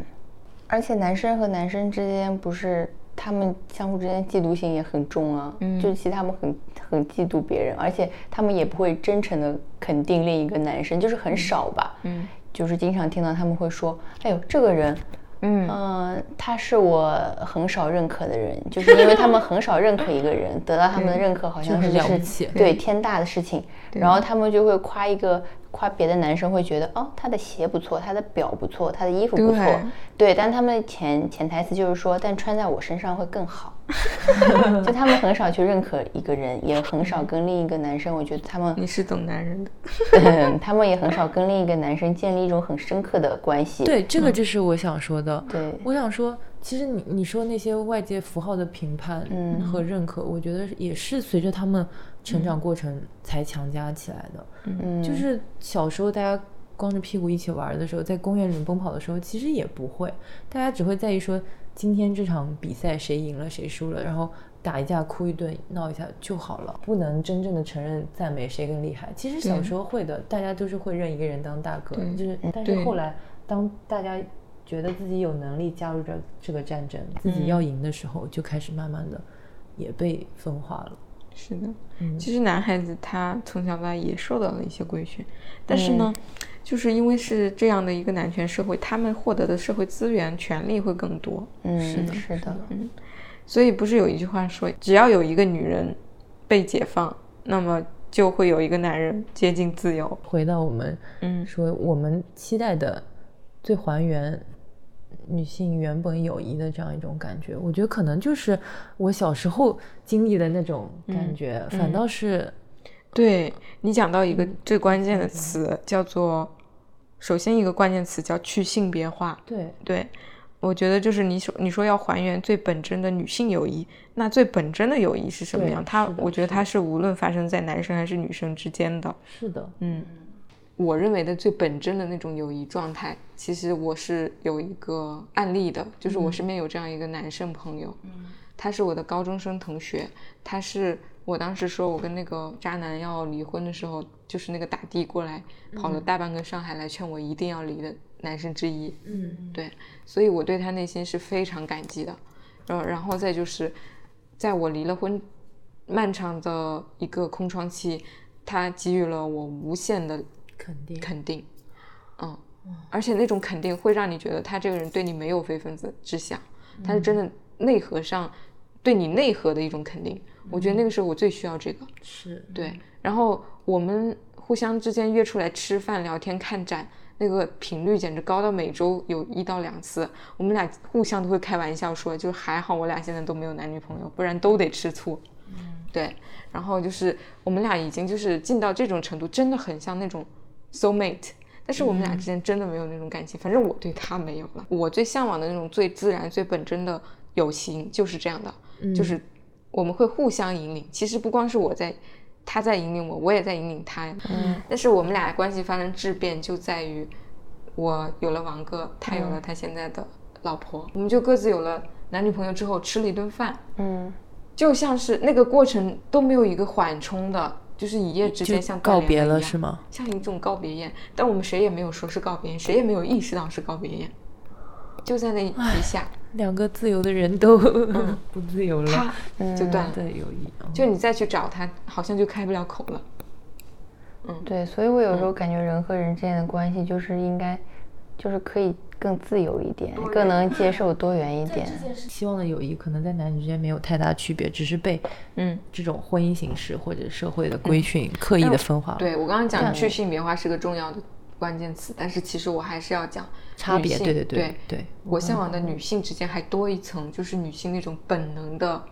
Speaker 2: 而且男生和男生之间不是他们相互之间嫉妒心也很重啊，就其实他们很很嫉妒别人，而且他们也不会真诚的肯定另一个男生，就是很少吧。
Speaker 1: 嗯，
Speaker 2: 就是经常听到他们会说：“哎呦，这个人。”嗯、他是我很少认可的人，就是因为他们很少认可一个人，得到他们的认可好像是
Speaker 3: 就
Speaker 2: 就
Speaker 3: 很了不
Speaker 2: 是
Speaker 3: 起
Speaker 2: 对天大的事情，然后他们就会夸一个夸别的男生，会觉得哦，他的鞋不错，他的表不错，他的衣服不错，
Speaker 1: 对
Speaker 2: 对，但他们潜潜台词就是说，但穿在我身上会更好。就他们很少去认可一个人，也很少跟另一个男生，我觉得他们
Speaker 1: 你是懂男人的。
Speaker 2: 嗯， 他们也很少跟另一个男生建立一种很深刻的关系。
Speaker 3: 对，这个就是我想说的。
Speaker 2: 对
Speaker 3: 我想说，其实你你说那些外界符号的评判和认可，我觉得也是随着他们成长过程才强加起来的。嗯，就是小时候大家光着屁股一起玩的时候，在公园里奔跑的时候，其实也不会，大家只会在意说今天这场比赛谁赢了谁输了，然后。打一架、哭一顿、闹一下就好了，不能真正的承认赞美谁更厉害。其实小时候会的，大家都是会认一个人当大哥，就是但是
Speaker 1: 对
Speaker 3: 后来当大家觉得自己有能力加入这这个战争，自
Speaker 1: 嗯
Speaker 3: 己要赢的时候，就开始慢慢的也被分化了。
Speaker 1: 是的，其实男孩子他从小到大也受到了一些规训，但是呢，就是因为是这样的一个男权社会，他们获得的社会资源、权利会更多。
Speaker 2: 嗯，是的，是的，
Speaker 1: 所以不是有一句话说，只要有一个女人被解放，那么就会有一个男人接近自由。
Speaker 3: 回到我们，
Speaker 1: 嗯
Speaker 3: 说我们期待的最还原女性原本友谊的这样一种感觉，我觉得可能就是我小时候经历的那种感觉，反倒是
Speaker 1: 对你讲到一个最关键的词，叫做，首先一个关键词叫去性别化。
Speaker 3: 对
Speaker 1: 对，我觉得就是你说你说要还原最本真的女性友谊，那最本真的友谊是什么
Speaker 3: 对
Speaker 1: 样？它
Speaker 3: 是的
Speaker 1: 我觉得
Speaker 3: 是的
Speaker 1: 它是无论发生在男生还是女生之间的。
Speaker 3: 是的，
Speaker 1: 我认为的最本真的那种友谊状态，其实我是有一个案例的，就是我身边有这样一个男生朋友，他是我的高中生同学，他是我当时说我跟那个渣男要离婚的时候，就是那个打的过来跑了大半个上海来劝我一定要离的男生之一，
Speaker 3: 嗯，
Speaker 1: 对，所以我对他内心是非常感激的，呃然后然后再就是，在我离了婚漫长的一个空窗期，他给予了我无限的
Speaker 3: 肯定
Speaker 1: 肯定，嗯，而且那种肯定会让你觉得他这个人对你没有非分之之想，他是真的内核上对你内核的一种肯定。我觉得那个时候我最需要这个，
Speaker 3: 是
Speaker 1: 对。嗯然后我们互相之间约出来吃饭、聊天、看展，那个频率简直高到每周有一到两次。我们俩互相都会开玩笑说，就是还好我俩现在都没有男女朋友，不然都得吃醋。对。然后就是我们俩已经就是近到这种程度，真的很像那种 soul mate。但是我们俩之间真的没有那种感情，反正我对他没有了。我最向往的那种最自然、最本真的友情就是这样的，就是
Speaker 4: 我们会互相引领。其实不光是我在，他在引领我，我也在引领他。嗯，但是我们俩关系发生质变就在于，我有了王哥，他有
Speaker 3: 嗯
Speaker 4: 了他现在的老婆，我们就各自有了男女朋友之后吃了一顿饭。
Speaker 2: 嗯，
Speaker 4: 就像是那个过程都没有一个缓冲的，就是一夜之间像断
Speaker 3: 嗯告
Speaker 4: 联
Speaker 3: 别
Speaker 4: 了
Speaker 3: 了
Speaker 4: 一样
Speaker 3: 是吗？
Speaker 4: 像一种告别宴，但我们谁也没有说是告别宴，谁也没有意识到是告别宴，就在那一下，
Speaker 3: 两个自由的人都不自由了，
Speaker 4: 啪就断了。
Speaker 3: 嗯对嗯友谊，
Speaker 4: 就你再去找他，好像就开不了口了。
Speaker 2: 对，所以我有时候感觉人和人之间的关系就是应该，就是可以更自由一点，更能接受多元一点。
Speaker 3: 希望的友谊可能在男女之间没有太大区别，只是被
Speaker 4: 嗯
Speaker 3: 这种婚姻形式或者社会的规训刻意的分化了。
Speaker 4: 对我刚刚讲去性别化是个重要的关键词，但是其实我还是要讲
Speaker 3: 差别，
Speaker 4: 女性
Speaker 3: 对对
Speaker 4: 对
Speaker 3: 对对，
Speaker 4: 我向往的女性之间还多一层，就是女性那种本能的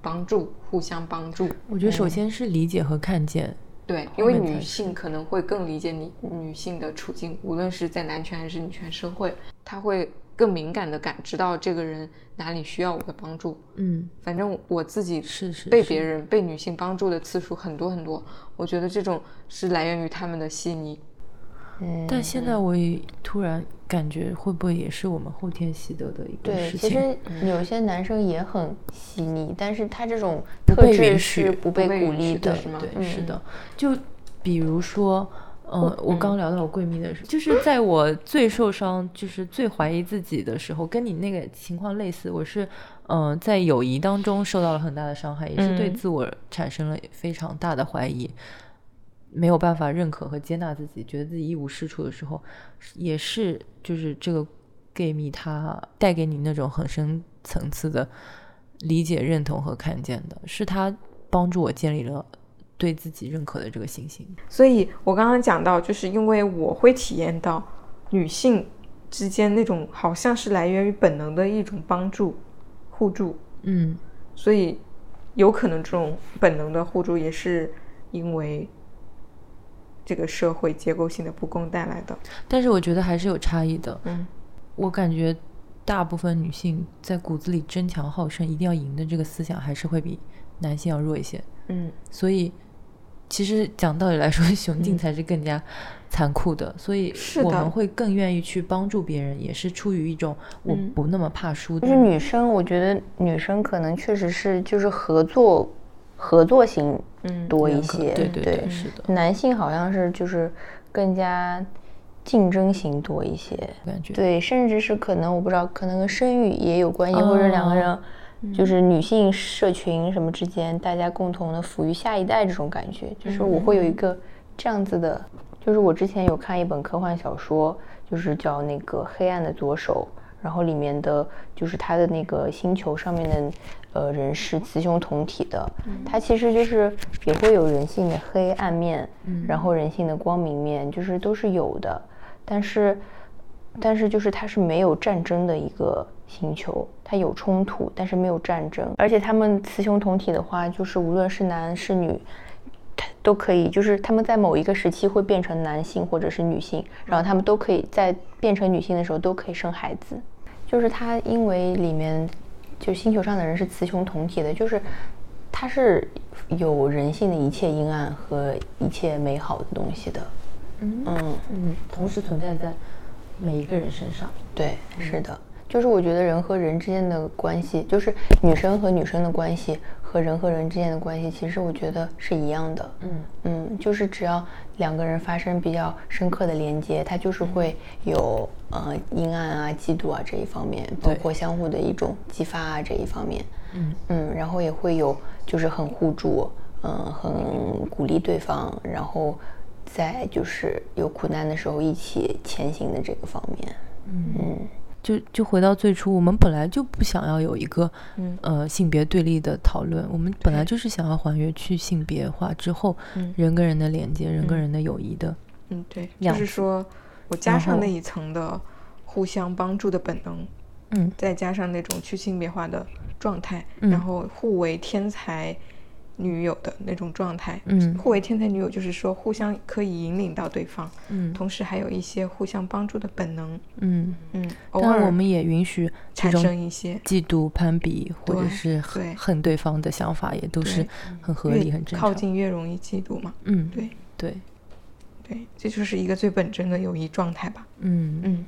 Speaker 4: 帮助，互相帮助。
Speaker 3: 我觉得首先是理解和看见，
Speaker 4: 对，因为
Speaker 3: 面才
Speaker 4: 女性可能会更理解你女性的处境，无论是在男权还是女权社会，她会更敏感的感知到这个人哪里需要我的帮助。
Speaker 3: 嗯，
Speaker 4: 反正我自己
Speaker 3: 是是
Speaker 4: 被
Speaker 3: 是
Speaker 4: 别人被女性帮助的次数很多很多，我觉得这种是来源于他们的细腻。
Speaker 2: 嗯，
Speaker 3: 但现在我也突然感觉，会不会也是我们后天习得的一个
Speaker 2: 对，
Speaker 3: 事
Speaker 2: 其
Speaker 3: 情？嗯
Speaker 2: 实有些男生也很细腻，但是他这种
Speaker 3: 不
Speaker 2: 特
Speaker 3: 被
Speaker 2: 质是
Speaker 3: 允许
Speaker 2: 不被
Speaker 4: 不被
Speaker 2: 鼓
Speaker 4: 允
Speaker 2: 励
Speaker 4: 许的
Speaker 2: 的。
Speaker 4: 是吗
Speaker 3: 对，是的。就比如说，呃，我刚聊到我闺蜜的时候，就是在我最受伤、就是最怀疑自己的时候，跟你那个情况类似。我是，嗯、在友谊当中受到了很大的伤害，也是对
Speaker 4: 嗯
Speaker 3: 自我产生了非常大的怀疑。没有办法认可和接纳自己，觉得自己一无是处的时候，也是就是这个 gay 蜜它带给你那种很深层次的理解、认同和看见的，是它帮助我建立了对自己认可的这个信心。
Speaker 1: 所以我刚刚讲到，就是因为我会体验到女性之间那种好像是来源于本能的一种帮助、互助，
Speaker 3: 嗯，
Speaker 1: 所以有可能这种本能的互助也是因为这个社会结构性的不公带来的。
Speaker 3: 但是我觉得还是有差异的。
Speaker 1: 嗯，
Speaker 3: 我感觉大部分女性在骨子里争强好胜、一定要赢的这个思想，还是会比男性要弱一些。
Speaker 1: 嗯，
Speaker 3: 所以其实讲道理来说， 雄
Speaker 5: 嗯
Speaker 3: 竞才是更加残酷的。所以
Speaker 1: 是的
Speaker 3: 我们会更愿意去帮助别人，也是出于一种
Speaker 5: 嗯
Speaker 3: 我不那么怕输的。
Speaker 2: 就是女生，我觉得女生可能确实是就是合作合作型多一
Speaker 3: 人格
Speaker 2: 些，
Speaker 3: 对对对，是的，
Speaker 2: 男性好像是就是更加竞争型多一些，
Speaker 3: 感觉
Speaker 2: 对，甚至是可能我不知道，可能跟生育也有关系，或者两个
Speaker 3: 嗯
Speaker 2: 人就是女性社群什么之间，大家共同的抚育下一代这种感觉，就是我会有
Speaker 3: 嗯
Speaker 2: 一个这样子的，就是我之前有看一本科幻小说，就是叫那个《黑暗的左手》。然后里面的就是他的那个星球上面的，呃，人是雌雄同体的，
Speaker 3: 嗯
Speaker 2: 它其实就是也会有人性的黑暗面，
Speaker 3: 嗯
Speaker 2: 然后人性的光明面，就是都是有的。但是，但是就是它是没有战争的一个星球，它有冲突，但是没有战争。而且他们雌雄同体的话，就是无论是男是女，它都可以，就是他们在某一个时期会变成男性或者是女性，然后他们都可以在变成女性的时候都可以生孩子。就是它因为里面就星球上的人是雌雄同体的，就是它是有人性的一切阴暗和一切美好的东西的。
Speaker 5: 嗯同时存在在每一个人身上。
Speaker 2: 对，是的，就是我觉得人和人之间的关系，就是女生和女生的关系和人和人之间的关系，其实我觉得是一样的。嗯嗯，就是只要两个人发生比较深刻的连接，它就是会有呃阴暗啊、嫉妒啊这一方面，包括相互的一种激发啊这一方面。嗯嗯，然后也会有就是很互助，嗯、很鼓励对方，然后。在就是有苦难的时候一起前行的这个方面，
Speaker 3: 嗯就就回到最初，我们本来就不想要有一个、
Speaker 5: 嗯
Speaker 3: 呃性别对立的讨论，我们本来就是想要还原去性别化之后、
Speaker 5: 嗯
Speaker 3: 人跟人的连接、人跟人的友谊的。
Speaker 1: 嗯，对，就
Speaker 3: 样
Speaker 1: 是
Speaker 3: 子
Speaker 1: 说我加上
Speaker 3: 后
Speaker 1: 那一层的互相帮助的本能，
Speaker 3: 嗯，
Speaker 1: 再加上那种去性别化的状态，然后互为天才女友的那种状态。
Speaker 3: 嗯
Speaker 1: 互为天才女友就是说互相可以引领到对方，
Speaker 3: 嗯
Speaker 1: 同时还有一些互相帮助的本能。
Speaker 3: 嗯，
Speaker 1: 嗯，偶
Speaker 3: 但我
Speaker 1: 尔
Speaker 3: 们也允许这
Speaker 1: 产
Speaker 3: 种
Speaker 1: 生一些
Speaker 3: 嫉妒、攀比或者
Speaker 1: 对
Speaker 3: 是
Speaker 1: 对
Speaker 3: 恨恨对方的想法，也都
Speaker 1: 对
Speaker 3: 是很合
Speaker 1: 越
Speaker 3: 理、很正
Speaker 1: 靠
Speaker 3: 常。
Speaker 1: 近越容易嫉妒嘛。
Speaker 3: 嗯，
Speaker 1: 对
Speaker 3: 对，
Speaker 1: 对，这就是一个最本真的友谊状态吧。
Speaker 3: 嗯。
Speaker 1: 嗯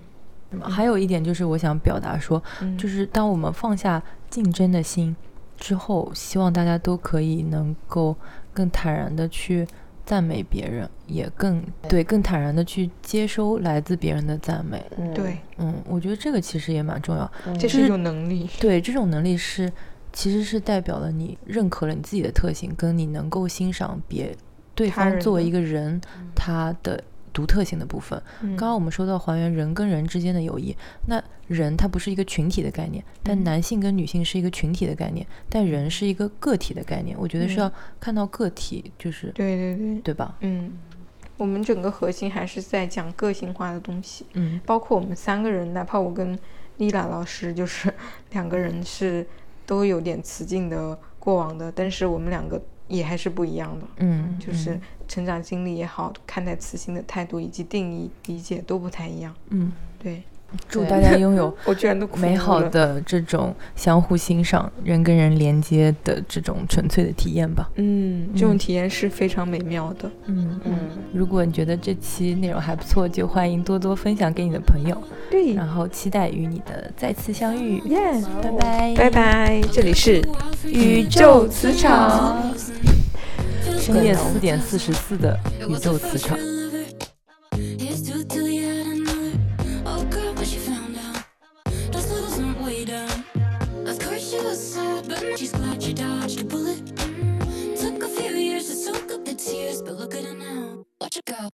Speaker 3: 还有一点就是，我想表达说，
Speaker 1: 嗯
Speaker 3: 就是当我们放下竞争的心之后，希望大家都可以能够更坦然的去赞美别人，也更对更坦然的去接收来自别人的赞美。
Speaker 2: 嗯，
Speaker 1: 对，
Speaker 3: 嗯，我觉得这个其实也蛮重要。
Speaker 1: 这
Speaker 3: 嗯就是
Speaker 1: 一种能力。
Speaker 3: 对，这种能力是其实是代表了你认可了你自己的特性，跟你能够欣赏别对
Speaker 1: 他
Speaker 3: 方
Speaker 1: 人
Speaker 3: 作为
Speaker 1: 的
Speaker 3: 一个人他的独特性的部分。
Speaker 1: 嗯
Speaker 3: 刚刚我们说到还原人跟人之间的友谊，那人他不是一个群体的概念，
Speaker 1: 嗯
Speaker 3: 但男性跟女性是一个群体的概念，但人是一个个体的概念。我觉得
Speaker 1: 嗯
Speaker 3: 是要看到个体，就是
Speaker 1: 对对对，
Speaker 3: 对吧？
Speaker 1: 嗯，我们整个核心还是在讲个性化的东西。
Speaker 3: 嗯
Speaker 1: 包括我们三个人，哪怕我跟丽拉老师就是两个人是都有点雌竞的过往的，但是我们两个也还是不一样的，
Speaker 3: 嗯，
Speaker 1: 就是成长经历也好，看待雌性的态度以及定义理解都不太一样。
Speaker 3: 嗯，
Speaker 1: 对
Speaker 3: 祝大家拥 有
Speaker 1: 我居然都哭
Speaker 3: 美好
Speaker 1: 了，
Speaker 3: 的这种相互欣赏、人跟人连接的这种纯粹的体验吧。
Speaker 1: 嗯，这种体验是非常美妙的。
Speaker 3: 嗯，
Speaker 2: 嗯，
Speaker 3: 如果你觉得这期内容还不错，就欢迎多多分享给你的朋友，
Speaker 1: 对，
Speaker 3: 然后期待与你的再次相遇。
Speaker 1: 耶、
Speaker 3: 嗯拜拜，
Speaker 1: 拜拜，这里是
Speaker 3: 宇宙磁场，深夜四点四十四的宇宙磁场。
Speaker 5: It was a